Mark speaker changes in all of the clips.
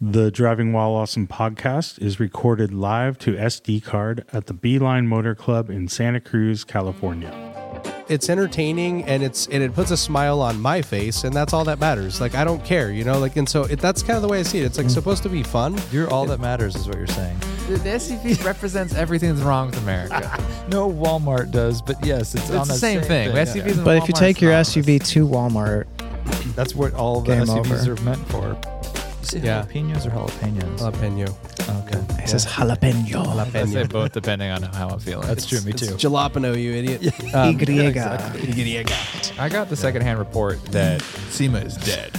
Speaker 1: The Driving While Awesome podcast is recorded live to SD card at the Beeline Motor Club in Santa Cruz, California.
Speaker 2: it's entertaining and it's and it puts a smile on my face and that's all that matters like i don't care you know like and so it, that's kind of the way i see it it's like supposed to be fun
Speaker 3: You're all that matters, is what you're saying.
Speaker 4: The SUV represents everything that's wrong with America.
Speaker 3: No, Walmart does, but yes, it's, on
Speaker 4: it's the
Speaker 3: that
Speaker 4: same, thing. SUVs
Speaker 3: Yeah.
Speaker 4: and
Speaker 5: But if you
Speaker 4: Walmart's
Speaker 5: take your
Speaker 4: synonymous.
Speaker 5: SUV to Walmart,
Speaker 3: That's what all the
Speaker 5: Game
Speaker 3: SUVs
Speaker 5: over.
Speaker 3: are meant for. Is it
Speaker 2: Yeah.
Speaker 3: jalapenos or jalapenos?
Speaker 2: jalapeno
Speaker 3: okay.
Speaker 5: it says jalapeno.
Speaker 4: I say both depending on how I'm feeling.
Speaker 3: That's true, me
Speaker 2: it's
Speaker 3: too.
Speaker 2: jalapeno you idiot
Speaker 5: Y.
Speaker 2: Um,
Speaker 4: I got the secondhand report that SEMA is dead.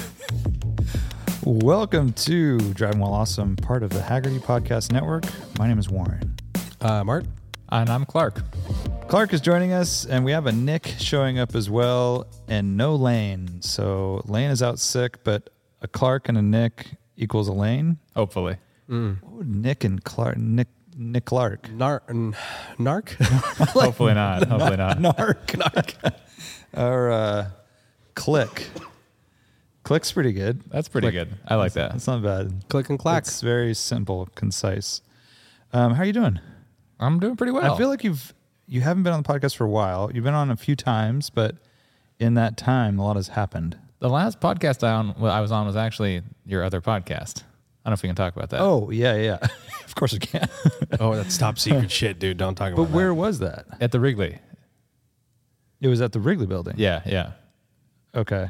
Speaker 3: Welcome to Driving While Awesome, part of the Haggerty Podcast Network. My name is Warren.
Speaker 2: uh, mart
Speaker 4: And I'm Clark.
Speaker 3: Clark is joining us, and we have a Nick showing up as well, and no Lane. So Lane is out sick, but a Clark and a Nick equals a Lane.
Speaker 4: Hopefully.
Speaker 3: What would Nick and Clark, Nick, Nick Clark.
Speaker 2: nar- n- narc
Speaker 4: Hopefully not. Hopefully not.
Speaker 3: Narc. Or uh, Click. Click's pretty good.
Speaker 4: That's pretty
Speaker 3: Click.
Speaker 4: good. I like that.
Speaker 3: That's not bad.
Speaker 2: click and clack
Speaker 3: It's very simple, concise. Um, how are you doing?
Speaker 4: I'm doing pretty well.
Speaker 3: I feel like you've you haven't been on the podcast for a while. You've been on a few times, but in that time, a lot has happened.
Speaker 4: the last podcast I, on, well, I was on was actually your other podcast. I don't know if we can talk about that.
Speaker 3: Oh yeah, yeah. of course we can.
Speaker 2: oh that's top secret shit dude don't talk about
Speaker 3: but where was that?
Speaker 4: At the Wrigley.
Speaker 3: It was at the Wrigley Building.
Speaker 4: Yeah, yeah.
Speaker 3: Okay.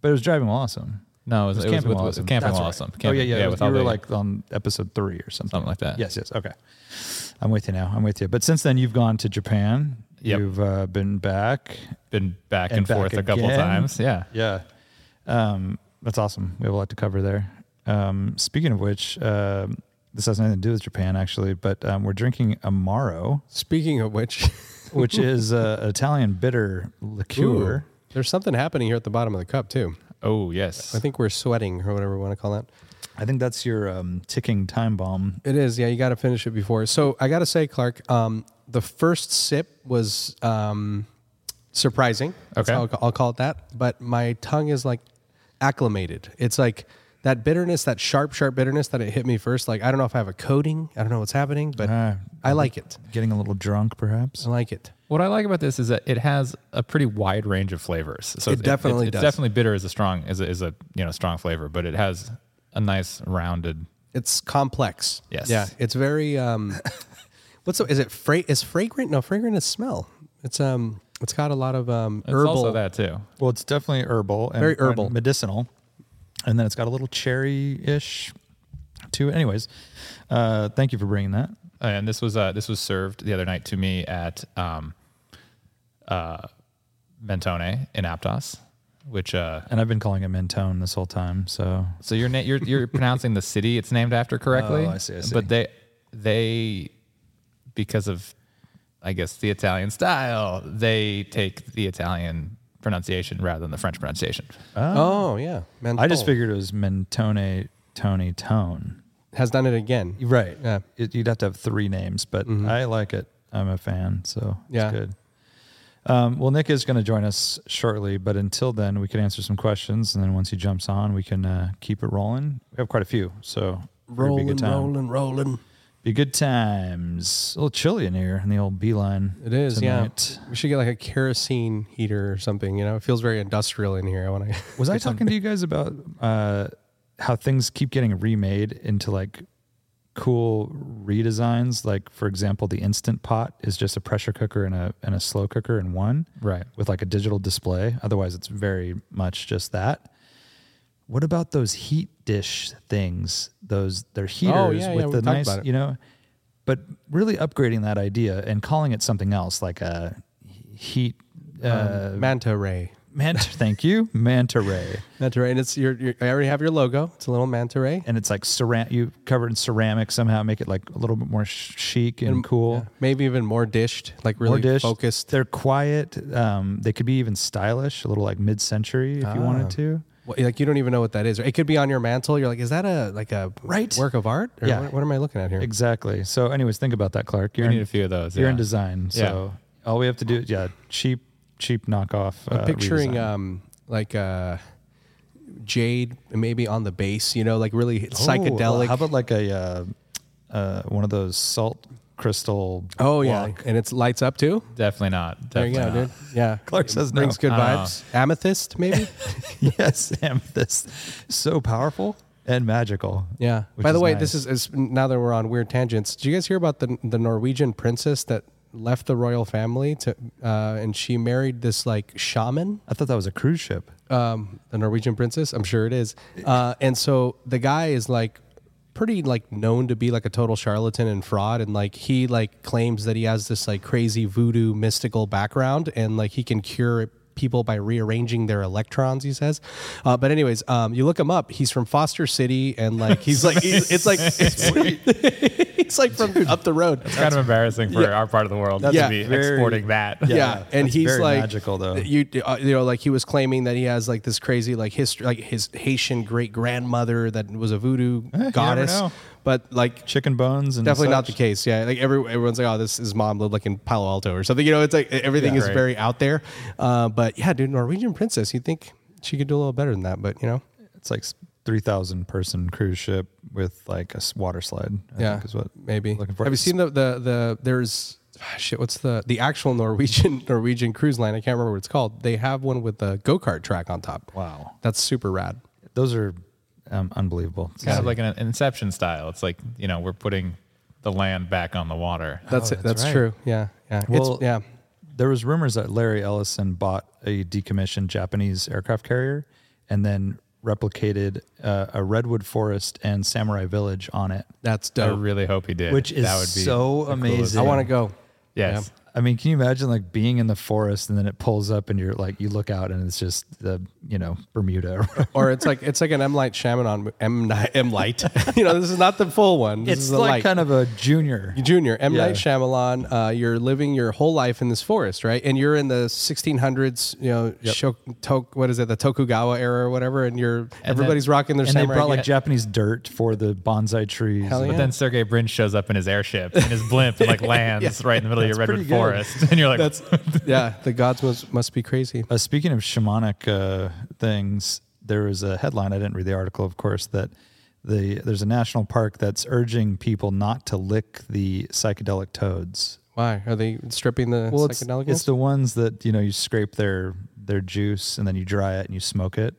Speaker 3: But it was driving while awesome.
Speaker 4: No, it was, it was
Speaker 3: Camping
Speaker 4: with,
Speaker 3: While
Speaker 4: with Camping
Speaker 3: That's
Speaker 4: While
Speaker 3: right.
Speaker 4: Awesome.
Speaker 3: Oh
Speaker 4: Camping,
Speaker 3: yeah, yeah. yeah
Speaker 4: with
Speaker 3: you
Speaker 4: all
Speaker 3: were
Speaker 4: the-
Speaker 3: like on episode three or something.
Speaker 4: Something like that.
Speaker 3: Yes, yes. Okay, I'm with you now. I'm with you. But since then, you've gone to Japan.
Speaker 4: Yep.
Speaker 3: You've uh, been back.
Speaker 4: been back and,
Speaker 3: back
Speaker 4: forth a couple
Speaker 3: again.
Speaker 4: times. Yeah.
Speaker 3: Yeah. Um, that's awesome. We have a lot to cover there. Um, speaking of which, um, this has nothing to do with Japan actually, but um, we're drinking Amaro,
Speaker 2: speaking of which
Speaker 3: which is uh, Italian bitter liqueur.
Speaker 2: Ooh, there's something happening here at the bottom of the cup too
Speaker 4: Oh, yes.
Speaker 2: i think we're sweating or whatever we want to call that
Speaker 3: I think that's your um, ticking time bomb.
Speaker 2: It is. Yeah, you got to finish it before. So I got to say, Clark, um, the first sip was um, surprising. That's
Speaker 4: Okay.
Speaker 2: how I'll, ca- I'll call it that. But my tongue is like acclimated. It's like that bitterness, that sharp, sharp bitterness that it hit me first. Like I don't know if I have a coating. I don't know what's happening, but
Speaker 3: Ah.
Speaker 2: I like it.
Speaker 3: Getting a little drunk, perhaps.
Speaker 2: I like it.
Speaker 4: What I like about this is that it has a pretty wide range of flavors. So
Speaker 2: It definitely
Speaker 4: it's
Speaker 2: does.
Speaker 4: definitely bitter is a strong is a, is a you know strong flavor, but it has a nice rounded.
Speaker 2: It's complex.
Speaker 4: Yes.
Speaker 2: Yeah. It's very. Um, what's the, is it? Fra- is fragrant? No, fragrant is smell. It's um. It's got a lot of um
Speaker 4: It's
Speaker 2: herbal.
Speaker 4: also that too.
Speaker 3: Well, it's definitely herbal and
Speaker 2: Very herbal.
Speaker 3: and medicinal, and then it's got a little cherry ish to it. Anyways, uh, thank you for bringing that.
Speaker 4: And this was uh, this was served the other night to me at um, uh, Mentone in Aptos, which uh,
Speaker 3: And I've been calling it Mentone this whole time, so
Speaker 4: so you're na- you're you're pronouncing the city it's named after correctly.
Speaker 3: Oh, I see, I see.
Speaker 4: But they they because of I guess the Italian style, they take the Italian pronunciation rather than the French pronunciation.
Speaker 2: Oh yeah,
Speaker 3: I just
Speaker 2: menthol.
Speaker 3: figured it was Mentone Tony Tone.
Speaker 2: has done it again.
Speaker 3: Right.
Speaker 2: Yeah. Mm-hmm.
Speaker 3: It, you'd have to have three names, but I like it. I'm a fan, so
Speaker 2: Yeah.
Speaker 3: it's good. Um, well, Nick is going to join us shortly, but until then, we can answer some questions, and then once he jumps on, we can uh, keep it rolling. We have quite a few, so it'll be a good time.
Speaker 2: rolling.
Speaker 3: Be good times. A little chilly in here in the old beeline.
Speaker 2: It is,
Speaker 3: tonight.
Speaker 2: yeah. We should get like a kerosene heater or something. You know, it feels very industrial in here. I want to.
Speaker 3: Was I talking to you guys about uh, how things keep getting remade into like cool redesigns? Like, for example, the instant pot is just a pressure cooker and a and a slow cooker in one,
Speaker 4: Right.
Speaker 3: With like a digital display. Otherwise, it's very much just that. What about those heat dish things? Those they're heaters
Speaker 2: Oh, yeah,
Speaker 3: with
Speaker 2: yeah, we
Speaker 3: the
Speaker 2: talked
Speaker 3: nice,
Speaker 2: about it.
Speaker 3: you know. But really upgrading that idea and calling it something else, like a heat uh,
Speaker 2: Manta ray.
Speaker 3: manta. Thank you, manta ray.
Speaker 2: Manta ray, and it's your, your. I already have your logo. It's a little manta ray.
Speaker 3: and it's like ceramic. You cover it in ceramic somehow, make it like a little bit more sh- chic and, cool.
Speaker 2: Maybe even more dished, like
Speaker 3: More
Speaker 2: really
Speaker 3: dished.
Speaker 2: focused.
Speaker 3: They're quiet. Um, they could be even stylish, a little like mid-century if you
Speaker 4: Ah.
Speaker 3: wanted to.
Speaker 2: Well, Like you don't even know what that is. It could be on your mantle. You're like, is that a like a
Speaker 3: Right.
Speaker 2: work of art? Or
Speaker 3: Yeah.
Speaker 2: What, what am I looking at here?
Speaker 3: Exactly. So, anyways, think about that, Clark. You're
Speaker 4: We
Speaker 3: in,
Speaker 4: need a few of those.
Speaker 3: You're
Speaker 4: yeah.
Speaker 3: in design, so all we have to do, is yeah, cheap, cheap knockoff. uh,
Speaker 4: uh,
Speaker 2: I'm picturing
Speaker 3: redesign.
Speaker 2: um like uh jade maybe on the bass, you know, like really
Speaker 3: Oh,
Speaker 2: psychedelic.
Speaker 3: how about like a uh, uh, one of those salt crystal?
Speaker 2: oh yeah, and it's lights up too.
Speaker 4: Definitely not.
Speaker 2: There you
Speaker 4: Definitely
Speaker 2: go,
Speaker 4: not.
Speaker 2: dude. Yeah,
Speaker 3: Clark says no.
Speaker 2: brings good
Speaker 4: I don't know.
Speaker 2: vibes. Amethyst maybe.
Speaker 3: yes, amethyst, so powerful and magical.
Speaker 2: Yeah.
Speaker 3: which
Speaker 2: By the way,
Speaker 3: nice.
Speaker 2: this is, is now that we're on weird tangents. Did you guys hear about the the Norwegian princess that left the royal family to uh, and she married this like shaman?
Speaker 3: I thought that was a cruise ship.
Speaker 2: um, the Norwegian princess. I'm sure it is. Uh, and so the guy is like pretty like known to be like a total charlatan and fraud and like he like claims that he has this like crazy voodoo mystical background and like he can cure people by rearranging their electrons he says uh, but anyways um, you look him up he's from foster city and like he's like he's, it's like it's, he's like from up the road
Speaker 4: It's kind of embarrassing for our part of the world to
Speaker 2: Yeah.
Speaker 4: be
Speaker 3: Very-
Speaker 4: exporting that.
Speaker 2: yeah, and
Speaker 3: that's
Speaker 2: he's
Speaker 3: very
Speaker 2: like
Speaker 3: magical, though.
Speaker 2: You uh, you know, like he was claiming that he has like this crazy like history, like his Haitian great grandmother that was a voodoo goddess,
Speaker 3: Eh, know.
Speaker 2: but like
Speaker 3: Chicken bones and
Speaker 2: definitely not the
Speaker 3: such.
Speaker 2: case. Yeah, like every, everyone's like, oh, this his mom lived like in Palo Alto or something. You know, it's like e-, everything
Speaker 4: Yeah.
Speaker 2: is
Speaker 4: Right.
Speaker 2: very out there. Uh, but yeah, dude, Norwegian princess, you think she could do a little better than that? But you know,
Speaker 3: It's like three thousand person cruise ship with like a s- water slide. I
Speaker 2: yeah,
Speaker 3: think is what
Speaker 2: maybe.
Speaker 3: I'm looking for.
Speaker 2: Have you seen the the the there's. ah, Shit, what's the the actual Norwegian Norwegian cruise line? I can't remember what it's called. They have one with the go kart track on top.
Speaker 3: Wow, Oh,
Speaker 2: That's super rad.
Speaker 3: those are um, unbelievable.
Speaker 4: It's kind of like an inception style. It's like, you know, we're putting the land back on the water.
Speaker 2: That's it. That's
Speaker 3: right.
Speaker 2: true. Yeah. Yeah.
Speaker 3: Well,
Speaker 2: it's, yeah.
Speaker 3: There was rumors that Larry Ellison bought a decommissioned Japanese aircraft carrier and then replicated uh, a redwood forest and samurai village on it,
Speaker 2: That's
Speaker 4: I
Speaker 2: dope.
Speaker 4: really hope he did.
Speaker 3: which is
Speaker 4: that would be
Speaker 3: so amazing.
Speaker 2: I want to go.
Speaker 4: Yes.
Speaker 3: I mean, can you imagine like being in the forest and then it pulls up and you're like, you look out and it's just the you know Bermuda. Or whatever.
Speaker 2: Or it's like it's like an M Light Shyamalan M Night M Light. you know, this is not the full one. This
Speaker 3: It's
Speaker 2: is a
Speaker 3: like
Speaker 2: light.
Speaker 3: kind of a junior.
Speaker 2: Junior M
Speaker 3: Yeah.
Speaker 2: Night Shyamalan. Uh, you're living your whole life in this forest, right? And you're in the 1600s. You know, Shok- Tok, what is it? The Tokugawa era or whatever. And you're everybody's rocking their
Speaker 3: And they
Speaker 2: samurai.
Speaker 3: brought
Speaker 2: gear.
Speaker 3: like Japanese dirt for the bonsai trees.
Speaker 2: Hell
Speaker 3: And-
Speaker 2: yeah.
Speaker 4: But then Sergey Brin shows up in his airship and his blimp and like lands right in the middle of your redwood
Speaker 3: pretty good.
Speaker 4: forest. And you're like,
Speaker 2: that's yeah. The gods must must be crazy.
Speaker 3: Uh, speaking of shamanic uh, things, there was a headline. I didn't read the article, of course, that the there's a national park that's urging people not to lick the psychedelic toads.
Speaker 2: Why are they stripping the
Speaker 3: Well, it's,
Speaker 2: psychedelic?
Speaker 3: it's the ones that you know you scrape their their juice and then you dry it and you smoke it.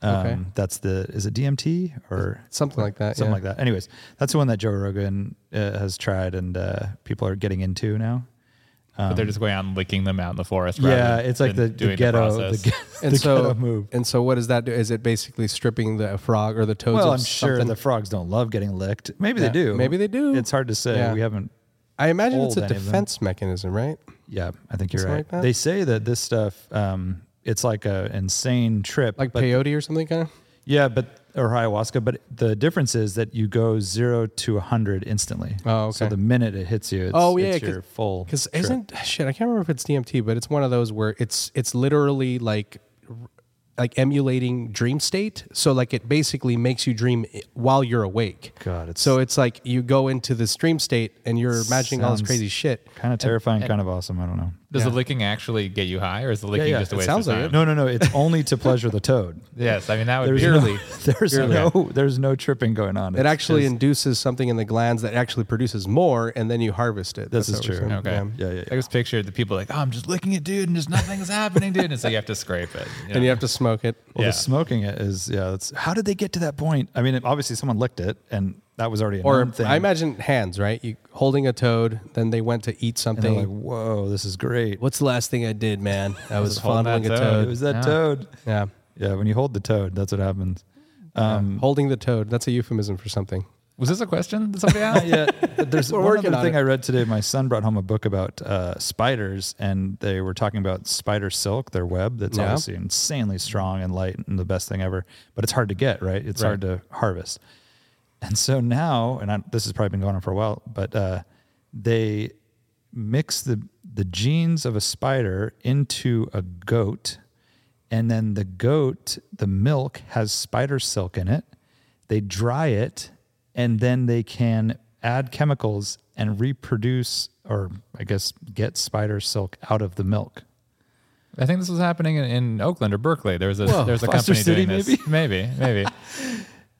Speaker 3: Um,
Speaker 2: Okay.
Speaker 3: That's the is it DMT or
Speaker 2: something like that.
Speaker 3: something
Speaker 2: yeah.
Speaker 3: like that. Anyways, that's the one that Joe Rogan uh, has tried and uh, people are getting into now.
Speaker 4: but they're just going out and licking them out in the forest.
Speaker 3: um, Yeah,
Speaker 4: rather
Speaker 3: it's like
Speaker 4: than
Speaker 3: the, the
Speaker 4: doing
Speaker 3: ghetto. The,
Speaker 4: process.
Speaker 3: ge-
Speaker 2: and
Speaker 3: the
Speaker 2: so
Speaker 3: ghetto move.
Speaker 2: and so what does that do is it basically stripping the frog or the toads
Speaker 3: Well,
Speaker 2: of
Speaker 3: I'm sure
Speaker 2: something?
Speaker 3: the frogs don't love getting licked. Maybe
Speaker 2: Yeah,
Speaker 3: they do.
Speaker 2: maybe they do.
Speaker 3: It's hard to say.
Speaker 2: Yeah.
Speaker 3: We haven't.
Speaker 2: i imagine it's a
Speaker 3: old, any of them.
Speaker 2: defense mechanism right
Speaker 3: Yeah, I think you're
Speaker 2: Something
Speaker 3: right.
Speaker 2: like that?
Speaker 3: they say that this stuff, um, it's like a insane trip.
Speaker 2: like
Speaker 3: but,
Speaker 2: peyote or something kind of
Speaker 3: yeah, but or ayahuasca. But the difference is that you go zero to hundred instantly.
Speaker 2: Oh,
Speaker 3: So
Speaker 2: okay.
Speaker 3: the minute it hits you, it's,
Speaker 2: Oh, yeah,
Speaker 3: it's
Speaker 2: 'cause-
Speaker 3: your full.
Speaker 2: because
Speaker 3: trip.
Speaker 2: isn't shit i can't remember if it's dmt but it's one of those where it's it's literally like like emulating dream state so like it basically makes you dream i- while you're awake
Speaker 3: God, it's-
Speaker 2: so it's like you go into this dream state and you're imagining all this
Speaker 3: Sounds
Speaker 2: crazy shit
Speaker 3: kind of terrifying, kind of awesome? I don't know.
Speaker 4: Does the licking actually get you high or is the licking
Speaker 3: yeah,
Speaker 4: just a
Speaker 3: it
Speaker 4: waste
Speaker 2: sounds
Speaker 4: of
Speaker 2: like
Speaker 4: time?
Speaker 2: it.
Speaker 3: No, no, no. It's only to pleasure the toad.
Speaker 4: Yes. I mean, that would
Speaker 3: There's
Speaker 4: be
Speaker 3: no, there's no, there's no tripping going on.
Speaker 2: Oh, it
Speaker 3: It's
Speaker 2: actually
Speaker 3: just-
Speaker 2: induces something in the glands that actually produces more and then you harvest it
Speaker 3: This
Speaker 2: That's
Speaker 3: is
Speaker 2: what we're
Speaker 3: true.
Speaker 2: saying.
Speaker 4: Okay.
Speaker 2: Yeah.
Speaker 3: yeah, yeah,
Speaker 4: I just pictured the people like, oh, I'm just licking it, dude, and just nothing's happening, dude. And so you have to scrape it. you
Speaker 2: and
Speaker 4: know?
Speaker 2: you have to smoke it.
Speaker 3: Well,
Speaker 4: Yeah.
Speaker 3: the smoking it is, yeah. That's how did they get to that point? I mean, obviously someone licked it, and that was already a
Speaker 2: Or
Speaker 3: known thing.
Speaker 2: I imagine hands, right? You holding a toad, then they went to eat
Speaker 3: and they're
Speaker 2: something.
Speaker 3: like, "Whoa, this is great."
Speaker 2: What's the last thing I did, man? I was
Speaker 4: holding
Speaker 2: fondling a
Speaker 4: that
Speaker 2: toad.
Speaker 4: toad.
Speaker 3: It was that
Speaker 4: Yeah.
Speaker 3: toad.
Speaker 2: yeah.
Speaker 3: Yeah, when you hold the toad, that's what happens.
Speaker 4: Mm.
Speaker 2: holding the toad. That's a euphemism for something.
Speaker 4: Was this a question that somebody asked?
Speaker 3: Yeah, but there's
Speaker 2: We're
Speaker 3: one
Speaker 2: working
Speaker 3: other
Speaker 2: on
Speaker 3: thing
Speaker 2: it.
Speaker 3: I read today. My son brought home a book about uh, spiders, and they were talking about spider silk, their web that's
Speaker 2: Yeah.
Speaker 3: obviously insanely strong and light and the best thing ever. But it's hard to get, right? It's hard to harvest. And so now, and I, this has probably been going on for a while, but uh, they mix the the genes of a spider into a goat, and then the goat, the milk has spider silk in it. They dry it, and then they can add chemicals and reproduce, or I guess, get spider silk out of the milk.
Speaker 4: I think this was happening in, in Oakland or Berkeley. There was a
Speaker 3: Whoa.
Speaker 4: there was a
Speaker 3: Foster
Speaker 4: company
Speaker 3: City,
Speaker 4: doing this. Maybe, maybe.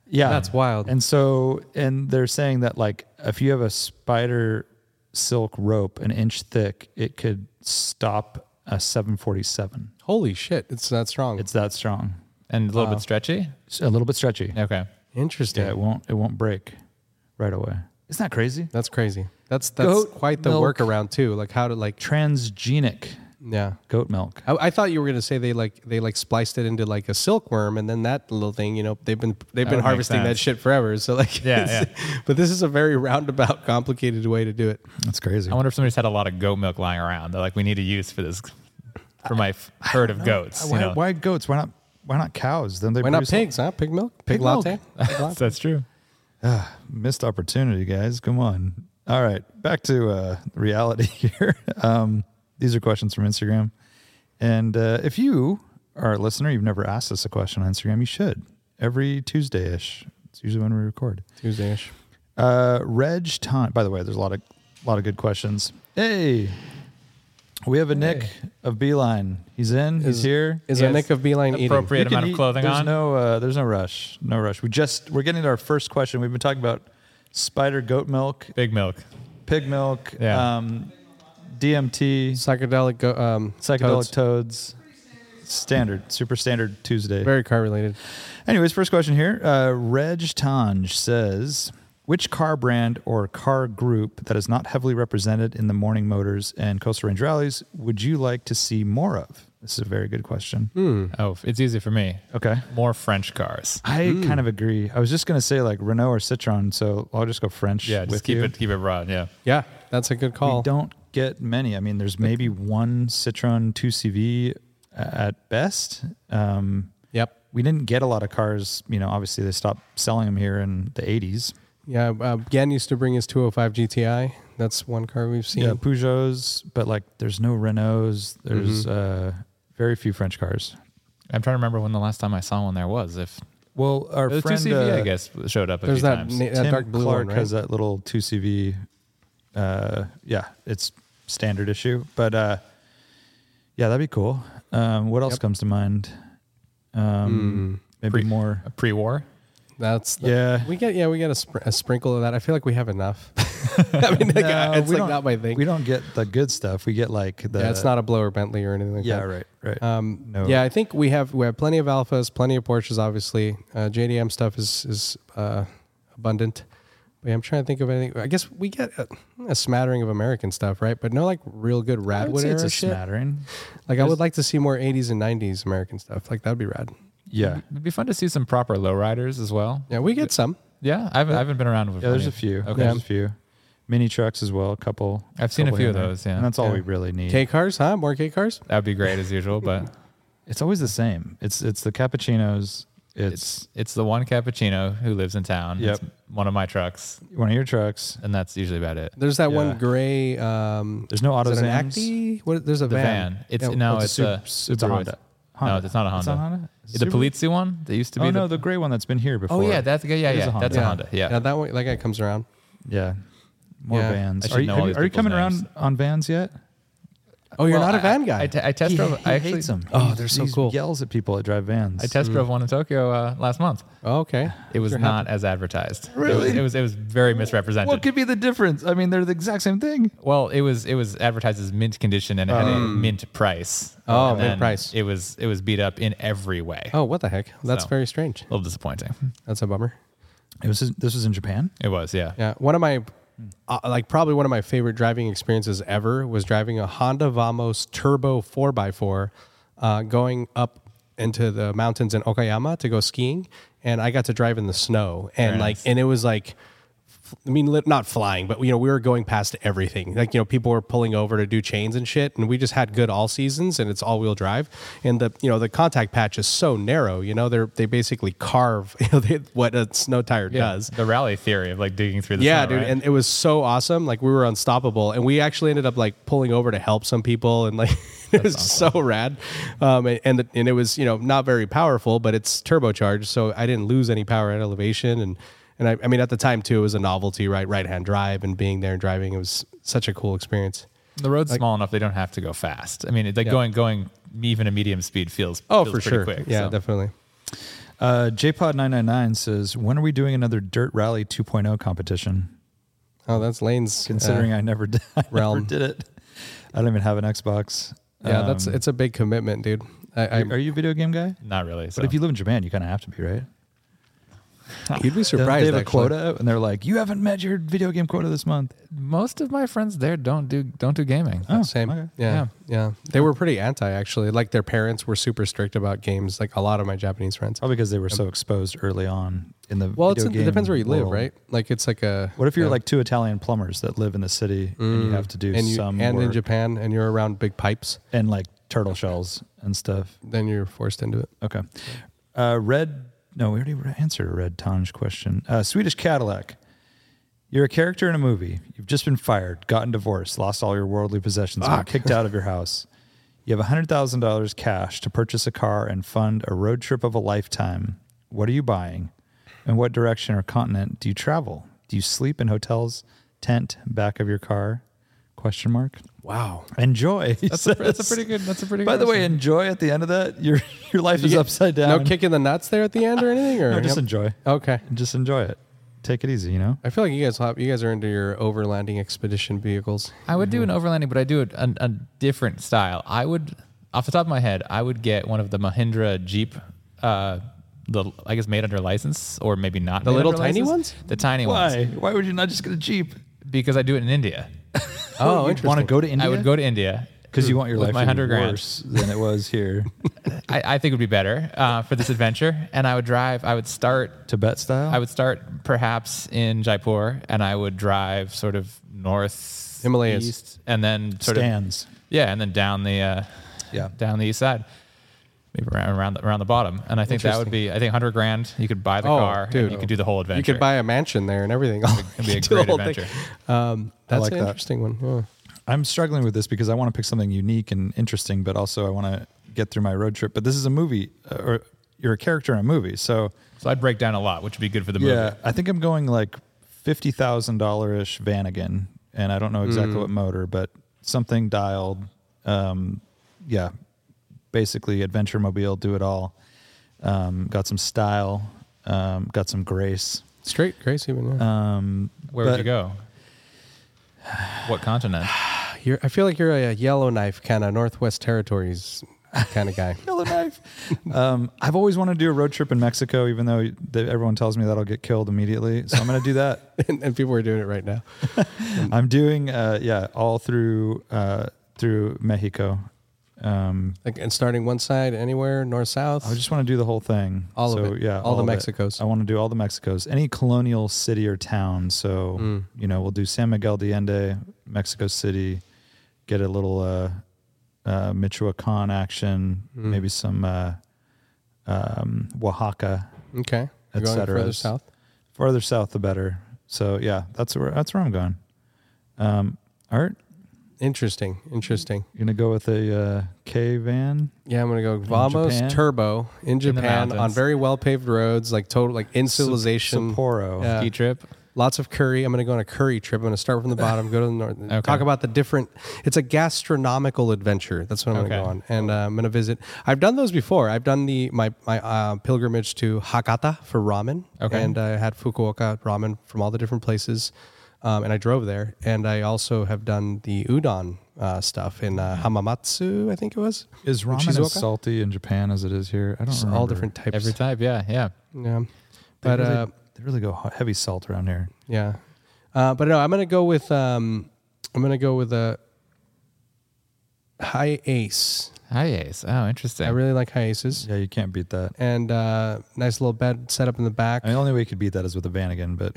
Speaker 3: Yeah.
Speaker 2: That's wild.
Speaker 3: And so, and they're saying that like if you have a spider silk rope an inch thick, it could stop a 747.
Speaker 2: Holy shit, it's that strong. It's
Speaker 3: It's that strong.
Speaker 4: and a little bit stretchy.
Speaker 3: It's a little bit stretchy.
Speaker 4: Okay.
Speaker 2: interesting.
Speaker 3: Yeah, it won't it won't break right away. Isn't that crazy?
Speaker 2: That's crazy. That's that's
Speaker 3: Goat
Speaker 2: quite the
Speaker 3: milk.
Speaker 2: workaround too. Like how to like
Speaker 3: Transgenic
Speaker 2: yeah.
Speaker 3: goat milk.
Speaker 2: I, I thought you were gonna say they like they like spliced it into like a silkworm and then that little thing. You know they've been they've been
Speaker 4: would make
Speaker 2: harvesting that
Speaker 4: sense.
Speaker 2: shit forever. So like
Speaker 4: Yeah,
Speaker 2: it's- But this is a very roundabout, complicated way to do it.
Speaker 3: That's crazy.
Speaker 4: I wonder if somebody's had a lot of goat milk lying around. They're like, we need a use for this for my f- herd of goats.
Speaker 3: why,
Speaker 4: you know?
Speaker 3: why goats? Why not why not cows? Then they
Speaker 2: Why not
Speaker 3: produce a-
Speaker 2: pigs? Huh? Pig milk, pig,
Speaker 3: Pig milk.
Speaker 2: latte. Pig latte?
Speaker 4: That's true.
Speaker 3: missed opportunity, guys. Come on. All right, back to uh, reality here. Um, these are questions from Instagram, and uh, if you are a listener, you've never asked us a question on Instagram, you should. Every Tuesday ish. It's usually when we record.
Speaker 2: Tuesday-ish.
Speaker 3: Uh, Reg Ton. By the way, there's a lot of lot of good questions. Hey, we have a Nick of Beeline. He's in. he's here.
Speaker 2: Is
Speaker 4: Yes.
Speaker 2: a Nick of Beeline eating?
Speaker 4: Appropriate
Speaker 3: You can
Speaker 4: amount of
Speaker 3: eat.
Speaker 4: clothing
Speaker 3: there's
Speaker 4: on.
Speaker 3: No, uh, there's no rush. No rush. We just we're getting to our first question. We've been talking about spider goat milk,
Speaker 4: Big milk.
Speaker 3: pig milk,
Speaker 4: Yeah.
Speaker 3: um, DMT,
Speaker 2: Psychedelic, go, um,
Speaker 3: psychedelic
Speaker 2: toads.
Speaker 3: toads. Standard, super standard Tuesday.
Speaker 2: very car related.
Speaker 3: Anyways, first question here. Uh, Reg Tanj says, which car brand or car group that is not heavily represented in the morning motors and coastal range rallies would you like to see more of? This is a very good question.
Speaker 4: Oh, it's easy for me.
Speaker 3: Hmm. Okay.
Speaker 4: More French cars.
Speaker 3: I kind of agree. I was just gonna say like Renault or Citroen, so I'll just go French.
Speaker 4: Yeah, just
Speaker 3: with
Speaker 4: keep
Speaker 3: you.
Speaker 4: it keep it broad. Yeah.
Speaker 2: Yeah, that's a good
Speaker 3: We
Speaker 2: call.
Speaker 3: don't get many. I mean, there's maybe one Citroen 2CV a- at best. Um,
Speaker 2: Yep.
Speaker 3: we didn't get a lot of cars. You know, obviously they stopped selling them here in the 80s.
Speaker 2: Yeah, uh, Gan used to bring his 205 GTI. That's one car we've seen.
Speaker 3: Yeah, Peugeots, but like there's no Renaults. There's uh, very few French cars.
Speaker 4: I'm trying to remember when the last time I saw one there was. If
Speaker 3: Well, our
Speaker 4: the
Speaker 3: friend
Speaker 4: 2CV, I
Speaker 3: uh,
Speaker 4: guess, showed up a
Speaker 2: There's
Speaker 4: few
Speaker 2: that,
Speaker 4: times.
Speaker 2: na- that
Speaker 3: Tim
Speaker 2: dark blue
Speaker 3: Clark
Speaker 2: one, right?
Speaker 3: has that little 2CV. Uh, yeah, it's standard issue, but uh, yeah, that'd be cool. Um, what else comes to mind? Um,
Speaker 2: Hmm.
Speaker 3: Maybe more.
Speaker 4: a pre-war.
Speaker 2: That's
Speaker 3: Yeah.
Speaker 2: We get yeah, we get a, spr- a sprinkle of that. I feel like we have enough. I mean, like,
Speaker 3: No,
Speaker 2: uh, it's
Speaker 3: we
Speaker 2: like
Speaker 3: don't-
Speaker 2: not my thing.
Speaker 3: We don't get the good stuff. We get like the.
Speaker 2: yeah, it's not a blower Bentley or anything like
Speaker 3: Yeah,
Speaker 2: that.
Speaker 3: right, right.
Speaker 2: Um,
Speaker 3: No.
Speaker 2: Yeah, I think we have we have plenty of alphas, plenty of Porsches. Obviously, uh, JDM stuff is is uh, abundant. But yeah, I'm trying to think of anything. I guess we get a, a smattering of American stuff, right? But no, like real good
Speaker 3: I would
Speaker 2: Radwood
Speaker 3: say
Speaker 2: era
Speaker 3: it's a
Speaker 2: shit.
Speaker 3: smattering.
Speaker 2: Like I would like to see more 80s and 90s American stuff. Like that'd be rad.
Speaker 3: Yeah.
Speaker 4: It'd be fun to see some proper lowriders as well.
Speaker 2: Yeah, we get some.
Speaker 4: Yeah, I haven't, I haven't been around with.
Speaker 3: Yeah, there's
Speaker 4: plenty.
Speaker 3: a few.
Speaker 4: Okay.
Speaker 3: There's a few. Mini trucks as well, a couple.
Speaker 4: I've seen a
Speaker 3: couple
Speaker 4: few
Speaker 3: here
Speaker 4: of
Speaker 3: and there.
Speaker 4: those, yeah.
Speaker 3: And that's all
Speaker 2: Yeah.
Speaker 3: we really need.
Speaker 2: K cars, huh? More K cars.
Speaker 4: That'd be great as usual, but
Speaker 3: It's always the same. It's it's the cappuccinos. It's,
Speaker 4: it's it's the one cappuccino who lives in town.
Speaker 3: Yep.
Speaker 4: It's one of my trucks,
Speaker 3: one of your trucks.
Speaker 4: and that's usually about it.
Speaker 2: There's that
Speaker 3: Yeah.
Speaker 2: one gray. Um,
Speaker 3: There's no
Speaker 2: is it an
Speaker 3: AutoZans.
Speaker 2: Acti? What, there's a
Speaker 4: The
Speaker 2: van.
Speaker 4: van. It's
Speaker 2: Yeah,
Speaker 4: no,
Speaker 3: Oh,
Speaker 4: it's, a,
Speaker 3: Sup- it's a
Speaker 4: Subaru.
Speaker 3: Honda.
Speaker 4: No, it's not a Honda.
Speaker 3: It's not Honda? Is it
Speaker 4: The
Speaker 3: Subaru?
Speaker 4: Polizzi one that used to be
Speaker 3: Oh
Speaker 4: the,
Speaker 3: no, the gray one that's been here before.
Speaker 4: Oh yeah, that's yeah, yeah,
Speaker 3: It is a
Speaker 4: yeah.
Speaker 3: Honda.
Speaker 4: That's a Honda. Yeah.
Speaker 2: that one. That guy comes around.
Speaker 3: yeah. More
Speaker 2: Yeah.
Speaker 3: vans.
Speaker 4: I should
Speaker 3: Are you,
Speaker 4: know
Speaker 3: have
Speaker 4: all
Speaker 3: you-
Speaker 4: these
Speaker 3: are you
Speaker 4: people's
Speaker 3: coming
Speaker 4: names.
Speaker 3: around on vans yet?
Speaker 2: Oh, you're
Speaker 4: Well,
Speaker 2: not a
Speaker 4: I-
Speaker 2: van
Speaker 4: I-
Speaker 2: guy.
Speaker 4: I, te- I test drove. I actually
Speaker 3: hates them.
Speaker 2: Oh, they're so
Speaker 3: He
Speaker 2: cool.
Speaker 3: Yells at people that drive vans.
Speaker 4: I test drove one in Tokyo uh, last month.
Speaker 2: oh, okay.
Speaker 4: It was not as advertised.
Speaker 3: Really?
Speaker 4: It was it was, it was very misrepresented.
Speaker 3: what could be the difference? I mean, they're the exact same thing.
Speaker 4: Well, it was it was advertised as mint condition and it had a
Speaker 3: Um.
Speaker 4: mint price.
Speaker 2: Oh,
Speaker 4: And
Speaker 2: mint
Speaker 4: then
Speaker 2: price.
Speaker 4: It was it was beat up in every way.
Speaker 2: Oh, what the heck? That's
Speaker 4: So.
Speaker 2: very strange.
Speaker 4: A little disappointing.
Speaker 2: That's a bummer.
Speaker 3: It was this was in Japan.
Speaker 4: It was, yeah.
Speaker 2: Yeah, one of my, uh, like probably one of my favorite driving experiences ever was driving a Honda Vamos Turbo 4x4, uh, going up into the mountains in Okayama to go skiing, and I got to drive in the snow, and
Speaker 4: Very
Speaker 2: like,
Speaker 4: nice.
Speaker 2: and it was like. f- I mean, li- not flying, but you know, we were going past everything. Like, you know, people were pulling over to do chains and shit, and we just had good all seasons, and it's all wheel drive. And the, you know, the contact patch is so narrow. You know, they're they basically carve, you know, they, what a snow tire does.
Speaker 4: The rally theory of like digging through the
Speaker 2: Yeah,
Speaker 4: snow,
Speaker 2: dude,
Speaker 4: right?
Speaker 2: and it was so awesome. Like we were unstoppable, and we actually ended up like pulling over to help some people, and like it was so rad. Um, and and, the, and it was you know not very powerful, but it's turbocharged, so I didn't lose any power at elevation, and and I, I mean at the time too, it was a novelty, right? Right hand drive and being there and driving, it was such a cool experience.
Speaker 4: the road's small enough they don't have to go fast. I mean, it's like going going even a medium speed feels
Speaker 2: Oh,
Speaker 4: feels
Speaker 2: for
Speaker 4: pretty
Speaker 2: sure.
Speaker 4: quick,
Speaker 2: yeah,
Speaker 4: so.
Speaker 2: definitely.
Speaker 3: Uh, JPod999 says, when are we doing another Dirt Rally 2.0 competition?
Speaker 2: Oh, that's Lane's.
Speaker 3: Considering I never did, I
Speaker 2: realm.
Speaker 3: never did it. I don't even have an Xbox.
Speaker 2: uh, yeah, that's
Speaker 4: um,
Speaker 2: it's a big commitment, dude. I, I,
Speaker 3: Are you a video game guy?
Speaker 4: Not really. So.
Speaker 3: But if you live in Japan, you kind of have to be, right?
Speaker 2: you'd be
Speaker 3: They-
Speaker 2: surprised.
Speaker 3: they have a
Speaker 2: actually.
Speaker 3: quota, and they're like, "You haven't met your video game quota this month."
Speaker 4: most of my friends there don't do don't do gaming.
Speaker 3: Oh,
Speaker 2: Same.
Speaker 3: okay.
Speaker 2: Yeah, yeah. They were pretty anti actually. Like their parents were super strict about games. Like a lot of my Japanese friends.
Speaker 3: Probably because they were so exposed early on in the.
Speaker 2: Well, it's,
Speaker 3: video
Speaker 2: it
Speaker 3: game
Speaker 2: depends where you live,
Speaker 3: world.
Speaker 2: right? Like it's like a.
Speaker 3: What if you're
Speaker 2: yeah.
Speaker 3: like two Italian plumbers that live in the city Mm. and you have to do
Speaker 2: and you
Speaker 3: some
Speaker 2: and in
Speaker 3: work
Speaker 2: Japan and you're around big pipes,
Speaker 3: and like turtle shells and stuff?
Speaker 2: then you're forced into it.
Speaker 3: Okay. Uh, red. No, we already re- answered a red Tanj question. Uh, Swedish Cadillac. You're a character in a movie. You've just been fired, gotten divorced, lost all your worldly possessions, been kicked out of your house. You have $100,000 cash to purchase a car and fund a road trip of a lifetime. What are you buying? And what direction or continent do you travel? Do you sleep in hotels, tent, back of your car? Question mark.
Speaker 2: Wow.
Speaker 3: Enjoy. he
Speaker 4: That's a, that's a
Speaker 3: says.
Speaker 4: pretty good. That's a pretty.
Speaker 3: By
Speaker 4: good
Speaker 3: the way,
Speaker 4: option.
Speaker 3: enjoy at the end of that. Your your life is
Speaker 2: get-
Speaker 3: upside down.
Speaker 2: No kicking the nuts there at the end or anything, or
Speaker 3: No, just
Speaker 2: Yep.
Speaker 3: enjoy.
Speaker 2: okay.
Speaker 3: Just enjoy it. Take it easy, you know?
Speaker 2: I feel like you guys have, you guys are into your overlanding expedition vehicles.
Speaker 4: I would do an overlanding, but I do it a, a different style. I would, off the top of my head, I would get one of the Mahindra Jeep, uh, the I guess made under license or maybe not. The
Speaker 2: little tiny ones?
Speaker 4: The tiny ones.
Speaker 3: Why? Why would you not just get a Jeep?
Speaker 4: Because I do it in India.
Speaker 2: Oh,
Speaker 3: you want to go to India?
Speaker 4: I would go to India.
Speaker 3: because you want your
Speaker 4: with
Speaker 3: life
Speaker 4: my
Speaker 3: to be
Speaker 4: 100 grand.
Speaker 3: worse than it was here,
Speaker 4: I, I think it would be better uh, for this adventure. And I would drive. I would start.
Speaker 3: Tibet style.
Speaker 4: I would start perhaps in Jaipur, and I would drive sort of north,
Speaker 2: Himalayas.
Speaker 4: east, and then sort of
Speaker 3: stands.
Speaker 4: Yeah, and then down the uh,
Speaker 3: Yeah.
Speaker 4: down the east side, maybe around around the, around the bottom. And I think that would be I think hundred grand. You could buy the
Speaker 2: Oh,
Speaker 4: car,
Speaker 2: dude.
Speaker 4: and you could do the whole adventure.
Speaker 2: You could buy a mansion there and everything.
Speaker 4: It'd be a
Speaker 2: You do the
Speaker 4: great
Speaker 2: whole thing.
Speaker 4: adventure.
Speaker 2: Um, that's
Speaker 3: like
Speaker 2: an
Speaker 3: that.
Speaker 2: interesting one. Yeah.
Speaker 3: I'm struggling with this because I want to pick something unique and interesting, but also I want to get through my road trip. But this is a movie, uh, or you're a character in a movie, so
Speaker 4: So I'd break down a lot, which would be good for the movie.
Speaker 3: Yeah, I think I'm going like fifty thousand dollar ish Vanagon, and I don't know exactly
Speaker 4: Mm.
Speaker 3: what motor, but something dialed. Um, yeah, basically adventure mobile, do it all. Um, got some style, um, got some grace.
Speaker 2: Straight Grace even. Yeah.
Speaker 3: Um,
Speaker 4: Where
Speaker 3: but-
Speaker 4: would you go? What continent?
Speaker 2: You're, I feel like you're a yellow knife kind of Northwest Territories kind of guy.
Speaker 3: Kill a knife. um, I've always wanted to do a road trip in Mexico, even though th everyone tells me that I'll get killed immediately. So I'm going to do that.
Speaker 2: and, and people are doing it right now.
Speaker 3: I'm doing uh, yeah, all through uh, through Mexico. Um,
Speaker 2: Like and starting one side anywhere, north south.
Speaker 3: I Oh, just want to do the whole thing.
Speaker 2: All
Speaker 3: so,
Speaker 2: of it.
Speaker 3: Yeah,
Speaker 2: All the
Speaker 3: of it.
Speaker 2: Mexicos.
Speaker 3: I want to do all the Mexicos. Any colonial city or town. So
Speaker 2: Mm.
Speaker 3: you know, we'll do San Miguel de Allende, Mexico City. Get a little uh, uh, Michoacan action.
Speaker 2: Mm.
Speaker 3: Maybe some uh, um, Oaxaca.
Speaker 2: okay.
Speaker 3: Et
Speaker 2: You're going
Speaker 3: cetera.
Speaker 2: further south.
Speaker 3: Farther south, the better. So yeah, that's where that's where I'm going. Um, Art,
Speaker 2: Interesting. Interesting.
Speaker 3: you gonna go with a uh, K van?
Speaker 2: Yeah, I'm gonna go Vamos
Speaker 3: Japan?
Speaker 2: Turbo in Japan on
Speaker 4: mountains.
Speaker 2: very well paved roads, like total like in civilization.
Speaker 3: Sapporo.
Speaker 2: Yeah.
Speaker 4: Ski trip.
Speaker 2: Lots of curry. I'm gonna go on a curry trip. I'm gonna start from the bottom, go to the north. Talk about the different. It's a gastronomical adventure. That's what I'm gonna
Speaker 4: Okay.
Speaker 2: go on, and uh, I'm gonna visit. I've done those before. I've done the my my uh, pilgrimage to Hakata for ramen,
Speaker 4: Okay.
Speaker 2: and I had Fukuoka ramen from all the different places, um, and I drove there. And I also have done the udon uh, stuff in uh, Hamamatsu, I think it was.
Speaker 3: Is ramen
Speaker 2: Shizuoka?
Speaker 3: as salty in Japan as it is here? I don't
Speaker 2: It's
Speaker 3: remember.
Speaker 2: all different types.
Speaker 4: Every type. Yeah, yeah.
Speaker 2: Yeah.
Speaker 3: They
Speaker 2: But
Speaker 3: really,
Speaker 2: uh,
Speaker 3: they really go hot- heavy salt around here.
Speaker 2: yeah. Uh, but no, I'm gonna go with um, I'm gonna go with a high ace.
Speaker 4: Hi, Ace. Oh, interesting.
Speaker 2: I really like high aces
Speaker 3: Yeah, you can't beat that.
Speaker 2: and uh, nice little bed set up in the back.
Speaker 3: I mean, the only way you could beat that is with a Vanagon, but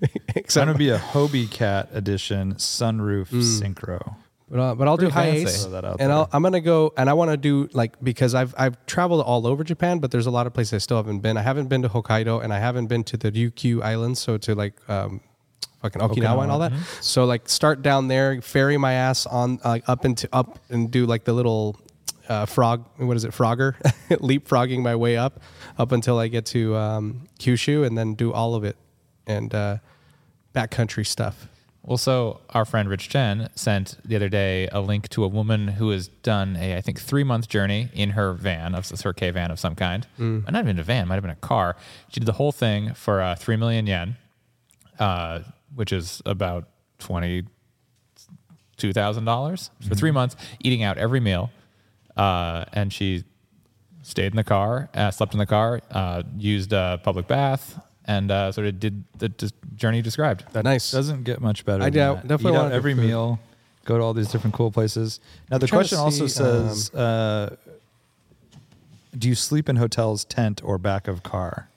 Speaker 3: it's
Speaker 2: Except-
Speaker 3: going to be a Hobie Cat edition sunroof
Speaker 2: Hmm.
Speaker 3: synchro.
Speaker 2: But, uh, but I'll do
Speaker 4: Pretty
Speaker 2: high
Speaker 4: fancy.
Speaker 2: ace,
Speaker 3: Throw that out
Speaker 2: and
Speaker 3: there.
Speaker 2: I'll, I'm gonna go, and I want to do like because I've I've traveled all over Japan, but there's a lot of places I still haven't been. I haven't been to Hokkaido, and I haven't been to the Ryukyu Islands, so to like um, fucking Okinawa, and all that.
Speaker 4: mm-hmm.
Speaker 2: So like start down there, ferry my ass on like up into up and do like the little uh, frog. What is it, Frogger? Leapfrogging my way up, up until I get to um, Kyushu, and then do all of it and uh, backcountry stuff.
Speaker 4: Well, so our friend Rich Chen sent the other day a link to a woman who has done a, I think, three month journey in her van, of it's her K van of some kind. Might Not even a van, might have been a car. She did the whole thing for uh, 3 million yen, uh, which is about 20, two thousand dollars for three months, eating out every meal, uh, and she stayed in the car, uh, slept in the car, uh, used a public bath, and uh, sort of did the dis- journey described.
Speaker 3: That
Speaker 2: Nice.
Speaker 3: Doesn't get much better.
Speaker 2: I
Speaker 3: than
Speaker 2: doubt-
Speaker 3: that.
Speaker 2: definitely
Speaker 3: Eat out
Speaker 2: wanna do
Speaker 3: every
Speaker 2: food.
Speaker 3: meal. Go to all these different cool places. Now the
Speaker 2: trying to
Speaker 3: question also
Speaker 2: see, um,
Speaker 3: says, uh, do you sleep in hotels, tent, or back of car?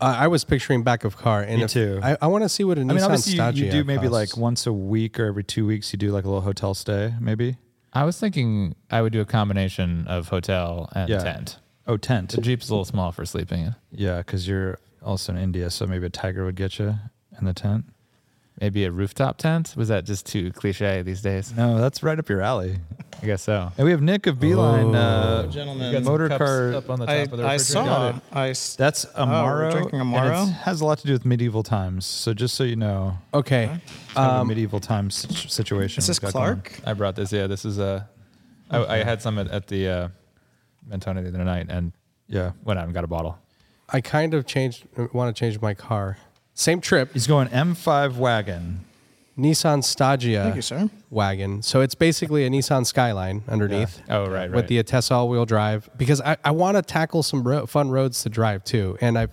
Speaker 2: Uh, I was picturing back of car, and
Speaker 3: Me
Speaker 2: if-
Speaker 3: too.
Speaker 2: I, I want to see what a
Speaker 3: I
Speaker 2: Nissan
Speaker 3: mean, obviously you- you,
Speaker 2: Stagia
Speaker 3: do maybe
Speaker 2: costs.
Speaker 3: like once a week or every two weeks you do like a little hotel stay, maybe.
Speaker 4: I was thinking I would do a combination of hotel and
Speaker 3: Yeah.
Speaker 4: tent.
Speaker 3: Oh, tent.
Speaker 4: The jeep's a little small for sleeping in.
Speaker 3: Yeah, because you're also in India, so maybe a tiger would get you in the tent.
Speaker 4: Maybe a rooftop tent. Was that just too cliche these days?
Speaker 3: No, that's right up your alley.
Speaker 4: I guess so.
Speaker 3: And we have Nick of Beeline, uh,
Speaker 6: gentlemen.
Speaker 3: gentlemen, motor
Speaker 4: Cups
Speaker 3: car.
Speaker 4: up on the top
Speaker 6: I,
Speaker 4: of the
Speaker 6: I
Speaker 4: refrigerator.
Speaker 6: saw. I s-
Speaker 3: That's Oh, Amaro.
Speaker 6: drinking
Speaker 3: and
Speaker 6: Amaro?
Speaker 3: it's- has a lot to do with medieval times. So just so you know,
Speaker 2: okay,
Speaker 3: kind of a medieval times situ- situation.
Speaker 6: Is this
Speaker 3: we've got
Speaker 6: Clark?
Speaker 4: I brought this. Yeah, this is a. I I had some at, at the uh, Mentone the other night and
Speaker 3: going on. Yeah.
Speaker 4: went out and got a bottle.
Speaker 2: I kind of changed. Want to change my car? Same trip,
Speaker 3: He's going M5 wagon.
Speaker 2: Nissan Stagia.
Speaker 6: Thank you, sir.
Speaker 2: Wagon. So it's basically a Nissan Skyline underneath.
Speaker 4: Oh, right, right.
Speaker 2: With the Atessa all-wheel drive, because I, I want to tackle some ro- fun roads to drive too, and I've,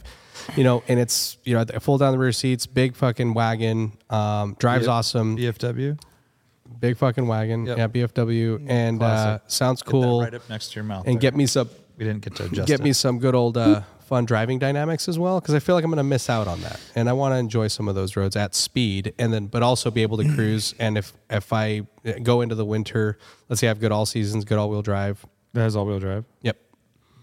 Speaker 2: you know, and it's you know I fold down the rear seats, big fucking wagon, um, drives
Speaker 3: Yeah.
Speaker 2: awesome,
Speaker 3: BFW. Get
Speaker 2: big fucking wagon,
Speaker 3: Yep.
Speaker 2: yeah, BFW, and uh,
Speaker 3: classic.
Speaker 2: sounds
Speaker 3: that
Speaker 2: cool,
Speaker 3: right up next to your mouth.
Speaker 2: and
Speaker 3: there.
Speaker 2: get me some
Speaker 3: We didn't get to adjust.
Speaker 2: get
Speaker 3: it.
Speaker 2: me some good old uh, fun driving dynamics as well because I feel like I'm going to miss out on that, and I want to enjoy some of those roads at speed, and then but also be able to cruise. And if if I uh, go into the winter, let's say I have good all seasons, good all wheel drive.
Speaker 3: That has all wheel drive.
Speaker 2: Yep,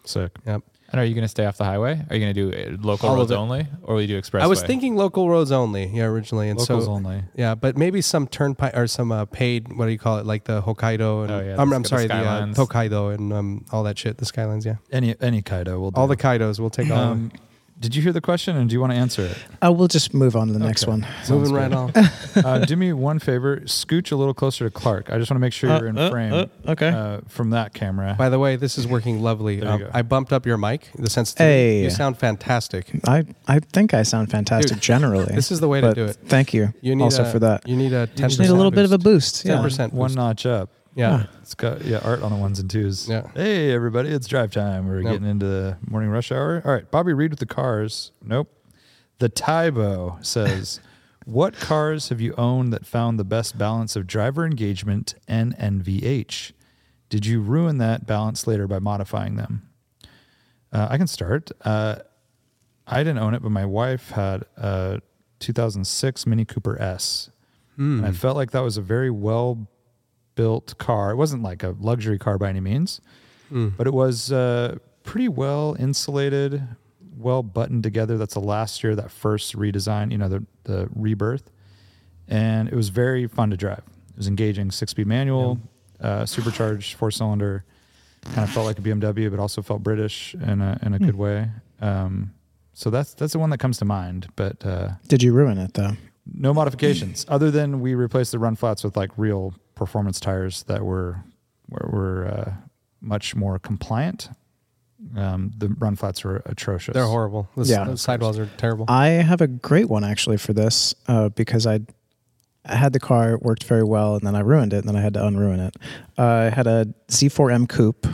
Speaker 3: Sick.
Speaker 2: yep.
Speaker 4: And are you going to stay off the highway? Are you going to do uh, local
Speaker 2: All of
Speaker 4: roads
Speaker 2: it.
Speaker 4: only, or will you do expressway?
Speaker 2: I was thinking local roads only, yeah, originally, and
Speaker 3: Locals
Speaker 2: so
Speaker 3: only.
Speaker 2: yeah, but maybe some turnpike or some uh, paid. What do you call it? Like the Hokkaido and
Speaker 4: Oh, yeah,
Speaker 2: I'm,
Speaker 4: the-
Speaker 2: I'm
Speaker 4: the
Speaker 2: sorry, the, uh,
Speaker 4: Skylines.
Speaker 2: Hokkaido and um, all that shit. The skylines, yeah.
Speaker 3: Any any Kaido will do.
Speaker 2: All the Kaidos, we'll take all. of
Speaker 3: Um,
Speaker 2: them.
Speaker 3: did you hear the question, and do you want to answer it?
Speaker 5: I will just move on to the next one.
Speaker 2: Moving right on.
Speaker 3: uh, do me one favor, scooch a little closer to Clark. I just want to make sure
Speaker 4: Uh,
Speaker 3: you're in frame.
Speaker 6: okay.
Speaker 3: Uh, from that camera.
Speaker 2: By the way, this is working lovely.
Speaker 3: There you
Speaker 2: Um,
Speaker 3: go.
Speaker 2: I bumped up your mic, the sensitivity.
Speaker 5: Hey.
Speaker 2: You sound fantastic.
Speaker 5: I, I think I sound fantastic
Speaker 2: Dude,
Speaker 5: generally.
Speaker 2: this is the way to
Speaker 5: but
Speaker 2: do it.
Speaker 5: Thank you.
Speaker 2: You need
Speaker 5: also
Speaker 2: a-
Speaker 5: for that.
Speaker 2: You need a ten.
Speaker 5: Just need a little bit of a boost.
Speaker 2: Yeah.
Speaker 5: Yeah.
Speaker 2: 10%
Speaker 3: one
Speaker 2: boost.
Speaker 3: notch up.
Speaker 2: Yeah.
Speaker 3: It's got yeah, art on the ones and twos.
Speaker 2: Yeah.
Speaker 3: Hey everybody, it's drive time. We're
Speaker 2: Nope.
Speaker 3: getting into the morning rush hour. All right, Bobby Reed with the cars. Nope. The Tybo says, "What cars have you owned that found the best balance of driver engagement and NVH? Did you ruin that balance later by modifying them?" Uh, I can start. Uh, I didn't own it, but my wife had a 2006 Mini Cooper S. And I felt like that was a very well built car. It wasn't like a luxury car by any means, but it was uh, pretty well insulated, well buttoned together. That's the last year, that first redesign, you know, the, the rebirth. And it was very fun to drive. It was engaging six speed manual, uh, supercharged four cylinder. Kind of felt like a BMW, but also felt British in a, in a good way. Um, so that's that's the one that comes to mind. But uh,
Speaker 5: Did you ruin it though?
Speaker 3: no modifications other than we replaced the run flats with like real performance tires that were were, were uh, much more compliant. Um, the run flats were atrocious.
Speaker 2: They're horrible. Those,
Speaker 5: Yeah. Uh,
Speaker 2: those sidewalls are terrible.
Speaker 5: I have a great one actually for this uh, because I I had the car, it worked very well, and then I ruined it, and then I had to unruin it. Uh, I had a Z4M Coupe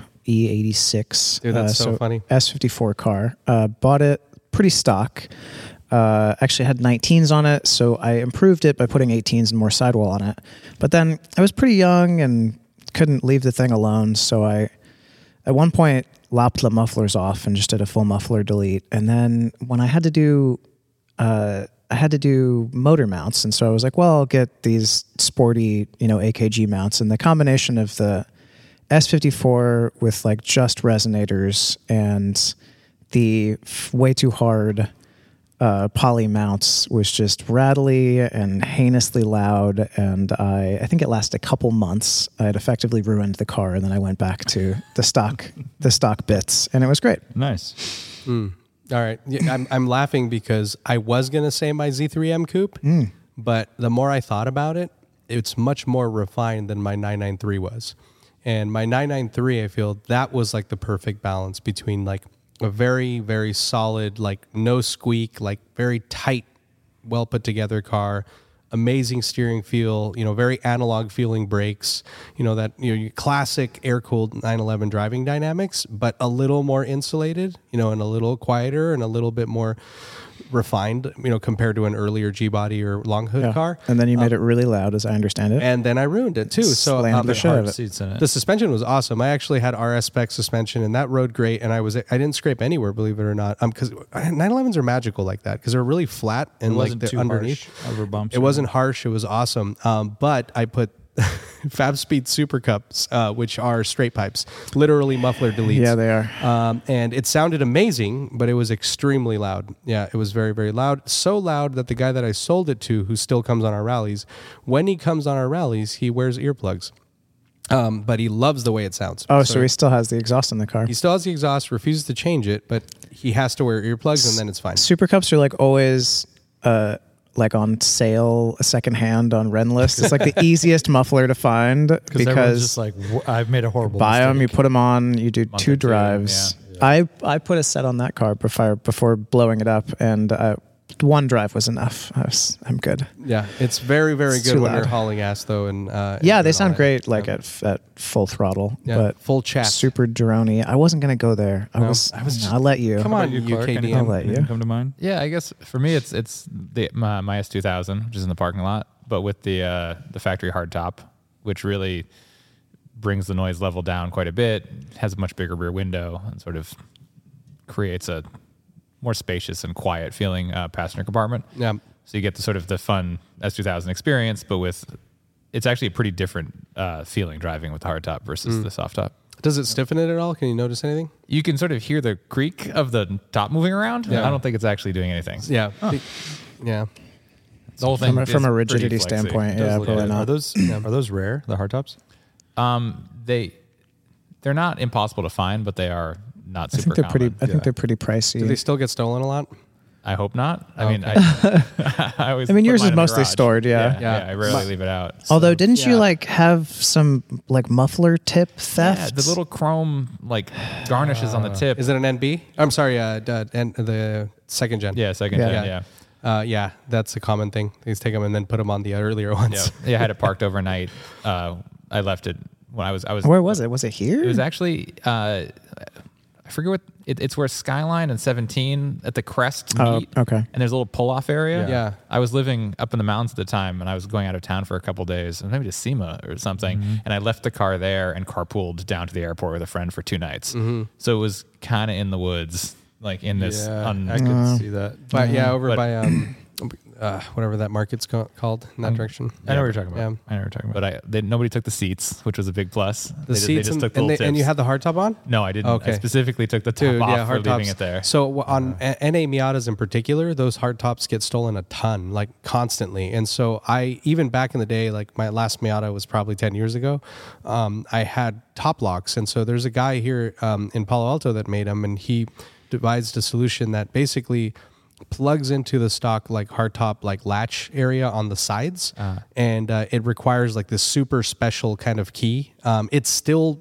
Speaker 5: E86.
Speaker 2: Dude, that's
Speaker 5: uh,
Speaker 2: so funny.
Speaker 5: S54 car. Uh, bought it pretty stock. Uh, actually had 19s on it, so I improved it by putting 18s and more sidewall on it. But then I was pretty young and couldn't leave the thing alone, so I at one point lopped the mufflers off and just did a full muffler delete. And then when I had to do uh, I had to do motor mounts, and so I was like, well, I'll get these sporty, you know, AKG mounts, and the combination of the S54 with like just resonators and the f- way too hard uh, poly mounts was just rattly and heinously loud, and I I think it lasted a couple months. I had effectively ruined the car, and then I went back to the stock the stock bits, and it was great.
Speaker 3: nice.
Speaker 5: Hmm.
Speaker 2: All right. Yeah, I'm, I'm laughing because I was going to say my Z3M coupe, But the more I thought about it, it's much more refined than my 993 was. And my 993, I feel that was like the perfect balance between like a very, very solid, like no squeak, like very tight, well put together car, amazing steering feel, you know, very analog feeling brakes, you know, that, you know, your classic air cooled 911 driving dynamics, but a little more insulated, you know, and a little quieter and a little bit more refined, you know, compared to an earlier G body or long hood car. Uh,
Speaker 5: And then you made it really loud, as I understand it.
Speaker 2: And then I ruined it too. So
Speaker 5: Slammed
Speaker 2: um,
Speaker 5: the shit out of it.
Speaker 3: Seats in it.
Speaker 2: the suspension was awesome. I actually had RS spec suspension, and that rode great. And I was I didn't scrape anywhere, believe it or not. Um, because 911s are magical like that because they're really flat and like
Speaker 3: wasn't
Speaker 2: they're
Speaker 3: too
Speaker 2: underneath.
Speaker 3: harsh over bumps
Speaker 2: It
Speaker 3: or
Speaker 2: wasn't harsh. It was awesome. Um, but I put. Fab Speed Super Cups, uh, which are straight pipes, literally muffler deletes.
Speaker 5: Yeah, they are.
Speaker 2: Um, and it sounded amazing, but it was extremely loud. Yeah, it was very, very loud. So loud that the guy that I sold it to, who still comes on our rallies, when he comes on our rallies, he wears earplugs. Um, but he loves the way it sounds.
Speaker 5: oh, so he still has the exhaust in the car.
Speaker 2: he still has the exhaust, refuses to change it, but he has to wear earplugs, and then it's fine.
Speaker 5: Super cups are like always uh like on sale secondhand on Renlist. It's like the easiest muffler to find
Speaker 3: everyone's
Speaker 5: because
Speaker 3: just like "Wha- I've made a horrible
Speaker 5: buy them, you
Speaker 3: mistake."
Speaker 5: put them on, you do
Speaker 4: or
Speaker 5: two
Speaker 4: two,
Speaker 5: drives. I I put a set on that car before before blowing it up, and uh, one drive was enough. I was, I'm good.
Speaker 2: Yeah, it's very, very
Speaker 5: It's
Speaker 2: good
Speaker 5: too
Speaker 2: when you're
Speaker 5: loud.
Speaker 2: hauling ass, though. And uh,
Speaker 5: Yeah,
Speaker 2: and
Speaker 5: they
Speaker 2: all
Speaker 5: sound
Speaker 2: that.
Speaker 5: great like uh,
Speaker 2: Yeah.
Speaker 5: at f- at full throttle,
Speaker 2: Yeah,
Speaker 5: but
Speaker 2: full chat.
Speaker 5: super droney. I wasn't gonna go there. I was. I was. I'll let you.
Speaker 2: Come
Speaker 3: How
Speaker 2: on,
Speaker 3: about you, Clark?
Speaker 2: UKDM.
Speaker 3: Anything-
Speaker 5: I'll let
Speaker 3: anything
Speaker 5: you.
Speaker 3: Come to mind.
Speaker 4: Yeah, I guess for me it's it's the my Mias 2000, which is in the parking lot, but with the uh, the factory hardtop, which really brings the noise level down quite a bit. Has a much bigger rear window and sort of creates a more spacious and quiet feeling uh, passenger compartment.
Speaker 2: Yeah.
Speaker 4: So you get the sort of the fun S2000 experience, but with it's actually a pretty different uh, feeling driving with the hardtop versus
Speaker 5: Mm.
Speaker 4: the soft top
Speaker 2: Does it stiffen it at all? Can you notice anything?
Speaker 4: you can sort of hear the creak of the top moving around.
Speaker 2: Yeah.
Speaker 4: I don't think it's actually doing anything.
Speaker 2: Yeah. Yeah.
Speaker 4: The whole thing
Speaker 5: From a- from
Speaker 4: is
Speaker 5: a
Speaker 4: pretty
Speaker 5: rigidity
Speaker 4: flexy.
Speaker 5: standpoint,
Speaker 4: It does
Speaker 5: yeah,
Speaker 4: look
Speaker 5: probably
Speaker 4: good.
Speaker 5: not.
Speaker 3: Are those are those rare? The hardtops?
Speaker 4: Um, They they're not impossible to find, but they are not
Speaker 5: I
Speaker 4: super.
Speaker 5: think they're pretty.
Speaker 4: common.
Speaker 5: I think they're pretty pricey.
Speaker 2: Do they still get stolen a lot?
Speaker 4: I hope not. I mean, I, I always.
Speaker 5: I mean,
Speaker 4: put
Speaker 5: yours
Speaker 4: mine
Speaker 5: is
Speaker 4: in the
Speaker 5: mostly
Speaker 4: garage.
Speaker 5: stored, yeah.
Speaker 4: yeah.
Speaker 2: Yeah.
Speaker 4: yeah, I rarely leave it out.
Speaker 5: Although, didn't you
Speaker 2: yeah.
Speaker 5: like have some like muffler tip theft?
Speaker 4: yeah, the little chrome like garnishes on the
Speaker 5: Uh,
Speaker 4: tip.
Speaker 2: Is it an NB? I'm sorry, uh, d- uh, N- the second gen.
Speaker 4: yeah, second
Speaker 5: Yeah.
Speaker 4: gen.
Speaker 2: Yeah.
Speaker 4: yeah.
Speaker 2: Uh, yeah, that's a common thing. They just take them and then put them on the earlier
Speaker 4: Yeah,
Speaker 2: ones.
Speaker 4: yeah, I had it parked overnight. Uh, I left it when I was I was
Speaker 5: Where was it? Was it here?
Speaker 4: It was actually uh, I forget what it, it's where Skyline and 17 at the crest
Speaker 5: Oh,
Speaker 4: meet.
Speaker 5: okay.
Speaker 4: And there's a little pull off area.
Speaker 2: Yeah. Yeah.
Speaker 4: I was living up in the mountains at the time and I was going out of town for a couple days, and maybe to SEMA or something.
Speaker 5: Mm-hmm.
Speaker 4: And I left the car there and carpooled down to the airport with a friend for two nights.
Speaker 3: Mm-hmm.
Speaker 4: So it was kind of in the woods, like in this
Speaker 3: yeah,
Speaker 4: un-
Speaker 3: I could see that.
Speaker 2: But yeah, over
Speaker 4: Mm. But-
Speaker 2: by um, uh, whatever that market's ca- called in that
Speaker 4: Um,
Speaker 2: direction.
Speaker 3: I know what you're talking about.
Speaker 2: Yeah.
Speaker 3: I know what you're talking about.
Speaker 4: but I they, nobody took the seats, which was a big plus.
Speaker 2: The
Speaker 4: they, ju- they
Speaker 2: seats
Speaker 4: just
Speaker 2: and,
Speaker 4: took the
Speaker 2: and,
Speaker 4: little
Speaker 2: they- and you
Speaker 4: tips.
Speaker 2: had the hard top on.
Speaker 4: no, I didn't.
Speaker 2: Okay.
Speaker 4: I specifically took the top
Speaker 2: Dude,
Speaker 4: off
Speaker 2: yeah,
Speaker 4: for
Speaker 2: hard
Speaker 4: leaving
Speaker 2: tops.
Speaker 4: it there. Mm-hmm.
Speaker 2: So w- on a- NA Miatas in particular, those hard tops get stolen a ton, like constantly. And so I, even back in the day, like my last Miata was probably 10 years ago, um, I had top locks. And so there's a guy here um, in Palo Alto that made them, and he devised a solution that basically plugs into the stock like hardtop like latch area on the sides and uh, it requires like this super special kind of key um, it's still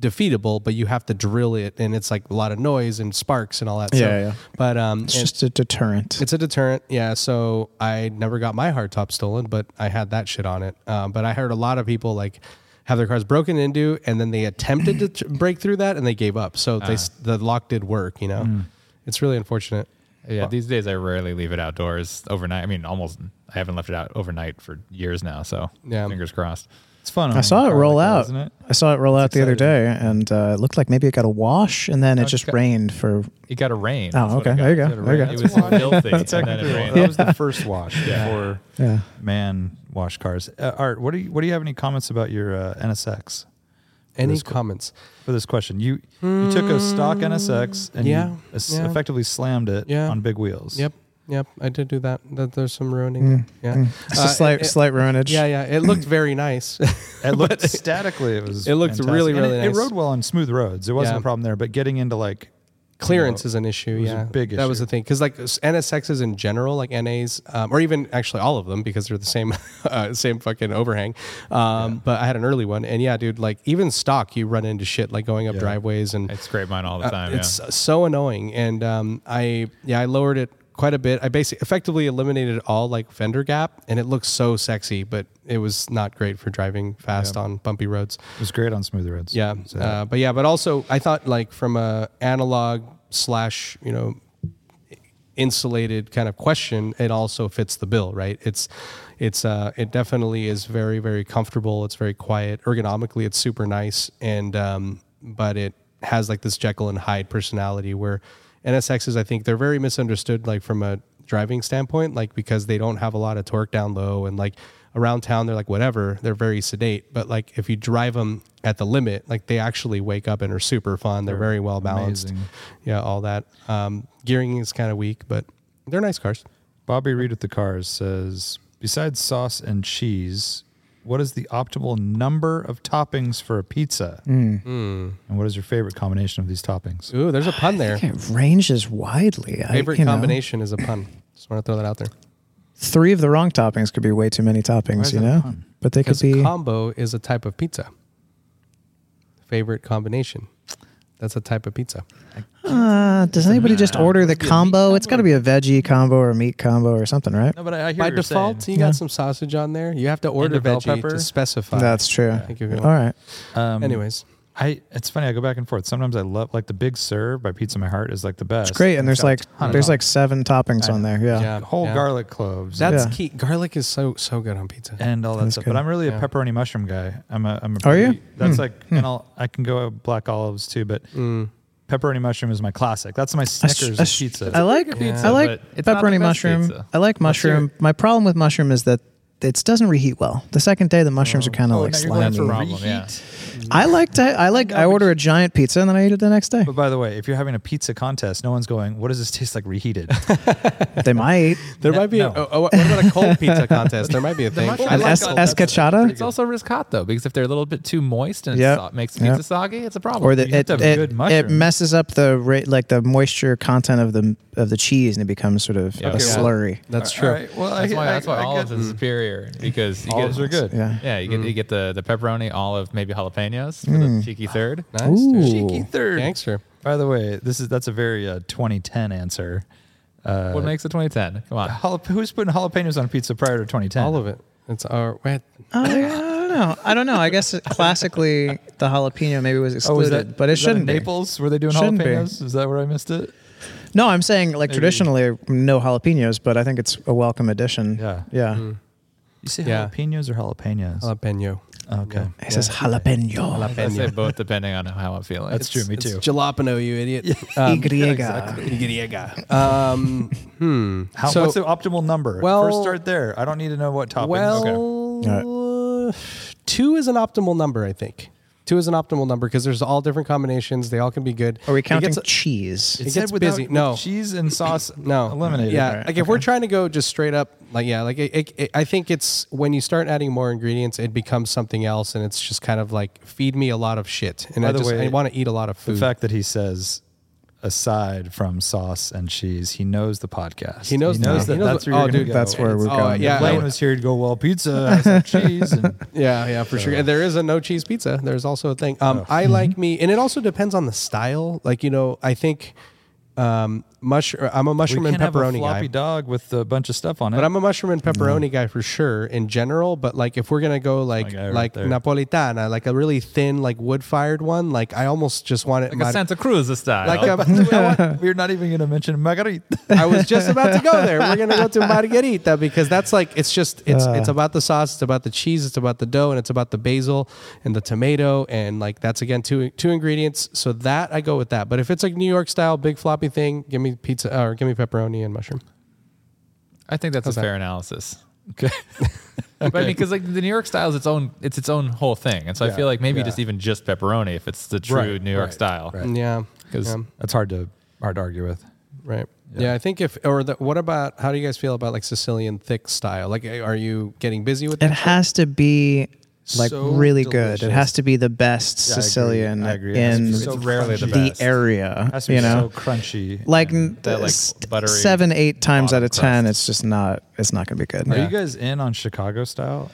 Speaker 2: defeatable but you have to drill it and it's like a lot of noise and sparks and all that
Speaker 5: Yeah, yeah.
Speaker 2: but um
Speaker 5: it's
Speaker 2: and-
Speaker 5: just a deterrent.
Speaker 2: it's a deterrent, yeah. So I never got my hardtop stolen, but I had that shit on it. Um, but I heard a lot of people like have their cars broken into, and then they attempted to tr- break through that, and they gave up. So they s the lock did work, you
Speaker 5: Hmm.
Speaker 2: know. It's really unfortunate.
Speaker 4: Yeah, these days I rarely leave it outdoors overnight. I mean, almost I haven't left it out overnight for years now. So
Speaker 2: Yeah.
Speaker 4: fingers crossed.
Speaker 3: It's fun.
Speaker 5: I saw it roll out.
Speaker 3: isn't it?
Speaker 5: I saw it roll out the other day, and uh, it looked like maybe it got a wash, and then it just
Speaker 4: got-
Speaker 5: rained for.
Speaker 4: It got a rain.
Speaker 5: Oh,
Speaker 4: That's what
Speaker 5: okay. There
Speaker 4: it got.
Speaker 5: you go.
Speaker 4: It got a
Speaker 5: There you
Speaker 4: rain.
Speaker 5: go.
Speaker 4: It was filthy. and then
Speaker 3: Technically,
Speaker 4: it rained.
Speaker 3: that was the first wash before
Speaker 5: Yeah.
Speaker 3: man wash cars. Uh, Art, what do you what do you have any comments about your uh, NSX
Speaker 2: Any comments?
Speaker 3: for this question? You you took a stock NSX and
Speaker 2: Hmm, Yeah,
Speaker 3: you es-
Speaker 2: yeah.
Speaker 3: effectively slammed it
Speaker 2: Yeah.
Speaker 3: on big wheels.
Speaker 2: Yep, yep. I did do that. That there's some ruining. Yeah,
Speaker 5: Hmm. It's
Speaker 2: Uh,
Speaker 5: a slight,
Speaker 2: it- it-
Speaker 5: slight ruinage.
Speaker 2: yeah, yeah. It looked very nice.
Speaker 3: It looked statically. It was.
Speaker 2: It looked
Speaker 3: fantastic.
Speaker 2: really,
Speaker 3: And
Speaker 2: really
Speaker 3: it,
Speaker 2: nice.
Speaker 3: It rode well on smooth roads. It wasn't
Speaker 2: Yeah.
Speaker 3: a problem there. But getting into like
Speaker 2: clearance is an issue.
Speaker 3: was a
Speaker 2: yeah,
Speaker 3: big
Speaker 2: That was
Speaker 3: issue.
Speaker 2: the thing because like s- NSXs in general, like NAs, um, or even actually all of them because they're the same, uh, same fucking overhang. Um, But I had an early one, and yeah, dude, like even stock, you run into shit like going up driveways and uh,
Speaker 4: I scrape mine
Speaker 3: Uh,
Speaker 4: all the time. yeah.
Speaker 2: it's so annoying. And um, I yeah, I lowered it quite a bit. I basically effectively eliminated all like fender gap, and it looks so sexy, but it was not great for driving fast on bumpy roads.
Speaker 3: It was great on smooth roads.
Speaker 2: Yeah,
Speaker 3: So-
Speaker 2: uh, but yeah, but also I thought like from a analog slash you know insulated kind of question, it also fits the bill, right? It's it's uh it definitely is very very comfortable. It's very quiet ergonomically. It's super nice, and um, but it has like this Jekyll and Hyde personality where NSXs I think they're very misunderstood like from a driving standpoint, like because they don't have a lot of torque down low and like around town they're like whatever they're very sedate but like if you drive them at the limit like they actually wake up and are super fun they're very well balanced
Speaker 3: amazing.
Speaker 2: yeah all that um, gearing is kind of weak but they're nice cars
Speaker 3: Bobby Reed with the cars says, besides sauce and cheese, what is the optimal number of toppings for a pizza?
Speaker 5: Mm.
Speaker 4: Mm.
Speaker 3: And what is your favorite combination of these toppings?
Speaker 2: ooh there's a pun there
Speaker 5: It ranges widely. I-
Speaker 2: favorite
Speaker 5: you know,
Speaker 2: combination is a pun just want to throw that out there
Speaker 5: three of the wrong toppings could be way too many toppings, you know. But they could
Speaker 2: because
Speaker 5: be.
Speaker 2: combo is a type of pizza favorite combination that's a type of pizza
Speaker 5: Uh, does anybody just order the combo? It's got to be a veggie combo or a meat combo or something, right?
Speaker 3: No, but I, I hear
Speaker 2: by
Speaker 3: what you're
Speaker 2: default
Speaker 3: saying.
Speaker 2: you got some sausage on there you have to order
Speaker 3: a bell
Speaker 2: veggie
Speaker 3: pepper.
Speaker 2: to specify
Speaker 5: That's true.
Speaker 2: I think you're
Speaker 5: All
Speaker 2: gonna-
Speaker 5: right.
Speaker 3: Um,
Speaker 2: anyways
Speaker 3: I it's funny. I go back and forth. Sometimes I love like the Big Serve by Pizza My Heart is like the best.
Speaker 5: It's great, and
Speaker 3: It's
Speaker 5: there's
Speaker 3: got a
Speaker 5: like
Speaker 3: ton of
Speaker 5: there's
Speaker 3: them.
Speaker 5: like seven toppings on there. Yeah.
Speaker 2: yeah
Speaker 3: whole
Speaker 2: Um, yeah.
Speaker 3: garlic cloves
Speaker 2: That's
Speaker 5: Yeah.
Speaker 2: key. Garlic is so so good on pizza.
Speaker 3: and all that
Speaker 5: That's
Speaker 3: stuff.
Speaker 5: good.
Speaker 3: But I'm really
Speaker 2: Yeah.
Speaker 3: a pepperoni mushroom guy. I'm a I'm a.
Speaker 5: Are you?
Speaker 4: Hmm.
Speaker 5: Hmm.
Speaker 3: That's like and I'll I can go with black olives too, but pepperoni mushroom is my classic. That's my
Speaker 5: I s-
Speaker 3: Snickers
Speaker 5: I
Speaker 3: of
Speaker 5: s-
Speaker 3: pizza.
Speaker 5: I like
Speaker 4: pizza,
Speaker 5: I like
Speaker 4: but it's not the
Speaker 5: pepperoni
Speaker 4: best
Speaker 5: mushroom.
Speaker 4: pizza.
Speaker 5: I like mushroom. My problem with mushroom is that it doesn't reheat well. The second day, the mushrooms are kind of
Speaker 3: Oh,
Speaker 5: like
Speaker 3: now you're going
Speaker 5: slimy.
Speaker 3: for
Speaker 4: Problem, yeah.
Speaker 3: reheat?
Speaker 5: I like to. I like. I order a giant pizza and then I eat it the next day.
Speaker 3: But by the way, if you're having a pizza contest, no one's going. What does this taste like reheated?
Speaker 5: They might.
Speaker 2: There might be. A,
Speaker 3: no.
Speaker 2: oh, oh, what about a cold pizza contest? There might be a thing.
Speaker 4: mushroom-
Speaker 2: I
Speaker 5: An
Speaker 2: like
Speaker 5: es-
Speaker 2: all-
Speaker 4: It's
Speaker 5: escachada,
Speaker 4: also risk hot though, because if they're a little bit too moist and
Speaker 5: Yep.
Speaker 4: it so- makes
Speaker 5: Yep.
Speaker 4: pizza soggy, it's a problem.
Speaker 5: or the
Speaker 3: You have
Speaker 5: it
Speaker 3: to have
Speaker 5: it,
Speaker 3: good
Speaker 5: it
Speaker 3: mushroom.
Speaker 5: messes up the rate, like the moisture content of the of the cheese, and it becomes sort of a
Speaker 3: Okay, well-
Speaker 5: slurry.
Speaker 2: That's true.
Speaker 3: All right, Well,
Speaker 4: that's
Speaker 3: I,
Speaker 4: why,
Speaker 3: I,
Speaker 4: that's why
Speaker 3: I
Speaker 4: olives
Speaker 3: get-
Speaker 4: is superior because you
Speaker 3: olives
Speaker 4: get,
Speaker 3: are good.
Speaker 5: Yeah.
Speaker 4: Yeah, you get you get the, the pepperoni, olive, maybe jalapenos for the cheeky third.
Speaker 2: Nice, dude.
Speaker 3: Cheeky third.
Speaker 2: Gangster.
Speaker 3: By the way, this is that's a very uh, 2010 answer.
Speaker 4: What makes it 2010? Come on.
Speaker 3: Jalap- who's putting jalapenos on pizza prior to 2010?
Speaker 2: All of it. It's our. Wait,
Speaker 5: Oh, yeah, I don't know. I don't know. I guess it- classically the jalapeno maybe was
Speaker 3: Oh,
Speaker 5: excluded,
Speaker 3: is that,
Speaker 5: but it
Speaker 3: is that in
Speaker 5: shouldn't be.
Speaker 3: Naples? Were they doing
Speaker 5: Shouldn't be.
Speaker 3: jalapenos? Is that where I missed it?
Speaker 5: No, I'm saying like traditionally no jalapenos, but I think it's a welcome addition.
Speaker 3: Yeah. Mm.
Speaker 5: Yeah.
Speaker 3: You say
Speaker 2: Yeah.
Speaker 3: jalapenos or jalapenos? Oh,
Speaker 2: jalapeno.
Speaker 3: Uh, okay,
Speaker 5: It says jalapeno.
Speaker 4: I say
Speaker 2: Jalapeno.
Speaker 4: both depending on how I'm feeling.
Speaker 3: that's true. Me
Speaker 2: It's
Speaker 3: too.
Speaker 2: jalapeno, you idiot.
Speaker 3: Um,
Speaker 5: Y.
Speaker 3: uh,
Speaker 2: Griega. Um, hmm.
Speaker 3: How,
Speaker 2: so-
Speaker 3: what's the optimal number?
Speaker 2: Well-
Speaker 3: First start there. I don't need to know what toppings.
Speaker 2: Well, two is an optimal number, I think. Two is an optimal number because there's all different combinations. They all can be good.
Speaker 5: Are we
Speaker 2: It
Speaker 5: counting
Speaker 2: gets-
Speaker 5: cheese?
Speaker 2: it
Speaker 3: said
Speaker 2: gets
Speaker 3: without-
Speaker 2: busy.
Speaker 3: with
Speaker 2: No.
Speaker 3: cheese and sauce.
Speaker 2: no
Speaker 3: eliminated.
Speaker 2: Yeah,
Speaker 5: Alright,
Speaker 2: like if we're trying to go just straight up, like yeah, like it, it, it- I think it's when you start adding more ingredients, it becomes something else, and it's just kind of like feed me a lot of shit, and
Speaker 3: By
Speaker 2: I
Speaker 3: the
Speaker 2: just
Speaker 3: way,
Speaker 2: I want to eat a lot of
Speaker 3: The
Speaker 2: food.
Speaker 3: fact that he says, aside from sauce and cheese, he knows the podcast.
Speaker 2: He knows
Speaker 3: He knows
Speaker 2: the- he
Speaker 3: that.
Speaker 2: knows
Speaker 3: that's
Speaker 2: the-
Speaker 3: where
Speaker 2: oh,
Speaker 3: you're gonna
Speaker 2: dude,
Speaker 3: go.
Speaker 5: That's where we're
Speaker 2: oh,
Speaker 5: going.
Speaker 2: yeah.
Speaker 3: Blaine was here to go. Well, pizza has some cheese. And
Speaker 2: yeah, yeah, for sure. And there is a no cheese pizza. There's also a thing.
Speaker 3: Oh.
Speaker 2: Um, I
Speaker 3: Mm-hmm.
Speaker 2: like me, and it also depends on the style. Like you know, I think um, mushroom. I'm a
Speaker 3: we
Speaker 2: mushroom
Speaker 3: can't
Speaker 2: and
Speaker 3: have a
Speaker 2: pepperoni
Speaker 3: floppy
Speaker 2: guy.
Speaker 3: Mm-hmm. dog with a bunch of stuff on it.
Speaker 2: But I'm a mushroom and pepperoni guy for sure in general. But like if we're gonna go like
Speaker 3: guy right
Speaker 2: like
Speaker 3: there.
Speaker 2: Napolitana, like a really thin like wood fired one, like I almost just want it.
Speaker 4: Like a Santa Cruz style.
Speaker 2: like a-
Speaker 3: You know what? We're not even going to mention margarita.
Speaker 2: I was just about to go there. We're gonna go to Margherita because that's like it's just it's it's about the sauce, it's about the cheese, it's about the dough, and it's about the basil and the tomato, and like that's again two two ingredients. So that I go with that. But if it's like New York style big floppy thing, give me pizza or give me pepperoni and mushroom.
Speaker 4: I think that's a
Speaker 2: How's that?
Speaker 4: fair analysis. Okay. But because like the New York style is its own, it's its own whole thing, and so I feel like maybe
Speaker 3: yeah.
Speaker 4: just even just pepperoni if it's the true
Speaker 3: Right,
Speaker 4: New York
Speaker 3: right,
Speaker 4: style.
Speaker 3: right.
Speaker 2: Yeah,
Speaker 3: Because
Speaker 2: yeah.
Speaker 3: that's hard to hard to argue with.
Speaker 2: Right. Yeah. I think if or the, what about how do you guys feel about like Sicilian thick style? Like, are you getting busy with
Speaker 5: It
Speaker 2: that?
Speaker 5: has to be like
Speaker 3: So
Speaker 5: really good. It
Speaker 3: delicious.
Speaker 5: has to be the best
Speaker 3: Yeah, I agree.
Speaker 5: Sicilian
Speaker 3: I agree. It has to
Speaker 5: in
Speaker 3: be
Speaker 4: It's
Speaker 3: so
Speaker 4: rarely the
Speaker 3: crunchy.
Speaker 5: the
Speaker 4: best.
Speaker 5: area.
Speaker 3: Has to be
Speaker 5: You know,
Speaker 3: so crunchy.
Speaker 5: like,
Speaker 3: and-
Speaker 4: that, like,
Speaker 5: s-
Speaker 4: buttery
Speaker 5: seven, eight times out
Speaker 4: bottom
Speaker 5: of ten,
Speaker 4: crust.
Speaker 5: it's just not. It's not going to be good.
Speaker 3: are you guys in on Chicago style?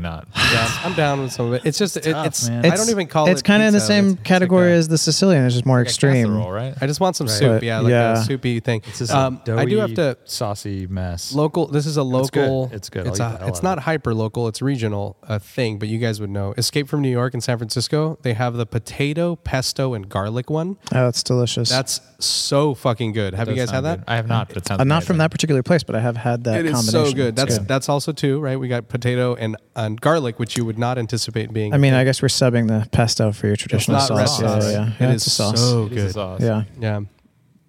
Speaker 4: not.
Speaker 2: Yeah, I'm down with some of it. It's just it,
Speaker 3: tough,
Speaker 2: it's.
Speaker 3: man.
Speaker 2: I don't even call it.
Speaker 5: it's kind of in the
Speaker 2: pizza.
Speaker 5: same
Speaker 2: It's- it's like
Speaker 5: category
Speaker 2: a-
Speaker 5: as the Sicilian. It's just more
Speaker 4: Like a
Speaker 5: extreme.
Speaker 4: casserole, right?
Speaker 2: I just want some soup.
Speaker 5: But,
Speaker 2: yeah, like
Speaker 5: yeah.
Speaker 2: a soupy thing.
Speaker 3: It's just
Speaker 2: um,
Speaker 3: a
Speaker 2: I do have
Speaker 3: doughy,
Speaker 2: to
Speaker 3: saucy mess.
Speaker 2: local. This is a
Speaker 3: good.
Speaker 2: local.
Speaker 3: It's good.
Speaker 2: It's,
Speaker 3: I'll
Speaker 2: a,
Speaker 3: eat the hell
Speaker 2: it's
Speaker 3: out of
Speaker 2: not hyper local. It's regional uh, thing, but you guys would know. Escape from New York and San Francisco. They have the potato pesto and garlic one.
Speaker 5: Oh, it's delicious.
Speaker 2: That's so fucking good. Have you guys
Speaker 4: Does
Speaker 2: had
Speaker 4: sound
Speaker 2: that?
Speaker 4: good. I have not, but it sounds
Speaker 5: Uh, not from
Speaker 4: amazing.
Speaker 5: that particular place, but I have had that
Speaker 2: It is
Speaker 5: combination.
Speaker 2: so good.
Speaker 5: It's
Speaker 2: That's that's also two, right? We got potato and, and garlic, which you would not anticipate being.
Speaker 5: I mean, I guess we're subbing the pesto for your traditional
Speaker 2: not
Speaker 5: sauce.
Speaker 2: red sauce.
Speaker 5: Yeah, yeah, yeah.
Speaker 2: It
Speaker 5: Yeah,
Speaker 2: is
Speaker 5: it's a sauce.
Speaker 2: so
Speaker 4: It is a
Speaker 2: good.
Speaker 4: sauce.
Speaker 5: yeah.
Speaker 2: yeah,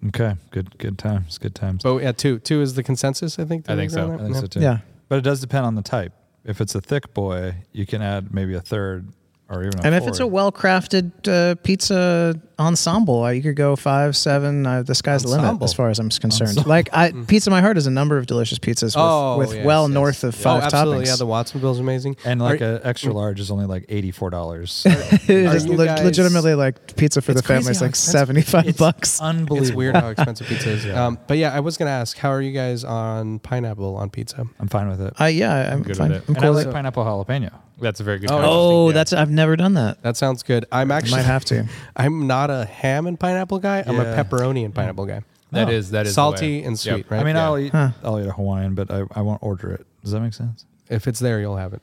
Speaker 3: Okay, good, good times, good times.
Speaker 2: but yeah, two two is the consensus. I think.
Speaker 4: I think so.
Speaker 2: on that?
Speaker 3: I think
Speaker 2: Yeah.
Speaker 3: so too.
Speaker 5: Yeah.
Speaker 3: but it does depend on the type. If it's a thick boy, you can add maybe a third or even. A
Speaker 5: And if it's a
Speaker 3: fourth.
Speaker 5: well-crafted uh, pizza ensemble, uh, you could go five, seven. Uh, the sky's the limit
Speaker 2: Ensemble.
Speaker 5: as far as I'm concerned. Like I, Pizza My Heart is a number of delicious pizzas with,
Speaker 2: Oh,
Speaker 5: with
Speaker 2: yes,
Speaker 5: well
Speaker 2: yes.
Speaker 5: north of five
Speaker 2: oh,
Speaker 5: toppings.
Speaker 2: absolutely. Yeah, the Watson bill is amazing.
Speaker 3: and like
Speaker 2: Are-
Speaker 3: an extra large is only like eighty four dollars.
Speaker 5: it is
Speaker 2: you
Speaker 5: le-
Speaker 2: guys-
Speaker 5: legitimately like pizza for the
Speaker 2: It's crazy
Speaker 5: family is
Speaker 2: how
Speaker 5: like
Speaker 2: expensive-
Speaker 5: 75 bucks.
Speaker 3: Unbelievable.
Speaker 2: it's weird how expensive pizza is. Um, but yeah, I was gonna ask, how are you guys on pineapple on pizza?
Speaker 3: I'm fine with it.
Speaker 5: Uh, yeah, I'm,
Speaker 4: good
Speaker 5: fine.
Speaker 4: with it.
Speaker 5: I'm
Speaker 3: and I
Speaker 5: cool.
Speaker 3: like
Speaker 5: with it.
Speaker 3: pineapple jalapeno.
Speaker 4: That's a very good.
Speaker 2: Oh,
Speaker 4: concept.
Speaker 5: oh,
Speaker 4: Yeah.
Speaker 5: that's I've never done that.
Speaker 2: That sounds good. I'm
Speaker 5: I
Speaker 2: actually
Speaker 5: might have to.
Speaker 2: I'm not a ham and pineapple guy. I'm a
Speaker 3: Yeah.
Speaker 2: pepperoni and pineapple guy.
Speaker 4: that
Speaker 3: Oh.
Speaker 4: is that is the
Speaker 2: Salty
Speaker 4: way.
Speaker 2: and sweet,
Speaker 4: Yep.
Speaker 2: right?
Speaker 3: I mean,
Speaker 2: Yeah.
Speaker 3: I'll eat I'll eat a Hawaiian, but I, I won't order it. Does that make sense?
Speaker 2: If it's there, you'll have it.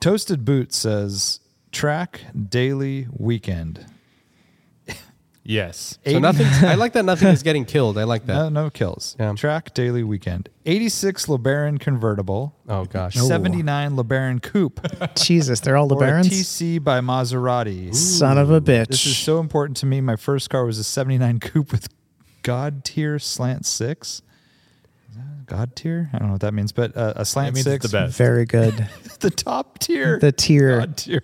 Speaker 3: Toasted Boot says track daily weekend.
Speaker 4: Yes.
Speaker 2: So nothing. I like that nothing is getting killed. I like
Speaker 3: No,
Speaker 2: that.
Speaker 3: no kills.
Speaker 2: Yeah.
Speaker 3: Track daily weekend. 86 LeBaron convertible.
Speaker 2: Oh gosh.
Speaker 3: 79 LeBaron coupe.
Speaker 5: Jesus, they're all the
Speaker 3: or a
Speaker 5: barons.
Speaker 3: TC by Maserati.
Speaker 5: Son of a bitch.
Speaker 3: This is so important to me. My first car was a 79 coupe with God tier slant six. Is that God tier? I don't know what that means, but uh, a
Speaker 4: That
Speaker 3: slant
Speaker 4: means
Speaker 3: six.
Speaker 4: it's the best.
Speaker 5: Very good.
Speaker 3: the top tier.
Speaker 5: The tier.
Speaker 3: God tier.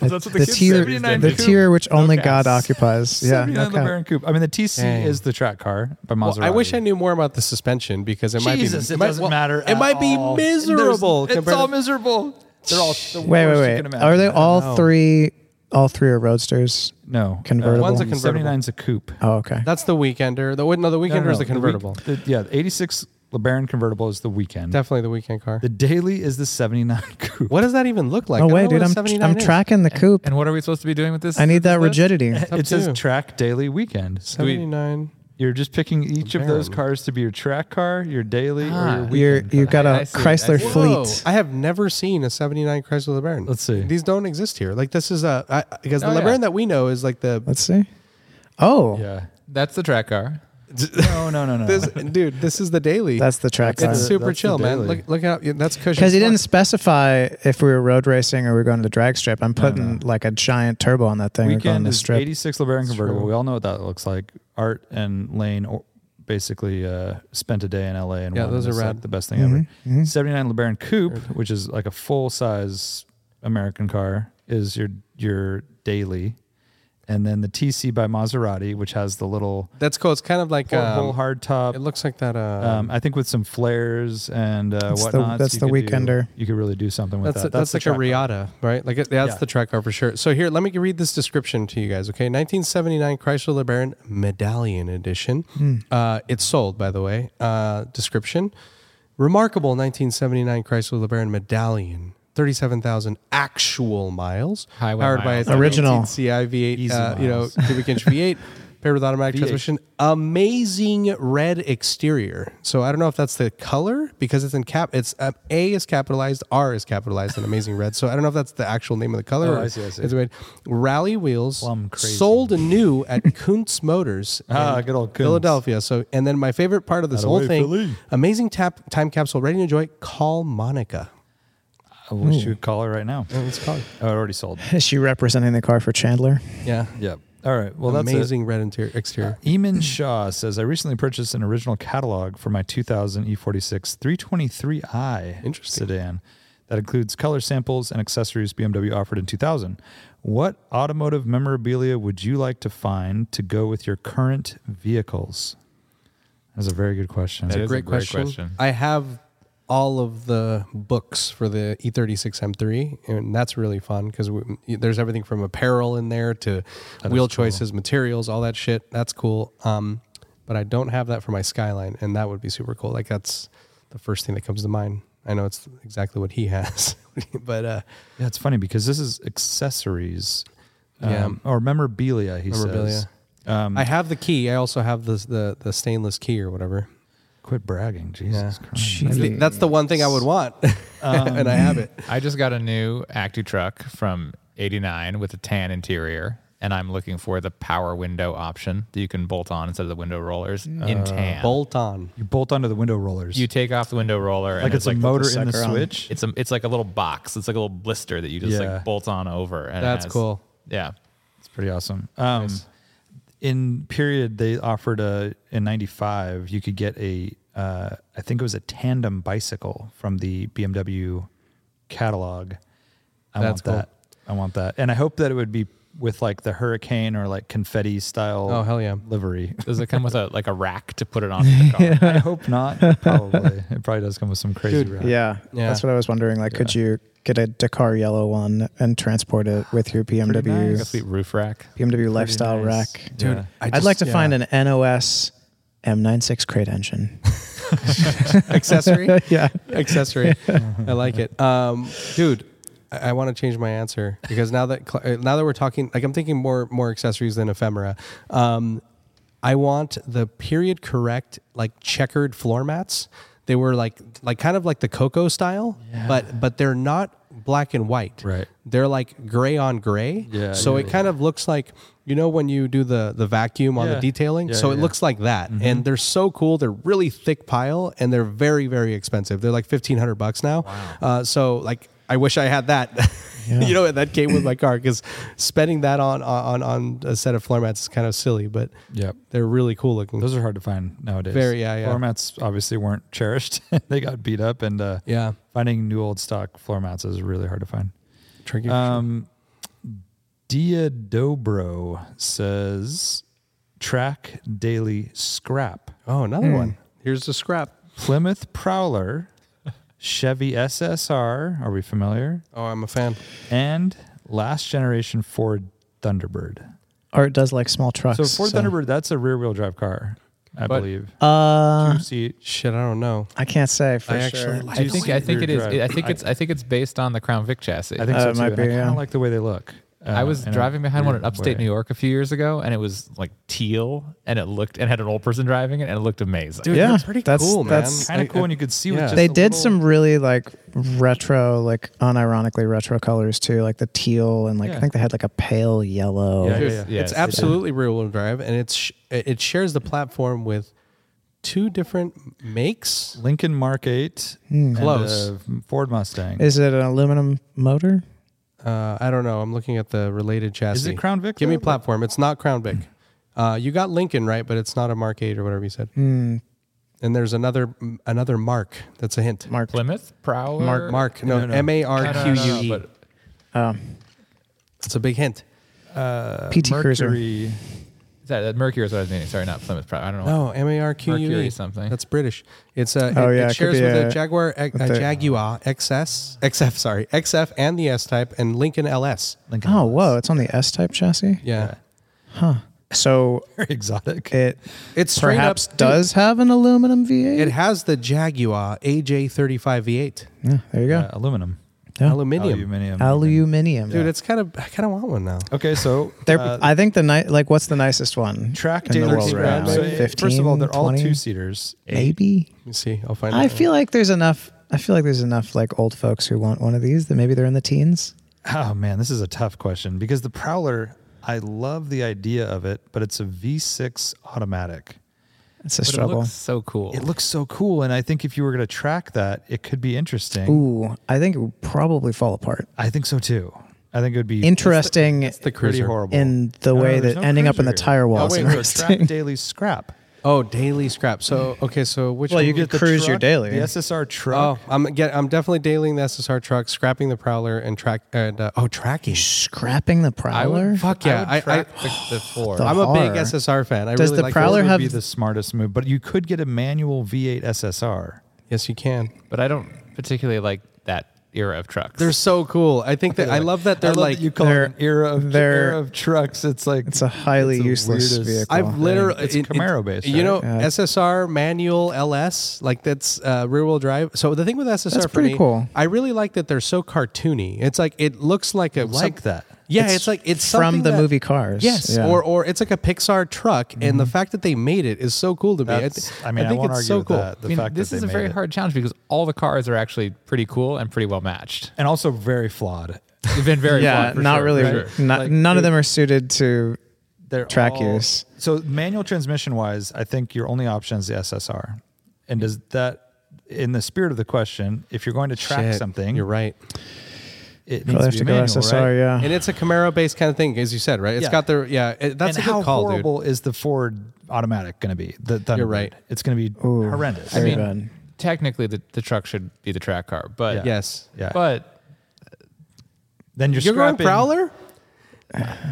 Speaker 4: that's what
Speaker 5: the
Speaker 4: kids
Speaker 5: tier,
Speaker 4: said these days.
Speaker 5: the tier which only
Speaker 4: cap.
Speaker 5: God occupies. Yeah,
Speaker 3: 79
Speaker 5: no cap.
Speaker 3: LeBaron coupe. I mean, the TC
Speaker 2: Dang.
Speaker 3: is the track car by Maserati.
Speaker 2: Well, I wish I knew more about the suspension because it might be.
Speaker 3: Jesus, it
Speaker 2: might-
Speaker 3: doesn't
Speaker 2: well,
Speaker 3: matter.
Speaker 2: It might be miserable.
Speaker 3: It's
Speaker 2: compared
Speaker 3: all
Speaker 2: to-
Speaker 3: miserable. They're all the worst you
Speaker 5: Wait, wait,
Speaker 3: can
Speaker 5: wait.
Speaker 3: imagine.
Speaker 5: Are they
Speaker 2: know.
Speaker 5: all three? All three are roadsters.
Speaker 3: No.
Speaker 5: Convertible? One's
Speaker 2: a convertible.
Speaker 3: 79's a coupe.
Speaker 5: Oh, okay.
Speaker 2: That's the weekender. The no, the weekender is the
Speaker 3: week-
Speaker 2: convertible.
Speaker 3: the- yeah, the 86 LeBaron convertible is the weekend.
Speaker 2: Definitely the weekend car.
Speaker 3: The daily is the 79 coupe.
Speaker 2: what does that even look like?
Speaker 5: No
Speaker 2: I don't
Speaker 5: way,
Speaker 2: know
Speaker 5: dude.
Speaker 2: what a
Speaker 5: I'm
Speaker 2: 79
Speaker 5: I'm
Speaker 2: is.
Speaker 5: tracking the coupe.
Speaker 4: And what are we supposed to be doing with this?
Speaker 5: I need that
Speaker 4: this?
Speaker 5: rigidity.
Speaker 2: up
Speaker 3: It says
Speaker 2: to.
Speaker 3: track daily weekend.
Speaker 4: we-
Speaker 2: Seventy nine.
Speaker 3: You're just picking each of those
Speaker 2: LeBaron.
Speaker 3: cars to be your track car, your daily, or
Speaker 4: Ah.
Speaker 3: your
Speaker 5: You're,
Speaker 3: weekend.
Speaker 5: you've got a
Speaker 4: I- I see, I
Speaker 5: Chrysler
Speaker 4: see.
Speaker 5: fleet.
Speaker 2: I have never seen a 79 Chrysler LeBaron.
Speaker 3: Let's see.
Speaker 2: These don't exist here. Like this is a I, because
Speaker 4: Oh,
Speaker 2: the
Speaker 4: yeah.
Speaker 2: LeBaron that we know is like the
Speaker 5: Let's see. Oh,
Speaker 3: yeah.
Speaker 4: That's the track car.
Speaker 3: No, no, no, no.
Speaker 2: this dude, this is the daily.
Speaker 5: that's the track.
Speaker 2: it's
Speaker 3: that's-
Speaker 2: super
Speaker 3: that's the
Speaker 2: chill, man.
Speaker 3: daily.
Speaker 2: Look look how yeah, that's cushion.
Speaker 5: Because he
Speaker 2: as
Speaker 5: didn't
Speaker 2: fuck.
Speaker 5: specify if we were road racing or we were going to the drag strip. I'm putting like a giant turbo on that thing. We're going
Speaker 3: weekend
Speaker 5: to
Speaker 3: is
Speaker 5: strip.
Speaker 3: 86 LeBaron convertible. We all know what that looks like. Art and Lane or basically uh, spent a day in LA and
Speaker 2: Yeah,
Speaker 3: won,
Speaker 2: those
Speaker 3: and
Speaker 2: are
Speaker 3: it's, like,
Speaker 2: rad.
Speaker 3: the best thing ever.
Speaker 5: Mm-hmm,
Speaker 3: 79 LeBaron coupe, which is like a full size American car, is your your daily, and then the TC by Maserati, which has the little
Speaker 2: That's cool. It's kind of like
Speaker 3: porthole
Speaker 2: um,
Speaker 3: hard top.
Speaker 2: it looks like that uh
Speaker 3: um, I think with some flares and uh,
Speaker 5: That's the-
Speaker 3: whatnot,
Speaker 5: that's the weekender.
Speaker 3: you could really do something with
Speaker 2: that's,
Speaker 3: that.
Speaker 2: that's,
Speaker 3: the
Speaker 2: like a
Speaker 3: track car.
Speaker 2: Riata, right? Like it- that's
Speaker 3: Yeah.
Speaker 2: the track car for sure. So here, let me read this description to you guys. Okay, 1979 Chrysler LeBaron Medallion Edition. Uh, it's sold, by the way. Uh, description: Remarkable 1979 Chrysler LeBaron Medallion. 37,000 actual miles.
Speaker 4: Highway
Speaker 2: powered
Speaker 4: miles.
Speaker 2: by a
Speaker 5: Original.
Speaker 2: 17 CI V8,
Speaker 3: Easy
Speaker 2: uh, you know,
Speaker 3: miles.
Speaker 2: cubic inch V8, paired with automatic
Speaker 3: V8.
Speaker 2: transmission. Amazing red exterior. So I don't know if that's the color because it's in cap. It's uh, A is capitalized, R is capitalized, and amazing red. So I don't know if that's the actual name of the color.
Speaker 3: Oh,
Speaker 2: or
Speaker 3: I see, I see.
Speaker 2: it's made- Rally wheels,
Speaker 3: Plum crazy.
Speaker 2: sold new at Kuntz Motors,
Speaker 3: Ah,
Speaker 2: in
Speaker 3: good old Kuntz.
Speaker 2: Philadelphia. So and then my favorite part of this
Speaker 3: Atta
Speaker 2: whole
Speaker 3: way,
Speaker 2: thing,
Speaker 3: Philly.
Speaker 2: amazing tap, time capsule, ready to enjoy. Call Monica.
Speaker 3: I wish you would call her right now.
Speaker 2: Oh, It's called.
Speaker 3: Oh, it already sold.
Speaker 5: Is she representing the car for Chandler?
Speaker 2: Yeah.
Speaker 3: Yep. All right. Well, that's it.
Speaker 2: amazing red interior exterior.
Speaker 3: Eamon Shaw says, I recently purchased an original catalog for my E 2000 E46 323i
Speaker 2: Interesting.
Speaker 3: sedan that includes color samples and accessories BMW offered in 2000. What automotive memorabilia would you like to find to go with your current vehicles? That's a very good question.
Speaker 4: That is
Speaker 2: Great,
Speaker 4: a great
Speaker 2: question.
Speaker 4: question.
Speaker 2: I have all of the books for the E E36 M3, and that's really fun because there's everything from apparel in there to wheel choices, materials, all that shit. That's cool. Um, but I don't have that for my Skyline, and that would be super cool. Like that's the first thing that comes to mind. I know it's exactly what he has, but uh,
Speaker 3: Yeah, it's funny because this is accessories,
Speaker 2: Yeah.
Speaker 3: um, or memorabilia. He
Speaker 2: Memorabilia.
Speaker 3: says. Um,
Speaker 2: I have the key. I also have the the, the stainless key or whatever.
Speaker 3: quit bragging, Jesus Christ.
Speaker 2: That's the, that's the one thing I would want, and I have it.
Speaker 4: I just got a new Actu truck from 89 with a tan interior, and I'm looking for the power window option that you can bolt on instead of the window rollers
Speaker 3: Uh,
Speaker 4: in tan.
Speaker 2: Bolt on.
Speaker 3: You bolt onto the window rollers.
Speaker 4: You take off the window roller, and
Speaker 3: like it's
Speaker 4: it's
Speaker 3: a
Speaker 4: like
Speaker 3: motor in the
Speaker 5: sucker on.
Speaker 3: switch.
Speaker 4: it's a it's like a little box. It's like a little blister that you just
Speaker 3: Yeah.
Speaker 4: like bolt on over. And it
Speaker 2: That's
Speaker 4: has-
Speaker 2: cool.
Speaker 4: Yeah.
Speaker 3: It's pretty awesome. Um, In period, they offered a in '95. You could get a, uh, I think it was a tandem bicycle from the BMW catalog. I
Speaker 2: That's
Speaker 3: want
Speaker 2: cool.
Speaker 3: that. I want that, and I hope that it would be with like the hurricane or like confetti style.
Speaker 2: Oh, hell yeah.
Speaker 3: livery.
Speaker 4: Does it come with a like a rack to put it on in the car?
Speaker 3: I hope not. Probably it probably does come with some crazy.
Speaker 2: Dude,
Speaker 3: wrap.
Speaker 5: Yeah,
Speaker 2: Yeah.
Speaker 5: that's what I was wondering. Like, could you get a Dakar yellow one and transport it with your BMW
Speaker 4: Like a sweet roof rack.
Speaker 5: BMW lifestyle
Speaker 3: nice.
Speaker 5: rack?
Speaker 3: Dude, Yeah.
Speaker 2: I
Speaker 5: I'd like to
Speaker 2: just-
Speaker 5: find
Speaker 2: yeah.
Speaker 5: an NOS M96 crate engine.
Speaker 2: accessory.
Speaker 5: yeah,
Speaker 2: accessory. I like it, um, dude. I, I want to change my answer because now that cl- uh, now that we're talking, like I'm thinking more more accessories than ephemera. Um, I want the period correct, like checkered floor mats. They were like like kind of like the cocoa style, but but they're not black and white.
Speaker 3: Right.
Speaker 2: They're like gray on gray.
Speaker 3: Yeah,
Speaker 2: So
Speaker 3: yeah,
Speaker 2: it kind of looks like you know when you do the the vacuum on the
Speaker 3: Yeah.
Speaker 2: detailing.
Speaker 3: Yeah,
Speaker 2: so
Speaker 3: yeah,
Speaker 2: it
Speaker 3: yeah.
Speaker 2: looks like that, and they're so cool. They're really thick pile, and they're very very expensive. They're like fifteen hundred bucks now. Uh, so like, I wish I had that. you know, that came with my car because spending that on on on a set of floor mats is kind of silly, but
Speaker 3: Yep.
Speaker 2: they're really cool looking.
Speaker 3: Those are hard to find nowadays.
Speaker 2: Very, yeah, yeah.
Speaker 3: Floor mats obviously weren't cherished. they got beat up, and uh,
Speaker 2: yeah,
Speaker 3: finding new old stock floor mats is really hard to find.
Speaker 2: tricky.
Speaker 3: Um, Dia Dobro says, track daily scrap.
Speaker 2: oh, another one. Here's the scrap.
Speaker 3: Plymouth Prowler, Chevy SSR. Are we familiar?
Speaker 2: Oh, I'm a fan.
Speaker 3: And last generation Ford Thunderbird.
Speaker 5: Art does like small trucks.
Speaker 3: So Ford Thunderbird, that's a rear wheel drive car, I
Speaker 4: But-
Speaker 3: believe.
Speaker 5: Uh,
Speaker 3: Two seat.
Speaker 2: Shit, I don't know.
Speaker 5: I can't say for
Speaker 2: I
Speaker 5: sure.
Speaker 2: actually like
Speaker 4: I think I think it is.
Speaker 3: Rear drive.
Speaker 4: I think it's I think it's based on the Crown Vic chassis.
Speaker 3: I think
Speaker 5: Uh,
Speaker 3: so
Speaker 5: it
Speaker 3: too.
Speaker 5: might
Speaker 3: and
Speaker 5: be,
Speaker 3: I kind
Speaker 5: yeah.
Speaker 3: of like the way they look.
Speaker 4: I
Speaker 3: uh,
Speaker 4: was
Speaker 3: in a
Speaker 4: driving behind one
Speaker 3: weird
Speaker 4: in upstate
Speaker 3: way.
Speaker 4: New York a few years ago, and it was like teal, and it looked and had an old person driving it, and it looked amazing.
Speaker 2: Dude,
Speaker 5: yeah,
Speaker 2: they're pretty
Speaker 5: that's,
Speaker 2: cool, man.
Speaker 5: that's
Speaker 3: Kind
Speaker 2: I-
Speaker 3: of cool, and you could see with
Speaker 2: yeah.
Speaker 3: just
Speaker 5: they
Speaker 3: a
Speaker 5: did
Speaker 3: little-
Speaker 5: some really like retro, like unironically retro colors too, like the teal and like
Speaker 3: Yeah.
Speaker 5: I think they had like a pale yellow.
Speaker 3: Yeah, yeah,
Speaker 2: It's-
Speaker 4: yeah.
Speaker 2: it's
Speaker 4: Yes, it
Speaker 2: absolutely rear wheel drive, and it's sh- it shares the platform with two different makes.
Speaker 3: Lincoln Mark Eight,
Speaker 2: Close.
Speaker 3: and a Ford Mustang.
Speaker 5: Is Hmm. it an aluminum motor?
Speaker 2: Uh, I don't know. I'm looking at the related chassis.
Speaker 3: Is it Crown Vic?
Speaker 2: Give me
Speaker 3: though?
Speaker 2: platform. It's not Crown Vic. Uh, you got Lincoln right, but it's not a Mark Eight or whatever you said.
Speaker 5: Hmm.
Speaker 2: And there's another another Mark. That's a hint.
Speaker 5: Mark.
Speaker 4: Plymouth Prowler.
Speaker 2: Mark. Mark. No.
Speaker 3: No, no.
Speaker 2: M A
Speaker 4: No,
Speaker 2: R
Speaker 4: no,
Speaker 2: Q
Speaker 4: no,
Speaker 2: U
Speaker 4: no,
Speaker 2: E.
Speaker 4: but
Speaker 5: Oh.
Speaker 2: It's a big hint.
Speaker 5: PT
Speaker 2: Uh,
Speaker 5: Cruiser.
Speaker 3: Mercury.
Speaker 4: that, that Mercury is what I was thinking. Sorry, not Plymouth Prowler. I don't know.
Speaker 2: No, M A R Q U E.
Speaker 4: Mercury something.
Speaker 2: That's British. It's a.
Speaker 5: Oh,
Speaker 2: it, it
Speaker 5: yeah, it could
Speaker 2: shares
Speaker 5: be
Speaker 2: with a,
Speaker 5: a-
Speaker 2: Jaguar, a,
Speaker 5: the-
Speaker 2: Jaguar XS, XF. Sorry, XF and the S type and Lincoln LS.
Speaker 3: Lincoln.
Speaker 5: Oh, whoa! It's on the S-type chassis.
Speaker 2: Yeah,
Speaker 5: So
Speaker 3: Very exotic.
Speaker 5: it
Speaker 2: it's straight
Speaker 5: perhaps
Speaker 2: up, dude,
Speaker 5: does have an aluminum V8.
Speaker 2: It has the Jaguar AJ35 V8
Speaker 5: yeah, there you go.
Speaker 3: Uh, aluminum.
Speaker 5: Yeah.
Speaker 3: Oh,
Speaker 2: aluminium.
Speaker 3: Aluminium.
Speaker 5: Aluminium.
Speaker 2: Dude, it's kind of I kind of want one now.
Speaker 3: Okay, so
Speaker 5: They're,
Speaker 3: uh,
Speaker 5: I think the night, like, what's the nicest one?
Speaker 3: track
Speaker 5: in the
Speaker 3: daily
Speaker 5: world
Speaker 3: scrap.
Speaker 5: around, like
Speaker 3: So, eh, first of all, they're all
Speaker 5: 15,
Speaker 3: two seaters.
Speaker 5: maybe.
Speaker 2: Let me see. I'll find.
Speaker 5: I
Speaker 2: out.
Speaker 5: feel like there's enough. I feel like there's enough like old folks who want one of these that maybe they're in the teens.
Speaker 3: Oh man, this is a tough question because the Prowler. I love the idea of it, but it's a V6 automatic.
Speaker 5: It's a
Speaker 4: but it
Speaker 5: struggle.
Speaker 4: looks so cool.
Speaker 3: It looks so cool, and I think if you were going to track that, it could be interesting.
Speaker 5: Ooh, I think it would probably fall apart.
Speaker 3: I think so too. I think it would be
Speaker 5: Interesting
Speaker 3: the pretty
Speaker 2: cruiser.
Speaker 3: horrible
Speaker 5: in the
Speaker 3: No,
Speaker 5: way
Speaker 3: there's
Speaker 5: that
Speaker 3: no
Speaker 5: ending up in the
Speaker 3: cruiser.
Speaker 5: tire wall
Speaker 3: Oh,
Speaker 5: is
Speaker 3: wait, no,
Speaker 5: interesting.
Speaker 3: track daily scrap.
Speaker 2: Oh, daily scrap. So okay, so which?
Speaker 5: Well, you
Speaker 2: one-
Speaker 5: get the Cruise your
Speaker 3: truck,
Speaker 5: daily.
Speaker 3: The SSR truck.
Speaker 2: Oh, I'm get, I'm definitely dailying the SSR truck, scrapping the Prowler, and track and uh, oh tracking.
Speaker 5: Scrapping the
Speaker 4: Oh, I would,
Speaker 5: Prowler.
Speaker 2: Fuck yeah,
Speaker 4: I would
Speaker 2: I- I-
Speaker 4: track the, the four.
Speaker 5: The-
Speaker 2: I'm a big
Speaker 5: Horror.
Speaker 2: SSR fan. I
Speaker 5: Does
Speaker 2: really
Speaker 5: the
Speaker 2: like
Speaker 5: Prowler
Speaker 3: would
Speaker 5: have-
Speaker 3: be the smartest move, but you could get a manual V8 SSR.
Speaker 2: Yes, you can.
Speaker 4: But I don't particularly like that era of trucks.
Speaker 2: They're so cool. I think that I love that they're
Speaker 3: I love
Speaker 2: like
Speaker 3: that you call it
Speaker 5: they're-
Speaker 3: an era of
Speaker 5: they're-
Speaker 3: era of trucks. It's like
Speaker 5: It's a highly
Speaker 3: the
Speaker 5: useless
Speaker 3: weirdest-
Speaker 5: vehicle.
Speaker 2: I've literally
Speaker 3: It's Camaro based,
Speaker 2: You know,
Speaker 3: right?
Speaker 2: SSR manual LS, like that's uh, rear wheel drive. So the thing with SSR,
Speaker 5: That's
Speaker 2: for
Speaker 5: pretty
Speaker 2: me,
Speaker 5: cool.
Speaker 2: I really like that they're so cartoony. It's like it looks like a
Speaker 3: like that.
Speaker 2: Yeah, it's, like it's
Speaker 5: from
Speaker 2: something
Speaker 5: the
Speaker 2: that-
Speaker 5: movie Cars.
Speaker 2: Yes,
Speaker 5: Yeah. Mm-hmm.
Speaker 2: or or it's like a Pixar truck, and the fact that they made it is so cool to me. I,
Speaker 3: That's-
Speaker 2: th-
Speaker 3: I mean, I
Speaker 2: think
Speaker 3: won't
Speaker 2: it's
Speaker 3: argue
Speaker 2: so
Speaker 3: with
Speaker 2: cool.
Speaker 3: that. The
Speaker 4: I mean,
Speaker 3: fact
Speaker 4: this
Speaker 3: that
Speaker 4: is
Speaker 3: they
Speaker 4: a
Speaker 3: made
Speaker 4: very
Speaker 3: it.
Speaker 4: hard challenge because all the cars are actually pretty cool and pretty well matched.
Speaker 3: and also very flawed.
Speaker 4: They've been very
Speaker 5: yeah,
Speaker 4: fun, for
Speaker 5: not
Speaker 4: sure,
Speaker 5: really.
Speaker 4: for sure.
Speaker 5: Not,
Speaker 3: Like,
Speaker 5: none of
Speaker 3: it-
Speaker 5: them are suited to.
Speaker 3: They're
Speaker 5: Track
Speaker 3: all-
Speaker 5: use.
Speaker 3: So manual transmission wise, I think your only option is the SSR. And does that, in the spirit of the question, if you're going to track
Speaker 2: Shit,
Speaker 3: something,
Speaker 2: You're right,
Speaker 3: it
Speaker 5: Probably
Speaker 3: needs
Speaker 5: have
Speaker 3: to
Speaker 5: to
Speaker 3: be
Speaker 5: go
Speaker 3: manual,
Speaker 5: SSR.
Speaker 3: right?
Speaker 5: Yeah.
Speaker 2: and it's a Camaro based kind of thing, as you said, right? It's
Speaker 3: Yeah.
Speaker 2: got their yeah. It, that's
Speaker 3: and
Speaker 2: a good
Speaker 3: how
Speaker 2: call,
Speaker 3: horrible is the Ford automatic going to be? The Thunderbird.
Speaker 2: You're right.
Speaker 3: It's going to be
Speaker 5: Ooh,
Speaker 3: horrendous.
Speaker 5: very
Speaker 4: mean-
Speaker 5: bad.
Speaker 4: Technically, the, the truck should be the track car, but
Speaker 2: dude. Yes,
Speaker 3: yeah.
Speaker 4: but
Speaker 3: then you're,
Speaker 2: you're going
Speaker 3: scrapping-
Speaker 2: Prowler.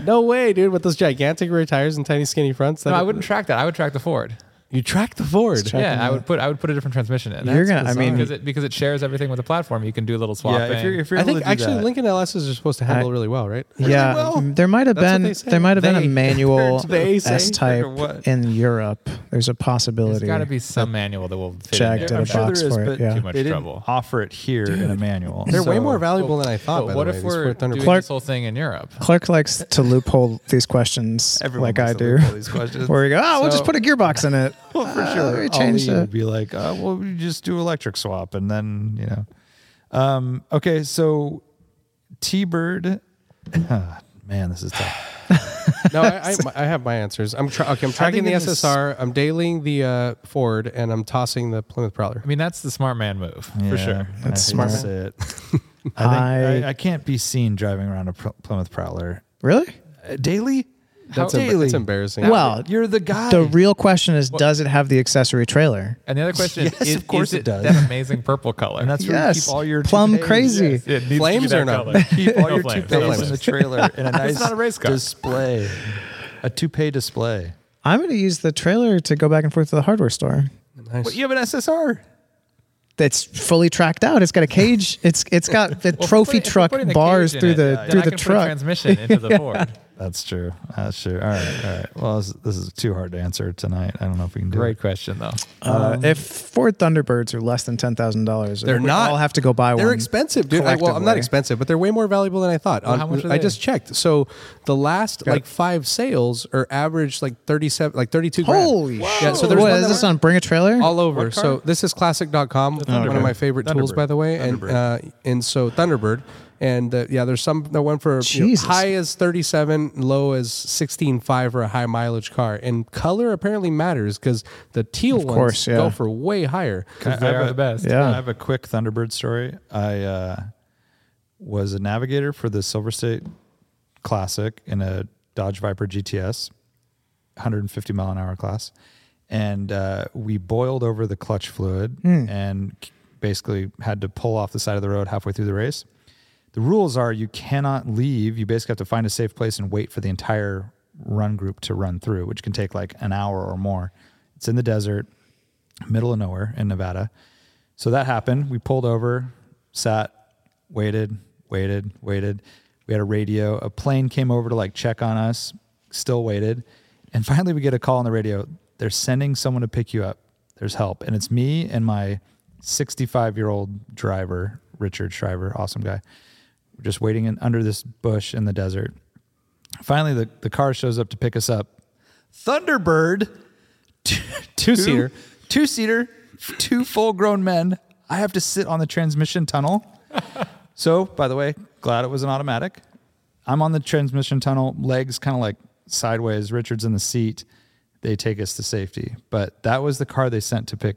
Speaker 2: No way, dude! With those gigantic rear tires and tiny, skinny fronts. That
Speaker 4: no, I wouldn't track that. I would track the Ford.
Speaker 2: You track the Ford.
Speaker 5: Track
Speaker 4: yeah,
Speaker 5: them
Speaker 4: I
Speaker 5: out.
Speaker 4: would put I would put a different transmission in.
Speaker 5: You're gonna- I mean-
Speaker 4: because it, because it shares everything with the platform. You can do a little swapping.
Speaker 3: Yeah. If you're, if you're
Speaker 2: I
Speaker 3: able
Speaker 2: think
Speaker 3: to do
Speaker 2: actually
Speaker 3: that,
Speaker 2: Lincoln LSs are supposed to handle
Speaker 5: I-
Speaker 2: really well, right?
Speaker 5: yeah,
Speaker 2: well?
Speaker 5: there might have
Speaker 2: That's what they
Speaker 5: been
Speaker 2: say.
Speaker 5: there might have been
Speaker 2: They-
Speaker 5: a manual
Speaker 2: they say-
Speaker 5: S type
Speaker 3: Or what?
Speaker 5: in Europe. There's a
Speaker 4: There's
Speaker 5: possibility.
Speaker 4: got to be some manual that will fit
Speaker 5: Jagged
Speaker 4: in
Speaker 5: in
Speaker 4: there.
Speaker 5: a
Speaker 3: I'm sure there
Speaker 5: box
Speaker 3: is,
Speaker 5: for it,
Speaker 3: but
Speaker 5: yeah.
Speaker 4: Too much
Speaker 3: they didn't
Speaker 4: trouble.
Speaker 3: offer it here in a manual.
Speaker 2: They're way
Speaker 3: So-
Speaker 2: more valuable than I thought. by
Speaker 4: But what
Speaker 2: the way,
Speaker 4: if
Speaker 2: these
Speaker 4: we're
Speaker 2: Ford Thunder-
Speaker 4: doing
Speaker 5: Clark-
Speaker 4: this whole thing in Europe?
Speaker 5: Clerk likes to loophole these questions
Speaker 3: Everyone
Speaker 5: like
Speaker 3: likes
Speaker 5: I
Speaker 3: to
Speaker 5: do.
Speaker 3: loophole these questions.
Speaker 5: Where we go, oh, we'll
Speaker 3: So-
Speaker 5: just put a gearbox in it. Ah, well,
Speaker 3: for sure.
Speaker 5: we
Speaker 3: All
Speaker 5: changed
Speaker 3: you
Speaker 5: it.
Speaker 3: would be like, uh, well, we just do electric swap, and then you know. Um, okay, so T Bird, man, this is tough.
Speaker 2: no, I, I, I have my answers. I'm tra- okay. I'm tracking the
Speaker 3: it is-
Speaker 2: SSR. I'm dailying the uh, Ford, and I'm tossing the Plymouth Prowler.
Speaker 4: I mean, that's the smart man move for sure.
Speaker 3: that's
Speaker 5: smart.
Speaker 3: I, hate to say it. I, think
Speaker 5: I-
Speaker 3: I, I can't be seen driving around a Pl- Plymouth Prowler
Speaker 5: Really?
Speaker 3: uh, daily.
Speaker 2: That's,
Speaker 3: How-
Speaker 2: emba-
Speaker 3: daily.
Speaker 2: that's embarrassing.
Speaker 5: Well,
Speaker 3: You're the guy.
Speaker 5: the real question is, does it have the accessory trailer?
Speaker 4: And the other question
Speaker 3: Yes,
Speaker 4: is,
Speaker 3: of course
Speaker 4: is
Speaker 3: it does.
Speaker 4: that amazing purple color?
Speaker 3: and that's where you
Speaker 5: yes,
Speaker 3: keep all your
Speaker 5: plum
Speaker 3: toupees.
Speaker 5: crazy.
Speaker 4: It needs to be
Speaker 2: Flames
Speaker 4: that
Speaker 2: or not?
Speaker 4: color.
Speaker 3: Keep all
Speaker 4: No
Speaker 3: your
Speaker 4: flames, no
Speaker 3: toupees
Speaker 4: flames.
Speaker 3: in the trailer in a nice
Speaker 4: not a race car.
Speaker 3: display, a toupee display.
Speaker 5: I'm going to use the trailer to go back and forth to the hardware store.
Speaker 2: Nice.
Speaker 3: But you have an SSR.
Speaker 5: That's fully tracked out. It's got a cage. It's it's got the
Speaker 4: Well, if
Speaker 5: trophy
Speaker 4: we're putting- if we're
Speaker 5: truck
Speaker 4: putting the
Speaker 5: bars
Speaker 4: cage in
Speaker 5: through
Speaker 4: it,
Speaker 5: the
Speaker 4: then
Speaker 5: through
Speaker 4: I
Speaker 5: the
Speaker 4: can put a
Speaker 5: truck.
Speaker 4: transmission into the Ford.
Speaker 3: That's true. That's true. All right. All right. Well, this, this is too hard to answer tonight. I don't know if we can do
Speaker 4: Great
Speaker 3: it.
Speaker 4: question though.
Speaker 5: Uh, if Ford Thunderbirds are less than ten thousand dollars,
Speaker 2: Um, They're not.
Speaker 5: I'll have to go buy one.
Speaker 2: They're expensive, dude. I, well, I'm not
Speaker 5: collectively.
Speaker 2: expensive, but they're way more valuable than I thought.
Speaker 4: Well,
Speaker 2: On-
Speaker 4: how much are
Speaker 2: I
Speaker 4: they?
Speaker 2: just checked. So the last
Speaker 5: Got
Speaker 2: like
Speaker 5: it.
Speaker 2: five sales are average like 37, like 32. grand.
Speaker 5: Holy shit!
Speaker 2: Yeah, so there's
Speaker 5: what
Speaker 2: one
Speaker 5: is
Speaker 2: that
Speaker 5: this
Speaker 2: went
Speaker 5: on? Bring a trailer.
Speaker 2: all over.
Speaker 4: What car?
Speaker 2: So this is classic.com, one of my favorite tools,
Speaker 3: Thunderbird.
Speaker 2: by the way, and uh, and so Thunderbird. And uh, yeah, there's some that went for you know,
Speaker 5: Jesus.
Speaker 2: high as 37, low as 16.5 for a high mileage car. And color apparently matters because the teal ones
Speaker 5: course, yeah.
Speaker 2: go for way higher.
Speaker 4: Because they
Speaker 3: I- I-
Speaker 4: are the best.
Speaker 5: Yeah.
Speaker 3: I have a quick Thunderbird story. I uh, was a navigator for the Silver State Classic in a Dodge Viper GTS, 150 mile an hour class. And uh, we boiled over the clutch fluid and basically had to pull off the side of the road halfway through the race. The rules are you cannot leave. You basically have to find a safe place and wait for the entire run group to run through, which can take like an hour or more. It's in the desert, middle of nowhere in Nevada. So that happened. We pulled over, sat, waited, waited, waited. We had a radio. A plane came over to like check on us, still waited. And finally, we get a call on the radio. They're sending someone to pick you up. There's help. And it's me and my 65 year old driver, Richard Shriver, awesome guy. We're just waiting in, under this bush in the desert. Finally, the, the car shows up to pick us up. Thunderbird, two-
Speaker 2: Two-seater.
Speaker 3: two seater, two full grown men. I have to sit on the transmission tunnel. So, by the way, glad it was an automatic. I'm on the transmission tunnel, legs kind of like sideways. Richard's in the seat. They take us to safety. But that was the car they sent to pick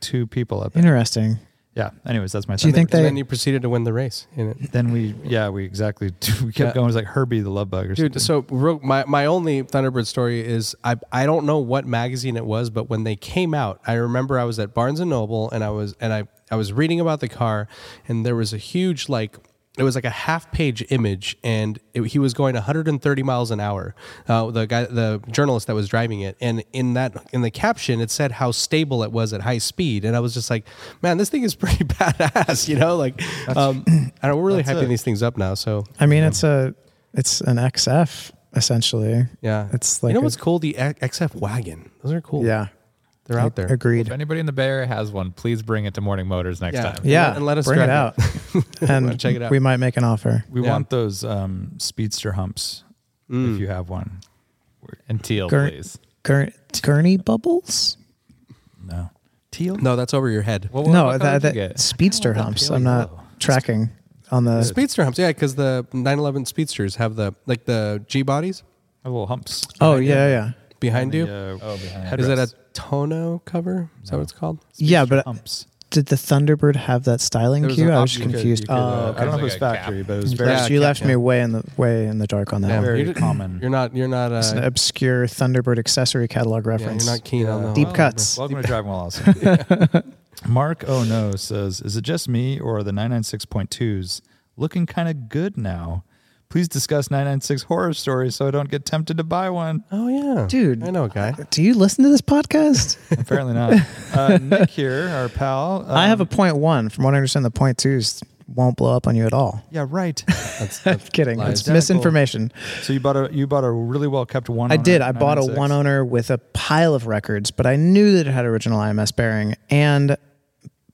Speaker 3: two people up.
Speaker 5: Interesting.
Speaker 3: Yeah. Anyways, that's my.
Speaker 5: Do
Speaker 3: Sunday.
Speaker 5: you think
Speaker 2: And
Speaker 5: they?
Speaker 2: then you proceeded to win the race in it.
Speaker 3: Then we, yeah, we exactly. We kept
Speaker 2: Yeah.
Speaker 3: going. It was like Herbie the Love Bug or something.
Speaker 2: Dude, so real, my my only Thunderbird story is I I don't know what magazine it was, but when they came out, I remember I was at Barnes and Noble and I was and I I was reading about the car and there was a huge like it was like a half page image and it, he was going 130 miles an hour uh, the guy the journalist that was driving it and in that in the caption it said how stable it was at high speed and i was just like man this thing is pretty badass you know like um, i don't we're really hyping these things up now so
Speaker 5: I mean, it's a it's an XF essentially.
Speaker 2: yeah
Speaker 5: It's like
Speaker 2: you know
Speaker 5: a-
Speaker 2: what's cool the X- xf wagon those are cool
Speaker 5: Yeah,
Speaker 2: they're out there
Speaker 5: agreed.
Speaker 4: If anybody in the Bay Area has one, please bring it to Morning Motors next
Speaker 2: Yeah.
Speaker 4: time.
Speaker 5: Yeah,
Speaker 2: and let us
Speaker 5: bring
Speaker 2: drive
Speaker 5: it
Speaker 2: it.
Speaker 5: out, and
Speaker 2: check it out.
Speaker 5: We might make an offer.
Speaker 3: We
Speaker 2: Yeah.
Speaker 3: want those um, speedster humps if you have one.
Speaker 4: And teal,
Speaker 5: Gurn-
Speaker 4: please.
Speaker 5: Gurn- Gurney bubbles?
Speaker 3: No. Teal?
Speaker 2: no that's over your head
Speaker 4: What- what-
Speaker 5: No,
Speaker 4: what color
Speaker 5: that,
Speaker 4: did you
Speaker 5: that
Speaker 4: get?
Speaker 5: speedster humps. I'm not tracking on the.
Speaker 2: speedster humps yeah because the 911 speedsters have the like the g bodies
Speaker 3: The little humps.
Speaker 5: oh yeah, yeah,
Speaker 2: behind you
Speaker 3: Yeah.
Speaker 4: Oh, behind.
Speaker 2: Is it a tono cover? Is that what it's called?
Speaker 5: yeah. But
Speaker 3: humps.
Speaker 5: did the Thunderbird have that styling
Speaker 3: There was
Speaker 5: cue?
Speaker 3: an
Speaker 5: I was
Speaker 3: op-
Speaker 5: just
Speaker 3: you could-
Speaker 5: confused.
Speaker 3: you could, uh,
Speaker 5: Oh,
Speaker 3: I don't know if it was
Speaker 4: It's like a
Speaker 3: factory,
Speaker 4: cap.
Speaker 3: but it was
Speaker 5: you
Speaker 3: very,
Speaker 5: left, you
Speaker 2: yeah,
Speaker 5: left me way in the way in the dark on that. one.
Speaker 3: very
Speaker 2: You're-
Speaker 3: common.
Speaker 2: You're not. You're not.
Speaker 5: It's an
Speaker 2: Uh,
Speaker 5: obscure Thunderbird accessory catalog
Speaker 2: yeah,
Speaker 5: reference.
Speaker 2: you're not keen on the
Speaker 5: Deep cuts.
Speaker 3: Welcome to Driving While Awesome. Mark Oh No says, "Is it just me or are the 996.2s looking kind of good now? Please discuss 996 horror stories so I don't get tempted to buy one."
Speaker 2: Oh yeah,
Speaker 5: Dude.
Speaker 2: I know a guy.
Speaker 5: Do you listen to this podcast?
Speaker 3: Apparently not. Uh, Nick here, our pal.
Speaker 5: I have a
Speaker 3: um,
Speaker 5: point one. From what I understand, the point twos won't blow up on you at all.
Speaker 3: yeah, right.
Speaker 5: Kidding.
Speaker 2: Lies.
Speaker 5: It's
Speaker 2: Identical.
Speaker 5: misinformation.
Speaker 3: So you bought a you bought a really well kept one.
Speaker 5: I did. I bought a one owner with a pile of records, but I knew that it had original IMS bearing. And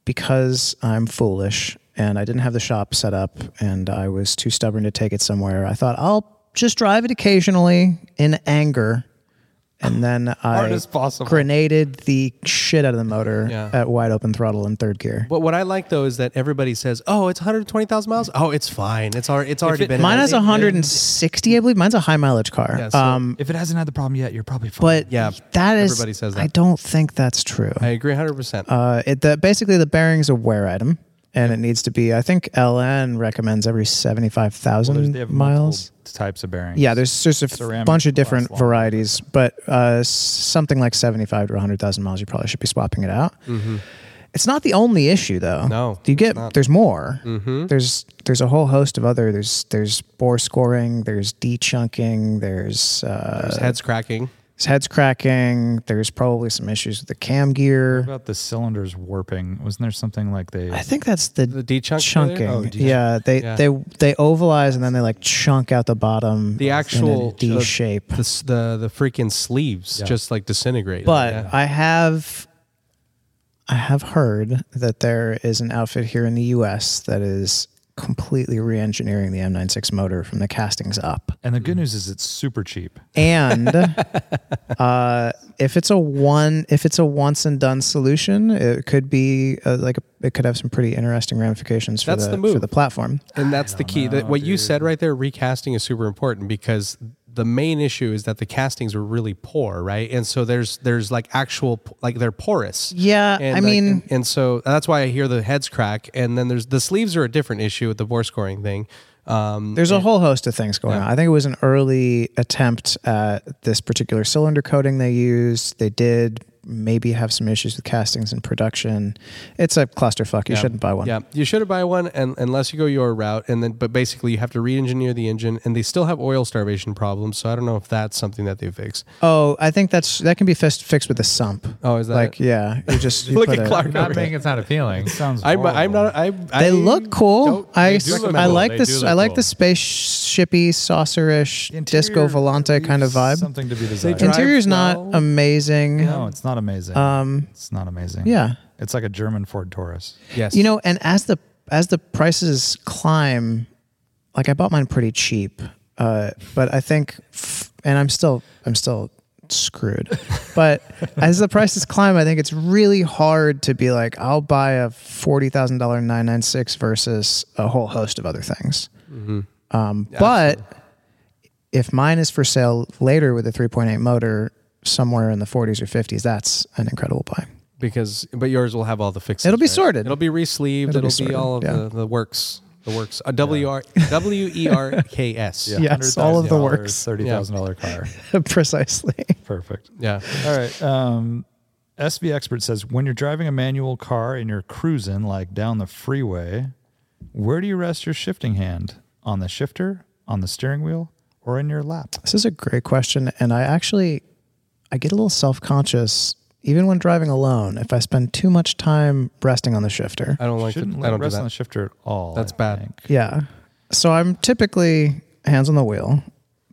Speaker 5: because I'm foolish and I didn't have the shop set up and I was too stubborn to take it somewhere, I thought I'll just drive it occasionally in anger. And then I
Speaker 3: Hard as possible.
Speaker 5: grenaded the shit out of the motor
Speaker 2: Yeah.
Speaker 5: at wide open throttle in third gear.
Speaker 2: But what I like though is that everybody says, "Oh, it's 120,000 miles. Oh, it's fine. It's already. It's already
Speaker 3: it-
Speaker 2: been.
Speaker 5: Mine has
Speaker 2: it-
Speaker 5: 160, I believe. Mine's a high mileage car.
Speaker 2: Yeah, so-
Speaker 5: um,
Speaker 3: If it hasn't had the problem yet, you're probably fine.
Speaker 5: but
Speaker 2: Yeah,
Speaker 5: that is
Speaker 2: everybody says that.
Speaker 5: I don't think that's true.
Speaker 2: I agree 100. percent
Speaker 5: Uh, it the, basically the bearing's a wear item, and it needs to be. I think LN recommends every seventy
Speaker 3: There's-
Speaker 5: five thousand
Speaker 3: they have
Speaker 5: miles.
Speaker 3: multiple types of bearings.
Speaker 5: Yeah, there's just a
Speaker 3: Ceramic
Speaker 5: f- bunch of
Speaker 3: lasts
Speaker 5: different
Speaker 3: longer.
Speaker 5: varieties, but uh, s- something like seventy five to hundred thousand miles, you probably should be swapping it out.
Speaker 3: Mm-hmm.
Speaker 5: It's not the only issue, though.
Speaker 2: No,
Speaker 5: you get there's more.
Speaker 3: Mm-hmm.
Speaker 5: There's there's a whole host of other. There's there's bore scoring. There's de-chunking. There's, uh,
Speaker 2: There's heads cracking.
Speaker 5: there's heads cracking. There's probably some issues with the cam gear.
Speaker 3: What about the cylinders warping? Wasn't there something like they?
Speaker 5: I think that's the,
Speaker 2: The de-chunk
Speaker 5: chunking.
Speaker 2: failure? Oh, de-chunk.
Speaker 5: yeah, they
Speaker 2: Yeah.
Speaker 5: they they ovalize and then they like chunk out the bottom.
Speaker 2: The actual
Speaker 5: in a D
Speaker 2: the-
Speaker 5: shape.
Speaker 2: The s- the the freaking sleeves
Speaker 3: Yeah.
Speaker 2: just like disintegrate.
Speaker 5: But
Speaker 2: Yeah.
Speaker 5: I have I have heard that there is an outfit here in the U.S. that is completely re-engineering the M96 motor from the castings up.
Speaker 3: and the good news is it's super cheap.
Speaker 5: And uh, if it's a one, if it's a once and done solution, it could be uh, like it could have some pretty interesting ramifications for
Speaker 2: That's
Speaker 5: the,
Speaker 2: the move.
Speaker 5: for the platform.
Speaker 2: and that's the key. that what you said right there, recasting is super important because the main issue is that the castings were really poor, right? And so there's there's like actual like they're porous.
Speaker 5: Yeah,
Speaker 2: And
Speaker 5: I
Speaker 2: like-
Speaker 5: mean,
Speaker 2: and, and so that's why I hear the heads crack. And then there's the sleeves are a different issue with the bore scoring thing. Um,
Speaker 5: There's a whole host of things going on. I think it was an early attempt at this particular cylinder coating they used. They did maybe have some issues with castings in production. It's a clusterfuck. You shouldn't buy one.
Speaker 2: yeah, you should buy one, and unless you go your route, and then but basically you have to re-engineer the engine, and they still have oil starvation problems. So I don't know if that's something that they fix.
Speaker 5: Oh, I think that's that can be fist, fixed with a sump.
Speaker 2: Oh, is that
Speaker 5: like
Speaker 2: it?
Speaker 5: yeah? You just you
Speaker 2: Look
Speaker 5: put
Speaker 2: at
Speaker 5: a-
Speaker 2: Clark
Speaker 4: I'm not saying it's not appealing.
Speaker 3: Sounds.
Speaker 2: I'm, I'm
Speaker 3: horrible.
Speaker 2: not. I,
Speaker 5: They
Speaker 2: I
Speaker 5: look cool.
Speaker 2: don't-
Speaker 5: I,
Speaker 2: they
Speaker 5: s-
Speaker 2: do look
Speaker 5: I
Speaker 2: cool.
Speaker 5: like
Speaker 4: They
Speaker 5: this.
Speaker 4: do
Speaker 5: I
Speaker 4: look
Speaker 5: like
Speaker 4: cool.
Speaker 5: the spaceshipy saucer-ish
Speaker 3: The
Speaker 5: disco
Speaker 3: interior
Speaker 5: volante kind of
Speaker 3: leaves
Speaker 5: vibe.
Speaker 3: Something to be desired.
Speaker 2: drive
Speaker 5: Interior's not
Speaker 2: well.
Speaker 5: amazing.
Speaker 3: no, it's not amazing. Um, it's not amazing.
Speaker 5: yeah.
Speaker 3: it's like a German Ford Taurus.
Speaker 2: Yes,
Speaker 5: You know, and as the as the prices climb, like I bought mine pretty cheap, uh, but I think, f- and I'm still I'm still screwed. But as the prices climb, I think it's really hard to be like, I'll buy a forty thousand dollar nine nine six versus a whole host of other things. Um, but if mine is for sale later with a three point eight motor somewhere in the forties or fifties, that's an incredible buy.
Speaker 2: because but yours will have all the fixes.
Speaker 5: It'll be
Speaker 2: right?
Speaker 5: sorted.
Speaker 2: It'll be re-sleeved.
Speaker 5: It'll
Speaker 2: It'll,
Speaker 5: be
Speaker 2: be,
Speaker 5: sorted,
Speaker 2: all of
Speaker 5: yeah.
Speaker 2: the, the works. The works. A W R W E R K S.
Speaker 5: Yeah. Yes, all of the works.
Speaker 3: Thirty thousand dollar car.
Speaker 5: Precisely.
Speaker 3: Perfect.
Speaker 2: Yeah.
Speaker 3: All right. Um, SV expert says when you're driving a manual car and you're cruising like down the freeway, Where do you rest your shifting hand? On the shifter, on the steering wheel, or in your lap?
Speaker 5: This is a great question, and I actually I get a little self conscious even when driving alone if I spend too much time resting on the shifter.
Speaker 2: I don't like to,
Speaker 3: Shouldn't
Speaker 2: I
Speaker 3: let it
Speaker 2: don't do
Speaker 3: rest on the
Speaker 2: that.
Speaker 3: shifter at all.
Speaker 2: That's
Speaker 3: I
Speaker 2: bad.
Speaker 3: think.
Speaker 5: Yeah. So I'm typically hands on the wheel,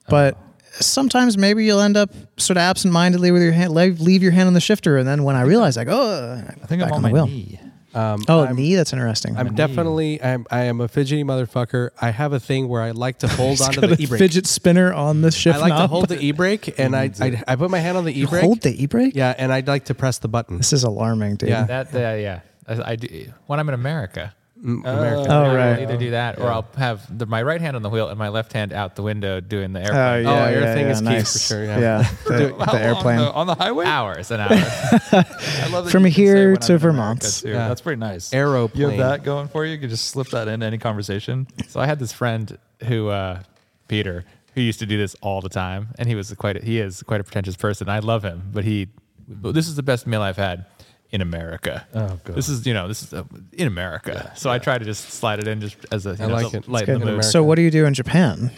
Speaker 5: but
Speaker 2: Uh-huh.
Speaker 5: sometimes maybe you'll end up sort of absent mindedly with your hand, leave, leave your hand on the shifter. And then when I realize, like, oh,
Speaker 3: I think
Speaker 5: back
Speaker 3: I'm on,
Speaker 5: the
Speaker 3: my
Speaker 5: wheel.
Speaker 3: knee.
Speaker 2: Um,
Speaker 5: Oh,
Speaker 2: I'm-
Speaker 5: knee? That's interesting.
Speaker 2: I'm definitely I'm I am a fidgety motherfucker. I have a thing where I like to hold onto the e brake.
Speaker 5: fidget spinner on the shift
Speaker 2: I like to
Speaker 5: knob.
Speaker 2: hold the e brake and I, I I put my hand on the e brake.
Speaker 5: Hold the e brake?
Speaker 2: Yeah, and I'd like to press the button.
Speaker 5: This is alarming, dude.
Speaker 2: Yeah.
Speaker 4: That, that yeah. I, I do, when I'm in America,
Speaker 2: America.
Speaker 5: Oh,
Speaker 4: I will
Speaker 5: right.
Speaker 4: either do that or I'll have the, my right hand on the wheel and my left hand out the window doing the airplane.
Speaker 5: Oh, yeah.
Speaker 2: Oh, your
Speaker 5: yeah,
Speaker 2: thing
Speaker 5: yeah,
Speaker 2: is key for
Speaker 5: nice.
Speaker 2: sure, yeah.
Speaker 5: The, the airplane.
Speaker 3: on the highway.
Speaker 4: Hours and hours.
Speaker 3: I love that
Speaker 5: From
Speaker 3: you can say
Speaker 5: here
Speaker 3: when
Speaker 5: to
Speaker 3: I'm in America,
Speaker 5: Vermont.
Speaker 3: too.
Speaker 2: Yeah.
Speaker 3: That's pretty nice. You
Speaker 2: Aeroplane.
Speaker 3: have that going for you. You can just slip that into any conversation.
Speaker 4: so I had this friend who, uh, Peter, who used to do this all the time, and he was quite a, he is quite a pretentious person. I love him, but he but this is the best meal I've had in America.
Speaker 3: Oh, God.
Speaker 4: This is you know this is uh, in America. so I try to just slide it in just as a you know,
Speaker 2: like
Speaker 4: to
Speaker 2: it. It's good
Speaker 4: lighten the
Speaker 2: in
Speaker 4: mood.
Speaker 2: America.
Speaker 5: So, what do you do in Japan?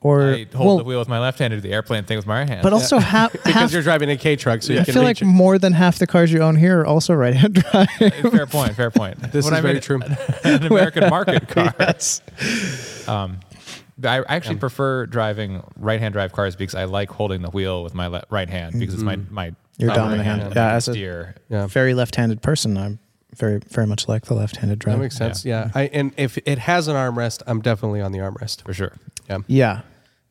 Speaker 5: Or,
Speaker 4: I hold
Speaker 5: well,
Speaker 4: the wheel with my left hand and do the airplane thing with my right hand.
Speaker 5: but also ha-
Speaker 2: because
Speaker 5: half.
Speaker 2: you're driving a K truck, so
Speaker 5: I
Speaker 2: you can
Speaker 5: feel like
Speaker 2: reach it.
Speaker 5: more than half the cars you own here are also right hand drive.
Speaker 4: fair point. Fair point.
Speaker 2: This
Speaker 4: When
Speaker 2: is
Speaker 4: I'm
Speaker 2: very
Speaker 4: in
Speaker 2: true.
Speaker 4: An American market car.
Speaker 5: Yes.
Speaker 4: I actually prefer driving right-hand drive cars because I like holding the wheel with my le- right hand because it's my my
Speaker 5: Your Mm-hmm. dominant
Speaker 4: dominant
Speaker 5: hand.
Speaker 4: that
Speaker 5: Yeah,
Speaker 4: I can
Speaker 5: as a-
Speaker 4: steer.
Speaker 2: Yeah.
Speaker 5: very left-handed person. I'm very very much like the left-handed
Speaker 2: That
Speaker 5: driver.
Speaker 2: makes sense. Yeah. I and if it has an armrest, I'm definitely on the armrest.
Speaker 4: for sure.
Speaker 5: yeah.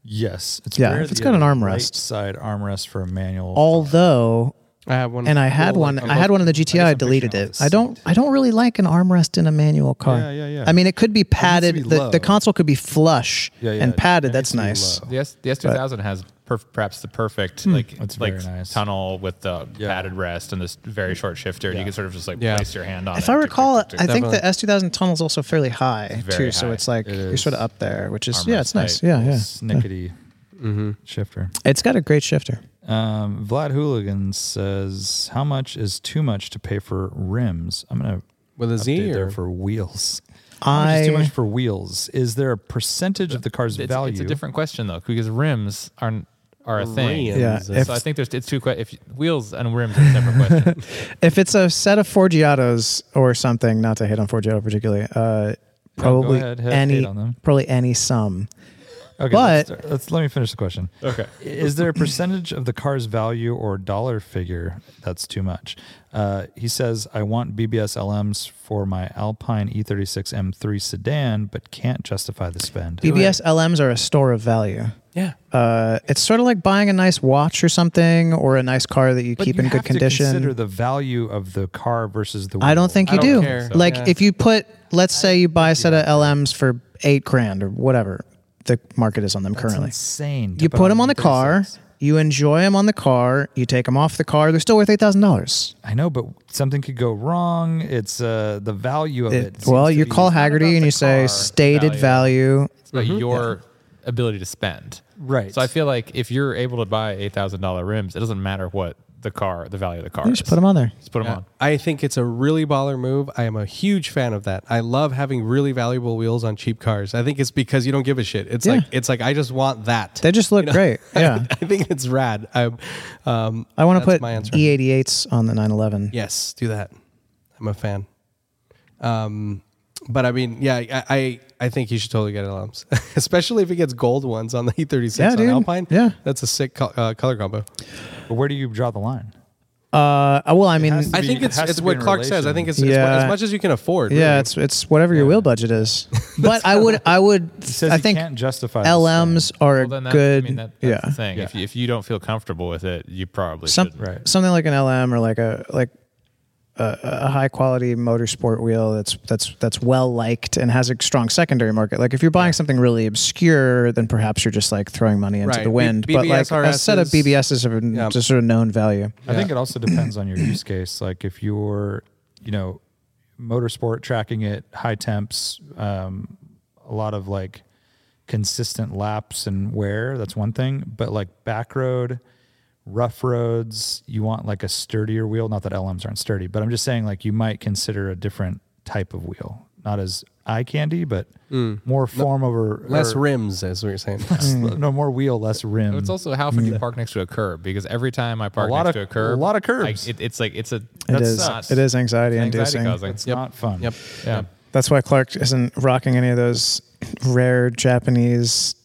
Speaker 3: Yes. It's
Speaker 5: Yeah,
Speaker 3: rare
Speaker 5: if
Speaker 3: that
Speaker 5: it's
Speaker 3: you
Speaker 5: got
Speaker 3: have
Speaker 5: an
Speaker 3: a
Speaker 5: armrest.
Speaker 3: right side armrest for a manual.
Speaker 5: Although,
Speaker 2: I have one
Speaker 5: and I had
Speaker 2: Well,
Speaker 5: one.
Speaker 2: I'm
Speaker 5: I had
Speaker 2: both-
Speaker 5: one in the GTI. I deleted it. I don't. I don't really like an armrest in a manual car.
Speaker 3: Yeah, yeah, yeah.
Speaker 5: I mean, it could be padded.
Speaker 3: be
Speaker 5: the,
Speaker 3: low.
Speaker 5: the console could be flush
Speaker 3: Yeah, yeah,
Speaker 5: and
Speaker 3: it
Speaker 5: padded.
Speaker 3: needs
Speaker 5: That's
Speaker 3: to be
Speaker 5: nice.
Speaker 3: low.
Speaker 4: The S the S two thousand has perf- perhaps the perfect
Speaker 5: Hmm.
Speaker 4: like
Speaker 3: That's
Speaker 4: like
Speaker 3: very nice.
Speaker 4: tunnel with the
Speaker 3: Yeah.
Speaker 4: padded rest and this very short shifter. You can sort of just like
Speaker 2: Yeah.
Speaker 4: place your hand on.
Speaker 5: If
Speaker 4: it.
Speaker 5: I
Speaker 4: Tick, tick,
Speaker 5: recall,
Speaker 4: tick, tick.
Speaker 5: I think
Speaker 2: Definitely.
Speaker 5: the S2000 tunnel is also fairly high
Speaker 4: Very
Speaker 5: too. So
Speaker 4: high.
Speaker 5: it's like
Speaker 3: It
Speaker 5: you're
Speaker 3: is.
Speaker 5: sort of up there, which is yeah,
Speaker 4: Armrest
Speaker 5: it's nice.
Speaker 4: height.
Speaker 5: Yeah, yeah.
Speaker 3: Snickety
Speaker 4: Mm-hmm.
Speaker 3: shifter.
Speaker 5: It's got a great shifter.
Speaker 3: Um, Vlad Hooligan says, "How much is too much to pay for rims?" I'm gonna
Speaker 2: with a Z
Speaker 3: update there
Speaker 2: or
Speaker 3: for wheels.
Speaker 5: Oh,
Speaker 3: How much is too
Speaker 5: I
Speaker 3: much for wheels? Is there a percentage of the car's
Speaker 4: it's,
Speaker 3: value?
Speaker 4: it's a different question though because rims are are a thing.
Speaker 2: Rims.
Speaker 5: Yeah,
Speaker 2: So
Speaker 5: if-
Speaker 4: So I think there's it's two que- if wheels and rims are a separate question.
Speaker 5: if it's a set of Forgiatos or something, not to hate on Forgiato particularly, uh, probably
Speaker 3: ahead, hit-
Speaker 5: any
Speaker 3: hate on them.
Speaker 5: probably any sum.
Speaker 3: Okay,
Speaker 5: But-
Speaker 3: let's, start- let's- let me finish the question.
Speaker 4: Okay.
Speaker 3: is there a percentage of the car's value or dollar figure that's too much? Uh, he says, "I want BBS LMs for my Alpine E E36 M3 sedan, but can't justify the spend."
Speaker 5: BBS LMs are a store of value.
Speaker 2: yeah.
Speaker 5: Uh, it's sort of like buying a nice watch or something, or a nice car that you
Speaker 3: But
Speaker 5: keep
Speaker 3: you
Speaker 5: in good
Speaker 3: have to Consider
Speaker 5: condition.
Speaker 3: the value of the car versus the.
Speaker 5: I don't
Speaker 3: wheel.
Speaker 5: think you
Speaker 2: I don't
Speaker 5: do.
Speaker 2: care.
Speaker 5: Like
Speaker 2: Yeah.
Speaker 5: if you put, let's say you buy a set of LMs for eight grand or whatever the market is on them
Speaker 3: It's
Speaker 5: currently.
Speaker 3: insane. to E
Speaker 5: You put them on the
Speaker 3: an
Speaker 5: car.
Speaker 3: E36.
Speaker 5: You enjoy them on the car. You take them off the car. They're still worth eight thousand dollars.
Speaker 3: I know, but something could go wrong. It's uh, the value of it.
Speaker 5: It- well,
Speaker 3: seems to
Speaker 5: you
Speaker 3: be-
Speaker 5: call Haggerty and you say
Speaker 4: car
Speaker 5: stated value.
Speaker 4: It's about your ability to spend.
Speaker 3: Right.
Speaker 4: So I feel like if you're able to buy eight thousand dollar rims, it doesn't matter what the car, the value of the car.
Speaker 5: You
Speaker 4: is.
Speaker 5: just put them on there.
Speaker 4: Just put 'em on.
Speaker 2: I think it's a really baller move. I am a huge fan of that. I love having really valuable wheels on cheap cars. I think it's because you don't give a shit. It's
Speaker 5: Yeah.
Speaker 2: like it's like I just want that.
Speaker 5: They just look great. Yeah.
Speaker 2: I think it's rad. I, um,
Speaker 5: I want to
Speaker 2: that's
Speaker 5: put E-
Speaker 2: my answer.
Speaker 5: E88s on the 911.
Speaker 2: yes, do that. I'm a fan. Um, but I mean, yeah, I, I I think you should totally get LMs, especially if he gets gold ones on the E36
Speaker 5: Yeah,
Speaker 2: on
Speaker 5: dude.
Speaker 2: Alpine.
Speaker 5: Yeah.
Speaker 2: that's a sick co- uh, color combo.
Speaker 3: But where do you draw the line?
Speaker 5: Uh, well, I mean,
Speaker 3: has to
Speaker 2: I
Speaker 3: be-
Speaker 2: think
Speaker 3: it
Speaker 2: it's
Speaker 3: has
Speaker 2: it's
Speaker 3: to be
Speaker 2: what
Speaker 3: in
Speaker 2: Clark says. I
Speaker 3: relation.
Speaker 2: think it's,
Speaker 5: Yeah.
Speaker 2: it's as much as you can afford.
Speaker 5: yeah,
Speaker 2: really.
Speaker 5: it's it's whatever your wheel budget is. But I would I would
Speaker 3: says
Speaker 5: I
Speaker 3: you
Speaker 5: think
Speaker 3: can't justify the
Speaker 5: LMs are
Speaker 4: Well, then
Speaker 5: a
Speaker 4: that's,
Speaker 5: good.
Speaker 4: I mean, that, that's
Speaker 5: yeah,
Speaker 4: the thing. If, you, if you don't feel comfortable with it, you probably
Speaker 5: some
Speaker 4: shouldn't.
Speaker 3: Right.
Speaker 5: something like an LM or like a like a, a high quality motorsport wheel that's that's that's well liked and has a strong secondary market. Like if you're buying something really obscure, then perhaps you're just like throwing money into
Speaker 2: Right.
Speaker 5: the wind.
Speaker 2: B-
Speaker 5: but like a set of
Speaker 2: BBSRSs
Speaker 5: BBSs are
Speaker 2: Yeah.
Speaker 5: just sort of known value.
Speaker 3: I think it also depends on your use case. Like if you're, you know, motorsport tracking it, high temps, um, a lot of like consistent laps and wear, that's one thing. But like back road, rough roads, you want like a sturdier wheel. Not that LMs aren't sturdy, but I'm just saying like you might consider a different type of wheel. not as eye candy, but more form over
Speaker 2: Less
Speaker 3: or-
Speaker 2: rims, as we were saying.
Speaker 3: less- no more wheel, less rim.
Speaker 4: It's also how often do you park next to a curb because every time I park
Speaker 3: lot
Speaker 4: next
Speaker 3: of-
Speaker 4: to a curb,
Speaker 3: a lot of
Speaker 4: I-
Speaker 3: curbs.
Speaker 4: it, it's like it's a
Speaker 5: It
Speaker 4: that
Speaker 5: is.
Speaker 4: sucks.
Speaker 5: It is anxiety,
Speaker 4: anxiety
Speaker 5: inducing.
Speaker 4: causing.
Speaker 3: it's not fun.
Speaker 2: Yep.
Speaker 4: Yeah.
Speaker 5: That's why Clark isn't rocking any of those rare Japanese,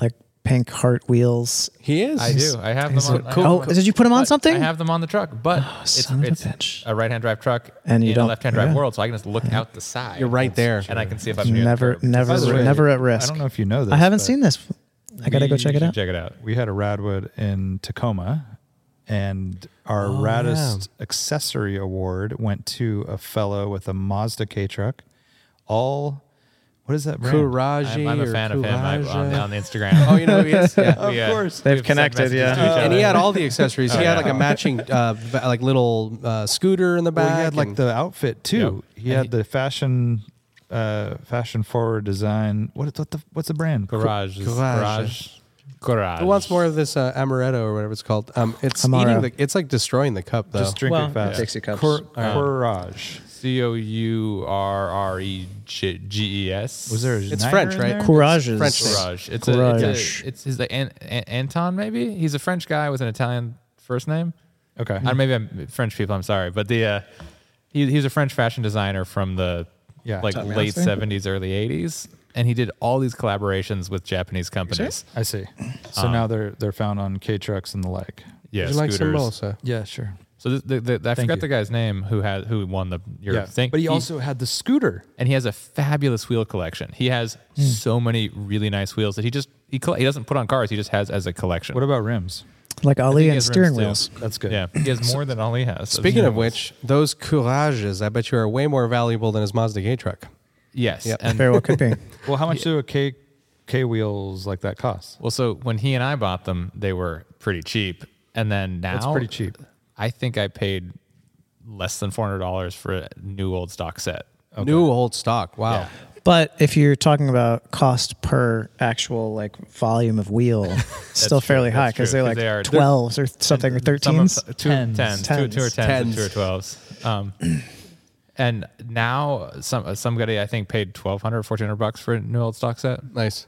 Speaker 5: like pink heart wheels.
Speaker 2: He is.
Speaker 4: I do. I have
Speaker 5: He's
Speaker 4: them on.
Speaker 5: like,
Speaker 4: I have
Speaker 5: oh,
Speaker 4: them
Speaker 5: did you put them on
Speaker 4: but
Speaker 5: something? Oh,
Speaker 4: I have them on the truck, but it's,
Speaker 5: son of a
Speaker 4: it's
Speaker 5: bitch.
Speaker 4: a right-hand drive truck
Speaker 5: And you
Speaker 4: in
Speaker 5: don't-
Speaker 4: a left-hand drive
Speaker 5: yeah.
Speaker 4: world, so I can just look out the side.
Speaker 2: You're right there.
Speaker 4: and I can see if I'm near the
Speaker 5: Never,
Speaker 4: curb.
Speaker 5: never,
Speaker 3: By the way,
Speaker 5: never at
Speaker 3: I
Speaker 5: risk.
Speaker 3: don't know if you know this.
Speaker 5: I haven't
Speaker 3: but
Speaker 5: seen this. I gotta go
Speaker 4: You
Speaker 5: check it
Speaker 4: should
Speaker 5: out.
Speaker 4: Check it out.
Speaker 3: We had a Radwood in Tacoma, and our raddest accessory award went to a fellow with a Mazda K truck. All, what is that brand?
Speaker 2: Courage.
Speaker 4: I'm, I'm a fan of him I, on, on Instagram.
Speaker 2: Oh, you know who he is? Yeah.
Speaker 4: of
Speaker 3: course.
Speaker 5: They've connected, yeah.
Speaker 2: Uh, and he had all the accessories.
Speaker 4: Oh,
Speaker 2: he had like a matching, uh, va- like little uh, scooter in the back.
Speaker 3: Well, he had like
Speaker 2: and-
Speaker 3: the outfit too.
Speaker 4: Yep.
Speaker 3: He had the fashion, uh, fashion forward design. What, what the what's the brand?
Speaker 4: Garage. is-
Speaker 2: Garage.
Speaker 4: Garage. Garage.
Speaker 2: Who wants more of this uh, amaretto or whatever it's called? Um, it's
Speaker 5: Amaro.
Speaker 2: eating the. It's like destroying the cup though.
Speaker 3: Just drink
Speaker 5: Well,
Speaker 3: it fast.
Speaker 5: Dixie cups.
Speaker 3: Cour- Courage.
Speaker 4: C O U R R E G E S.
Speaker 3: Was there? A
Speaker 2: It's
Speaker 3: niner
Speaker 2: French,
Speaker 3: in
Speaker 2: right?
Speaker 3: there?
Speaker 5: Courage's.
Speaker 2: French thing.
Speaker 4: Courage? It's a, it's
Speaker 5: Courage.
Speaker 4: a it's his like An- An- Anton maybe. He's a French guy with an Italian first name.
Speaker 3: Okay.
Speaker 4: Or maybe I'm French people. I'm sorry, but the uh, he he's a French fashion designer from the
Speaker 3: Yeah.
Speaker 4: like
Speaker 3: Tommy
Speaker 4: late
Speaker 5: Austin?
Speaker 4: '70s, early '80s, and he did all these collaborations with Japanese companies.
Speaker 3: I see. So now they're they're found on K trucks and the like.
Speaker 4: Yeah,
Speaker 2: Would you like some
Speaker 4: scooters.
Speaker 2: Rosa?
Speaker 3: Yeah, sure.
Speaker 4: So the, the, the, I forgot
Speaker 3: you.
Speaker 4: the guy's name who had who won the your
Speaker 3: Yeah,
Speaker 4: thing.
Speaker 3: but he also had the scooter.
Speaker 4: and he has a fabulous wheel collection. He has
Speaker 3: Hmm.
Speaker 4: so many really nice wheels that he just he coll- he doesn't put on cars. He just has as a collection.
Speaker 3: What about rims?
Speaker 5: like Ali
Speaker 4: he
Speaker 5: and
Speaker 4: has
Speaker 5: steering
Speaker 4: rims, too.
Speaker 5: wheels.
Speaker 3: That's good.
Speaker 4: yeah, he has more than all he has.
Speaker 2: Speaking of
Speaker 4: Yeah.
Speaker 2: which, those courages, I bet you are way more valuable than his Mazda K truck.
Speaker 4: yes, and
Speaker 5: Very well could be.
Speaker 3: Well, how much do a K K wheels like that cost?
Speaker 4: Well, so when he and I bought them, they were pretty cheap, and then now
Speaker 3: That's pretty cheap.
Speaker 4: I think I paid less than four hundred dollars for a new old stock set.
Speaker 2: New old stock. Wow.
Speaker 5: But if you're talking about cost per actual like volume of wheel, still
Speaker 4: true,
Speaker 5: fairly
Speaker 4: that's
Speaker 5: high because
Speaker 4: true,
Speaker 5: they're
Speaker 4: 'cause
Speaker 5: like
Speaker 4: they are-
Speaker 5: 12s or something or
Speaker 4: Some of
Speaker 5: 13s.
Speaker 4: them- two
Speaker 3: Tens.
Speaker 4: tens, two, two or
Speaker 5: Tens.
Speaker 4: tens, and two or
Speaker 2: Tens.
Speaker 4: twelves. Um, and now some somebody I think paid 1200 1400 bucks for a new old stock set.
Speaker 2: Nice.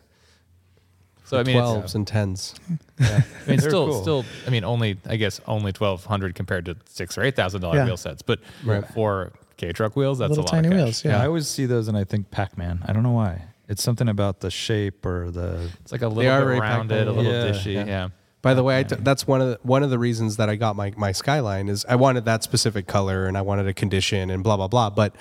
Speaker 4: So I mean, it's-
Speaker 2: 12s and 10s.
Speaker 4: I mean,
Speaker 3: They're
Speaker 4: still,
Speaker 3: cool.
Speaker 4: still, I mean, only, I guess, only twelve hundred compared to six or eight thousand dollar
Speaker 5: Yeah.
Speaker 4: wheel sets, but for K truck wheels, that's
Speaker 5: Little
Speaker 4: a lot
Speaker 5: tiny
Speaker 4: of cash.
Speaker 5: wheels.
Speaker 3: Yeah, I
Speaker 5: Yeah.
Speaker 3: always see those and I think Pac Man. I don't know why. It's something about the shape or the.
Speaker 4: It's like a
Speaker 2: are
Speaker 4: little bit
Speaker 2: very
Speaker 4: rounded, a
Speaker 2: packable.
Speaker 4: little
Speaker 3: Yeah,
Speaker 4: dishy.
Speaker 3: yeah.
Speaker 4: Yeah.
Speaker 2: By the way, I t- that's one of the, one of the reasons that I got my my skyline is I wanted that specific color and I wanted a condition and blah blah blah, but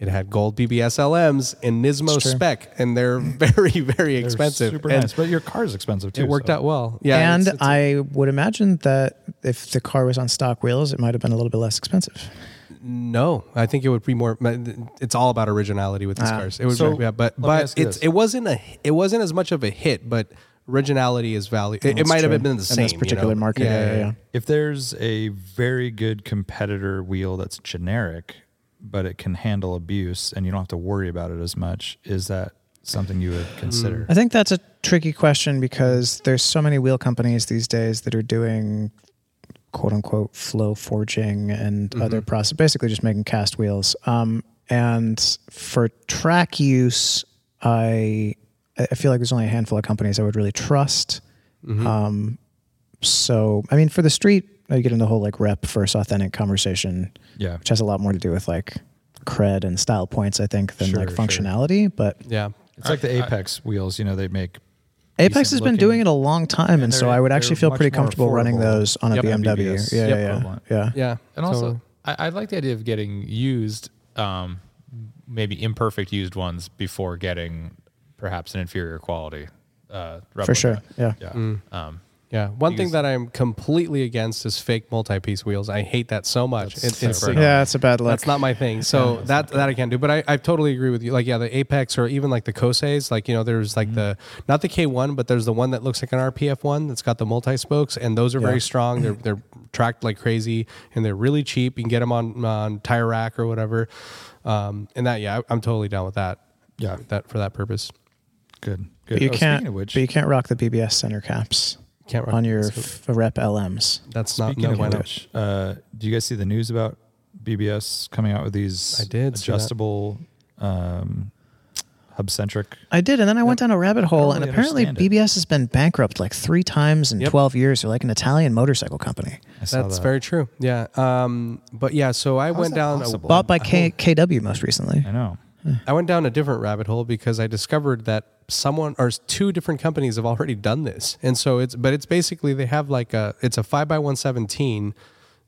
Speaker 2: it had gold BBS LMs in Nismo
Speaker 5: true.
Speaker 2: spec and they're very very
Speaker 3: They're
Speaker 2: expensive.
Speaker 3: Super
Speaker 2: and
Speaker 3: nice. But your car's expensive too.
Speaker 2: It worked
Speaker 3: so-
Speaker 2: out well. Yeah,
Speaker 5: and
Speaker 2: it's- it's-
Speaker 5: I would imagine that if the car was on stock wheels, it might have been a little bit less expensive.
Speaker 2: no, I think it would be more. It's all about originality with
Speaker 5: Ah.
Speaker 2: these cars. It would,
Speaker 3: So,
Speaker 2: be, yeah, but
Speaker 3: let me
Speaker 2: but
Speaker 3: ask you
Speaker 2: it's
Speaker 3: this.
Speaker 2: it wasn't a it wasn't as much of a hit, but originality is value. It, it
Speaker 5: That's
Speaker 2: might have
Speaker 5: true.
Speaker 2: been the same
Speaker 5: in this
Speaker 2: you know?
Speaker 5: particular market. Yeah, yeah, yeah.
Speaker 3: If there's a very good competitor wheel that's generic, but it can handle abuse and you don't have to worry about it as much, is that something you would consider?
Speaker 5: I think that's a tricky question because there's so many wheel companies these days that are doing quote unquote flow forging and
Speaker 3: Mm-hmm.
Speaker 5: other process, basically just making cast wheels. Um, and for track use, I I feel like there's only a handful of companies I would really trust.
Speaker 3: Mm-hmm.
Speaker 5: Um, so I mean, for the street, you get into the whole like rep versus authentic conversation
Speaker 3: Yeah.
Speaker 5: which has a lot more to do with like cred and style points, I think, than
Speaker 3: Sure,
Speaker 5: like
Speaker 3: sure.
Speaker 5: functionality. But
Speaker 2: Yeah.
Speaker 3: It's like the Apex wheels, you know, they make
Speaker 5: Apex has been
Speaker 3: looking.
Speaker 5: doing it a long time, and so
Speaker 3: they're-
Speaker 5: I would actually
Speaker 3: they're
Speaker 5: feel
Speaker 3: much
Speaker 5: pretty
Speaker 3: more
Speaker 5: comfortable running
Speaker 3: affordable
Speaker 5: those on a
Speaker 3: Yep. than
Speaker 5: BMW.
Speaker 3: BBS.
Speaker 5: Yeah,
Speaker 3: Yep.
Speaker 5: yeah, yeah,
Speaker 3: Equivalent.
Speaker 5: yeah.
Speaker 2: Yeah.
Speaker 4: And also,
Speaker 2: totally.
Speaker 4: I, I like the idea of getting used, um, maybe imperfect used ones before getting perhaps an inferior quality. Uh,
Speaker 5: for
Speaker 4: replica.
Speaker 5: sure. Yeah.
Speaker 3: Yeah.
Speaker 4: Um,
Speaker 2: Yeah, one thing that I'm completely against is fake multi-piece wheels. I hate that so much. It's, it's
Speaker 4: super
Speaker 2: like,
Speaker 4: annoying.
Speaker 5: Yeah, it's a bad look.
Speaker 2: that's not my thing. So that that I can't do. But I, I totally agree with you. Like yeah, the Apex or even like the Koseis. Like you know, there's
Speaker 4: Mm-hmm.
Speaker 2: like the not the K1, but there's the one that looks like an RPF one that's got the multi spokes, and those are
Speaker 5: Yeah.
Speaker 2: very strong. They're they're tracked like crazy, and they're really cheap. You can get them on on tire rack or whatever. Um, and that yeah, I, am totally down with that.
Speaker 3: Yeah.
Speaker 2: that for that purpose.
Speaker 3: Good. Good.
Speaker 5: but you
Speaker 3: Oh,
Speaker 5: can't.
Speaker 3: Speaking of which,
Speaker 5: but you can't rock the BBS center caps
Speaker 2: Can't rock
Speaker 5: on
Speaker 2: the
Speaker 5: your
Speaker 2: BBS.
Speaker 5: f- rep LMs.
Speaker 2: That's not
Speaker 3: speaking
Speaker 2: Uh, no
Speaker 3: of
Speaker 2: bueno.
Speaker 3: which, uh, do you guys see the news about BBS coming out with these
Speaker 2: I did see that.
Speaker 3: adjustable um, hub centric.
Speaker 5: I did, and then I went down a rabbit hole, and
Speaker 3: really
Speaker 5: apparently
Speaker 3: understand it.
Speaker 5: BBS has been bankrupt like three times in
Speaker 2: Yep.
Speaker 5: 12 years. They're like an Italian motorcycle company.
Speaker 3: I saw
Speaker 2: That's
Speaker 3: that.
Speaker 2: very true. Yeah. Um, but yeah, so I went
Speaker 3: that
Speaker 2: down.
Speaker 3: possible?
Speaker 2: A,
Speaker 5: Bought by K- KW most recently.
Speaker 3: I know.
Speaker 2: I went down a different rabbit hole because I discovered that someone or two different companies have already done this, and so it's but it's basically they have like a it's a five by one seventeen.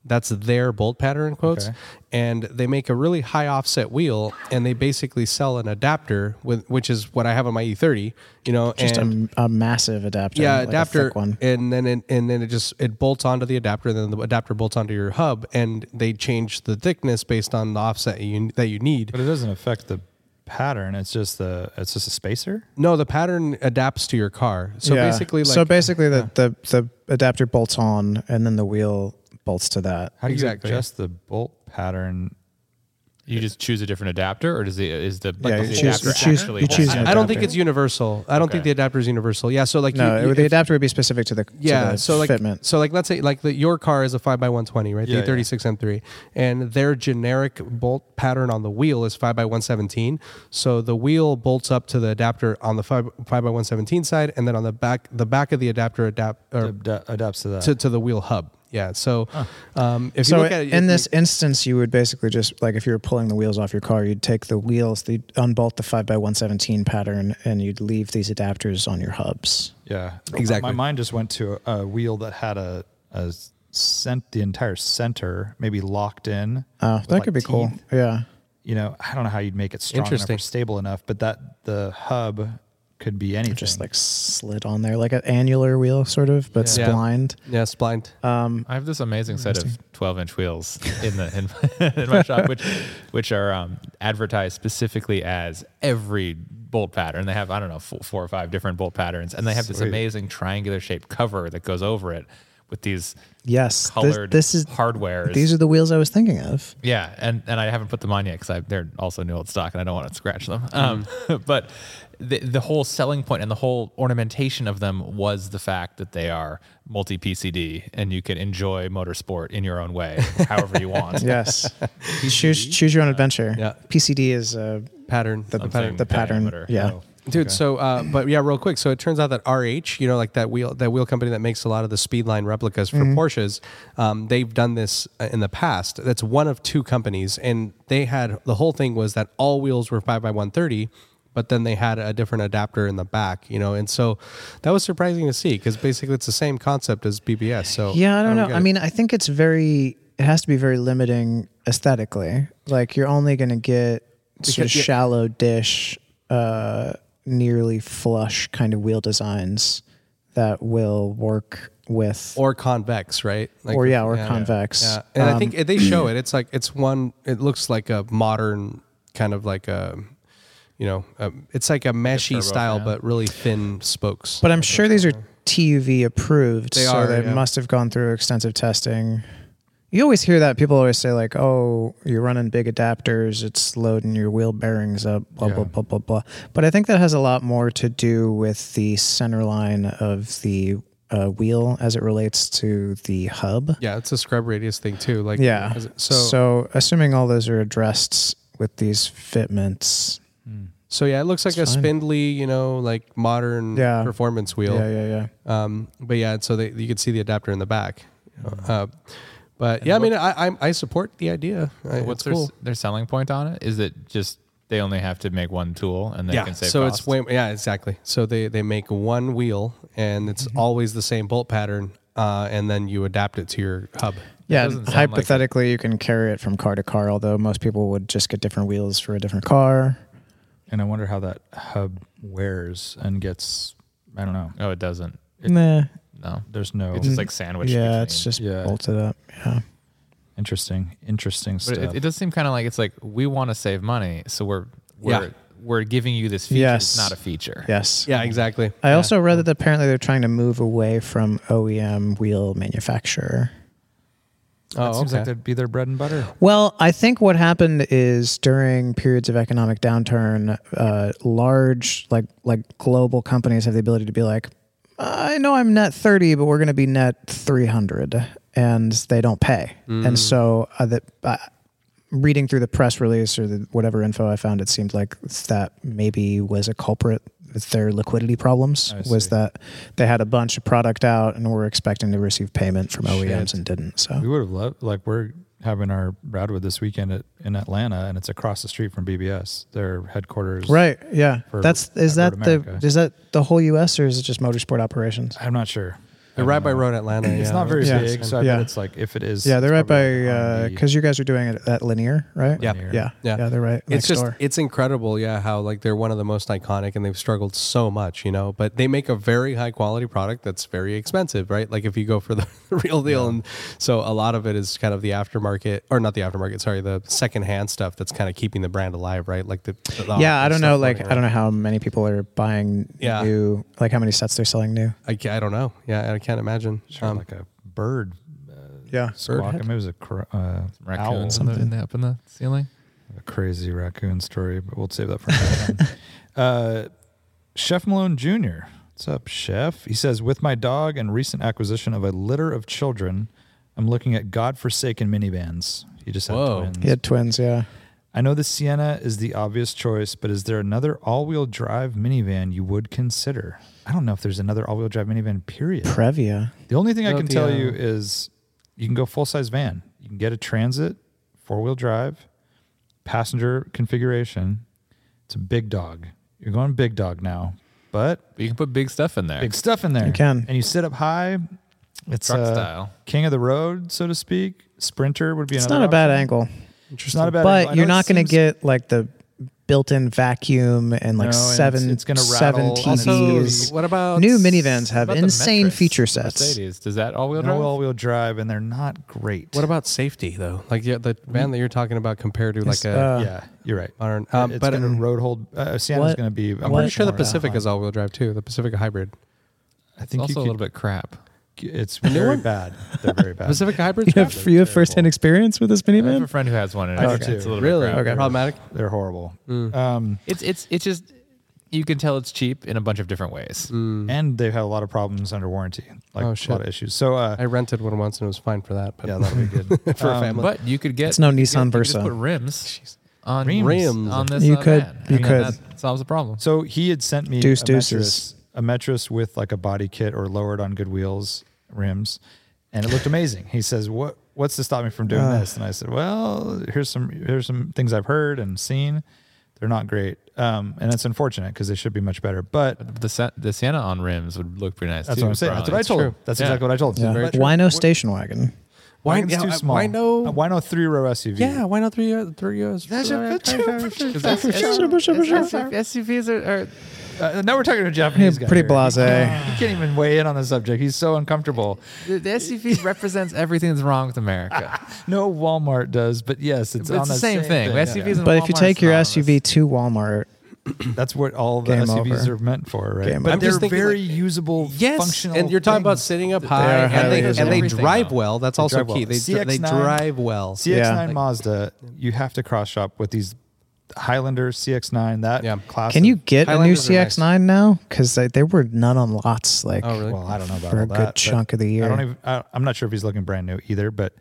Speaker 2: That's their bolt pattern quotes,
Speaker 3: Okay.
Speaker 2: and they make a really high offset wheel, and they basically sell an adapter with which is what I have on my E30. You know,
Speaker 5: Just
Speaker 2: and
Speaker 5: a, a massive adapter.
Speaker 2: yeah
Speaker 5: like a
Speaker 2: adapter
Speaker 5: thick one.
Speaker 2: and then it, and then it just it bolts onto the adapter and then the adapter bolts onto your hub and they change the thickness based on the offset you, that you need
Speaker 3: But it doesn't affect the pattern. It's just the it's just a spacer.
Speaker 2: no the pattern adapts to your car so
Speaker 5: Yeah.
Speaker 2: basically like
Speaker 5: so basically, the, the the adapter bolts on, and then the wheel bolts to that.
Speaker 3: How do you
Speaker 2: Exactly.
Speaker 3: adjust the bolt pattern?
Speaker 4: You just choose a different adapter, or does the is the
Speaker 5: Yeah,
Speaker 4: does
Speaker 5: you
Speaker 4: the
Speaker 5: choose-
Speaker 4: adapter
Speaker 5: you choose-
Speaker 4: actually
Speaker 5: you
Speaker 4: hold
Speaker 5: choose
Speaker 4: on?
Speaker 5: an
Speaker 2: i don't think
Speaker 5: adapter.
Speaker 2: it's universal i don't think
Speaker 4: Okay.
Speaker 2: the adapter is universal yeah so like
Speaker 5: No,
Speaker 2: you, you-
Speaker 5: it- the
Speaker 2: if-
Speaker 5: adapter would be specific to the
Speaker 2: yeah
Speaker 5: To the
Speaker 2: so like
Speaker 5: fitment.
Speaker 2: so like let's say like the, your car is a 5 by 120 right
Speaker 3: Yeah, yeah.
Speaker 2: the 36 m3 and their generic bolt pattern on the wheel is 5 by 117 so the wheel bolts up to the adapter on the 5, 5 by 117 side and then on the back the back of the adapter adapt or
Speaker 3: Ad- adapts to that.
Speaker 2: to, to the wheel hub yeah so um, if you
Speaker 5: So
Speaker 2: look at it
Speaker 5: in
Speaker 2: you-
Speaker 5: this instance, you would basically just like if you were pulling the wheels off your car, you'd take the wheels, the unbolt the five by one seventeen pattern, and you'd leave these adapters on your hubs.
Speaker 3: yeah,
Speaker 2: Exactly.
Speaker 3: My mind just went to a wheel that had a a cent the entire center maybe locked in.
Speaker 5: Oh,
Speaker 3: with,
Speaker 5: that
Speaker 3: like,
Speaker 5: could be cool.
Speaker 3: teeth.
Speaker 5: Yeah.
Speaker 3: you know, I don't know how you'd make it strong enough
Speaker 2: Interesting.
Speaker 3: or stable enough, but that the hub could be anything.
Speaker 5: Just like slid on there, like an annular wheel, sort of, but
Speaker 2: Yeah.
Speaker 5: splined.
Speaker 2: yeah splined
Speaker 5: Uh,
Speaker 4: I have this amazing set of 12 inch wheels in the in, in my shop, which which are um, advertised specifically as every bolt pattern. They have I don't know four, four or five different bolt patterns, and they have this
Speaker 3: Sweet.
Speaker 4: amazing triangular shaped cover that goes over it with these
Speaker 5: Yes, this-
Speaker 4: colored
Speaker 5: this is-
Speaker 4: hardware.
Speaker 5: These are the wheels I was thinking of.
Speaker 4: Yeah, and, and I haven't put them on yet because they're also new old stock, and I don't want to scratch them. Um,
Speaker 5: Mm-hmm.
Speaker 4: but the the whole selling point and the whole ornamentation of them was the fact that they are multi PCD, and you can enjoy motorsport in your own way, however you want.
Speaker 5: Yes. choose choose your own adventure.
Speaker 2: yeah.
Speaker 5: PCD is uh,
Speaker 2: pattern
Speaker 5: the, pattern.
Speaker 4: Something
Speaker 5: The pattern.
Speaker 4: diameter.
Speaker 5: Yeah.
Speaker 4: Oh.
Speaker 2: dude so uh, but yeah real quick so it turns out that rh you know like that wheel that wheel company that makes a lot of the speedline replicas for
Speaker 5: Mm-hmm.
Speaker 2: porsches um, they've done this uh, in the past that's one of two companies and they had the whole thing was that all wheels were 5 by 130 but then they had a different adapter in the back you know and so that was surprising to see because basically it's the same concept as bbs so
Speaker 5: Yeah, I don't know.
Speaker 2: get
Speaker 5: I
Speaker 2: it.
Speaker 5: mean, I think it's very. It has to be very limiting aesthetically. Like you're only going to get sort of
Speaker 2: Because- yeah.
Speaker 5: shallow dish, uh, nearly flush kind of wheel designs that will work with.
Speaker 2: or convex, right? Like,
Speaker 5: Or, yeah, or convex. Um,
Speaker 2: Yeah, and I think they show it. It's like it's one. It looks like a modern kind of like a, you know, um it's like a meshy style, but really thin spokes.
Speaker 5: but I'm sure these are TUV approved,
Speaker 2: They
Speaker 5: so
Speaker 2: are,
Speaker 5: they
Speaker 2: yeah.
Speaker 5: must have gone through extensive testing. You always hear that people always say like, "Oh, you're running big adapters; it's loading your wheel bearings up." Blah blah blah blah blah. But I think that has a lot more to do with the center line of the uh, wheel as it relates to the hub.
Speaker 2: yeah, it's a scrub radius thing too. Like
Speaker 5: Yeah.
Speaker 2: is it-
Speaker 5: So,
Speaker 2: so
Speaker 5: assuming all those are addressed with these fitments.
Speaker 2: so yeah, it looks like a spindly, you know, like modern
Speaker 5: Yeah.
Speaker 2: performance wheel.
Speaker 5: Yeah, yeah, yeah.
Speaker 2: Um, but yeah, so they, you could see the adapter in the back. Uh, but yeah, I mean, I, I I support the idea. I-
Speaker 4: What's
Speaker 2: it's
Speaker 4: their,
Speaker 2: cool.
Speaker 4: their selling point on it? Is it just they only have to make one tool and they can save
Speaker 2: so
Speaker 4: cost?
Speaker 2: it's way yeah exactly so they they make one wheel and it's
Speaker 5: Mm-hmm.
Speaker 2: always the same bolt pattern uh, and then you adapt it to your hub
Speaker 5: Yeah,
Speaker 4: doesn't sound like it.
Speaker 5: hypothetically, you can carry it from car to car, although most people would just get different wheels for a different car.
Speaker 3: and I wonder how that hub wears and gets. I don't know.
Speaker 4: oh, it doesn't.
Speaker 5: nah.
Speaker 4: No,
Speaker 3: There's no.
Speaker 4: it's just like sandwiched.
Speaker 5: Mm-hmm. Yeah,
Speaker 4: between.
Speaker 5: it's just
Speaker 3: Yeah.
Speaker 5: bolted up. Yeah.
Speaker 3: interesting. Interesting
Speaker 4: But
Speaker 3: stuff.
Speaker 4: it, it does seem kind of like it's like we want to save money, so we're we're
Speaker 2: Yeah.
Speaker 4: we're giving you this feature.
Speaker 5: Yes.
Speaker 4: It's not a feature.
Speaker 5: Yes.
Speaker 2: yeah exactly
Speaker 5: I also read that apparently they're trying to move away from OEM wheel manufacturer.
Speaker 3: That
Speaker 2: oh
Speaker 3: seems
Speaker 2: okay.
Speaker 3: like that'd be their bread and butter.
Speaker 5: Well, I think what happened is during periods of economic downturn, uh, large like like global companies have the ability to be like, I know I'm net thirty, but we're going to
Speaker 3: Mm.
Speaker 5: be net three hundred, and they don't pay, and so uh, that. Uh, reading through the press release or the, whatever info I found, it seemed like that maybe was a culprit with their liquidity problems.
Speaker 3: I
Speaker 5: Was
Speaker 3: see.
Speaker 5: that they had a bunch of product out and were expecting to receive payment from OEMs
Speaker 2: Shit.
Speaker 5: and didn't.
Speaker 3: We
Speaker 5: So
Speaker 3: would have loved like we're having our Radwood this weekend at, in Atlanta, and it's across the street from BBS, their headquarters.
Speaker 5: right, yeah,
Speaker 3: For
Speaker 5: that's is
Speaker 3: Road
Speaker 5: that the
Speaker 3: America.
Speaker 5: is that the whole U.S. or is it just motorsport operations?
Speaker 3: I'm not sure.
Speaker 2: They're right by Road Atlanta.
Speaker 3: It's
Speaker 2: yeah.
Speaker 3: not very
Speaker 5: Yeah.
Speaker 3: big, so I
Speaker 5: Yeah.
Speaker 3: bet it's like if it is.
Speaker 5: Yeah, they're
Speaker 3: it's
Speaker 5: right
Speaker 3: probably on
Speaker 5: by
Speaker 3: the-
Speaker 5: because you guys are doing it at Linear, right?
Speaker 3: Yeah.
Speaker 5: yeah,
Speaker 3: Linear.
Speaker 5: yeah,
Speaker 2: Yeah.
Speaker 5: they're right.
Speaker 2: It's
Speaker 5: next
Speaker 2: just
Speaker 5: door.
Speaker 2: it's incredible, yeah, how like they're one of the most iconic and they've struggled so much, you know, but they make a very high quality product that's very expensive, right? Like if you go for the real deal and so a lot of it is kind of the aftermarket or not the aftermarket, sorry, the secondhand stuff that's kind of keeping the brand alive, right? Like the, the
Speaker 3: uh,
Speaker 5: yeah, I don't know. Like, I
Speaker 2: know.
Speaker 5: don't know how many people are buying
Speaker 2: Yeah.
Speaker 5: new, like how many sets they're selling new.
Speaker 2: I, ca- I don't know. Yeah, I can't imagine.
Speaker 3: Sure,
Speaker 2: Um,
Speaker 3: like a bird
Speaker 5: Yeah.
Speaker 3: squawking. Maybe it was a cr- uh, owl,
Speaker 4: Raccoons in the, in the, up in the ceiling.
Speaker 3: a crazy raccoon story, but we'll save that for another time. Uh, Chef Malone Jr. What's up, Chef? He says, with my dog and recent acquisition of a litter of children, I'm looking at godforsaken minivans. He just had
Speaker 2: Whoa.
Speaker 3: twins.
Speaker 5: He had twins, yeah.
Speaker 3: I know the Sienna is the obvious choice, but is there another all-wheel drive minivan you would consider? I don't know if there's another all-wheel drive minivan. Period.
Speaker 5: Previa.
Speaker 3: The only thing I
Speaker 2: No,
Speaker 3: can
Speaker 2: the,
Speaker 3: tell
Speaker 2: uh,
Speaker 3: you is you can go full size van. You can get a transit, four wheel drive, passenger configuration. It's a big dog. You're going big dog now, but
Speaker 4: But you can put big stuff in there.
Speaker 3: big stuff in there.
Speaker 5: You can.
Speaker 3: And you sit up high. It's
Speaker 4: Truck
Speaker 3: uh,
Speaker 4: style.
Speaker 3: King of the road, so to speak. Sprinter would be
Speaker 5: It's
Speaker 3: another
Speaker 5: not a bad
Speaker 3: option.
Speaker 5: angle,
Speaker 3: It's not a bad angle. I
Speaker 5: but
Speaker 3: know
Speaker 5: you're
Speaker 3: it
Speaker 5: not going
Speaker 3: seems-
Speaker 5: to get like the built-in vacuum and
Speaker 3: No, and
Speaker 5: like
Speaker 3: it's-
Speaker 5: seven
Speaker 3: it's gonna
Speaker 5: seven
Speaker 3: rattle. Also,
Speaker 5: TVs.
Speaker 2: what
Speaker 3: Oh,
Speaker 2: about
Speaker 5: New minivans have
Speaker 4: What about the
Speaker 5: insane
Speaker 4: Metris?
Speaker 5: feature sets.
Speaker 4: Mercedes. Does that all wheel drive?
Speaker 3: No all wheel drive, and they're not great.
Speaker 2: What about safety though? Like yeah, the
Speaker 3: Mm-hmm.
Speaker 2: van that you're talking about compared to
Speaker 5: It's,
Speaker 2: like a
Speaker 5: uh,
Speaker 3: yeah, you're right.
Speaker 2: modern. Um,
Speaker 3: it's
Speaker 2: but
Speaker 3: gonna
Speaker 2: I'm
Speaker 3: road hold. Uh, Sienna's
Speaker 5: what-
Speaker 3: going to be. I'm
Speaker 5: what-
Speaker 2: pretty sure the
Speaker 3: more
Speaker 2: Pacific
Speaker 3: outline.
Speaker 2: is all-wheel drive too. The Pacific Hybrid.
Speaker 3: I
Speaker 4: It's
Speaker 3: think you
Speaker 4: also a
Speaker 3: could
Speaker 4: little bit crap.
Speaker 3: It's very bad. They're very bad.
Speaker 2: Pacific Hybrid's
Speaker 5: You
Speaker 2: crap.
Speaker 5: have you have firsthand experience with this
Speaker 4: I have a
Speaker 5: minivan?
Speaker 4: friend who has one. And
Speaker 3: I do
Speaker 4: it's,
Speaker 3: too.
Speaker 4: it's a little
Speaker 2: really
Speaker 4: bit crap.
Speaker 5: Okay.
Speaker 2: problematic.
Speaker 3: They're horrible. Um,
Speaker 4: It's it's it's just you can tell it's cheap in a bunch of different ways.
Speaker 3: Mm. and they have a lot of problems under warranty, like
Speaker 2: Oh,
Speaker 3: a
Speaker 2: shit.
Speaker 3: lot of issues. So uh,
Speaker 2: I rented one once and it was fine for that. But
Speaker 3: yeah, that'll be good
Speaker 2: for a
Speaker 3: Um,
Speaker 2: family.
Speaker 4: But you could get
Speaker 5: It's no
Speaker 4: you could-
Speaker 5: Nissan
Speaker 4: you could just
Speaker 5: Versa.
Speaker 4: put rims on
Speaker 3: Rims.
Speaker 4: rims,
Speaker 2: Rims.
Speaker 4: on this.
Speaker 5: You
Speaker 4: uh,
Speaker 5: could-
Speaker 4: van.
Speaker 5: you
Speaker 4: I mean,
Speaker 5: could.
Speaker 4: That solves the problem.
Speaker 3: So he had sent me
Speaker 5: Deuce
Speaker 3: a
Speaker 5: deuces.
Speaker 3: Metris, a Metris with like a body kit or lowered on good wheels rims, and it looked amazing. He says, "What what's to stop me from doing this?" And I said, "Well, here's some here's some things I've heard and seen. They're not great, um, and it's unfortunate because they should be much better. But
Speaker 4: The Sa- the Sienna on rims would look pretty nice.
Speaker 3: that's
Speaker 4: too,
Speaker 3: what I'm saying. That's
Speaker 4: probably.
Speaker 3: what I told him.
Speaker 2: true.
Speaker 3: That's
Speaker 4: Yeah.
Speaker 3: exactly what I told him.
Speaker 5: Yeah.
Speaker 3: But
Speaker 5: Wino station wagon.
Speaker 2: why
Speaker 3: Wagon's
Speaker 2: yeah,
Speaker 3: too
Speaker 2: I-
Speaker 3: small.
Speaker 2: Why no?
Speaker 3: Uh, Why no three row SUV?
Speaker 2: yeah, why no three years? Three years.
Speaker 4: SUVs are,
Speaker 3: Uh, now we're talking to a Japanese guy.
Speaker 5: Pretty
Speaker 3: here.
Speaker 5: blasé.
Speaker 3: He can't even weigh in on the subject. He's so uncomfortable.
Speaker 4: the, SUV represents everything that's wrong with America.
Speaker 3: No, Walmart does, but yes, it's,
Speaker 4: It's,
Speaker 3: on
Speaker 4: the same, thing. SUVs and
Speaker 5: But if you
Speaker 4: Walmart
Speaker 5: take
Speaker 4: are
Speaker 5: your
Speaker 4: synonymous.
Speaker 5: SUV to Walmart,
Speaker 3: That's what all the
Speaker 5: Game
Speaker 3: SUVs
Speaker 5: over.
Speaker 3: are meant for, right?
Speaker 5: Game
Speaker 3: but
Speaker 5: over. I'm
Speaker 3: they're
Speaker 2: just thinking,
Speaker 3: very
Speaker 2: like,
Speaker 3: usable,
Speaker 2: Yes,
Speaker 3: functional.
Speaker 2: and you're talking about sitting up high,
Speaker 5: are
Speaker 2: and they,
Speaker 5: highly
Speaker 2: and they
Speaker 4: visible.
Speaker 2: drive well. That's
Speaker 3: They
Speaker 2: also
Speaker 3: drive well.
Speaker 2: key. They, they
Speaker 3: CX-9.
Speaker 2: drive well.
Speaker 3: CX9
Speaker 5: Yeah.
Speaker 3: Mazda. You have to cross shop with these Highlander CX9. That
Speaker 2: Yeah.
Speaker 3: class.
Speaker 5: can
Speaker 3: of-
Speaker 5: you get a new
Speaker 2: Highlanders are nice.
Speaker 5: CX9 now? Because there were none on lots. Like,
Speaker 2: Oh, really?
Speaker 3: Well, I don't know about
Speaker 5: For a
Speaker 3: all
Speaker 5: good
Speaker 3: that, but
Speaker 5: chunk of the year.
Speaker 3: I don't even. I, I'm not sure if he's looking brand new either, but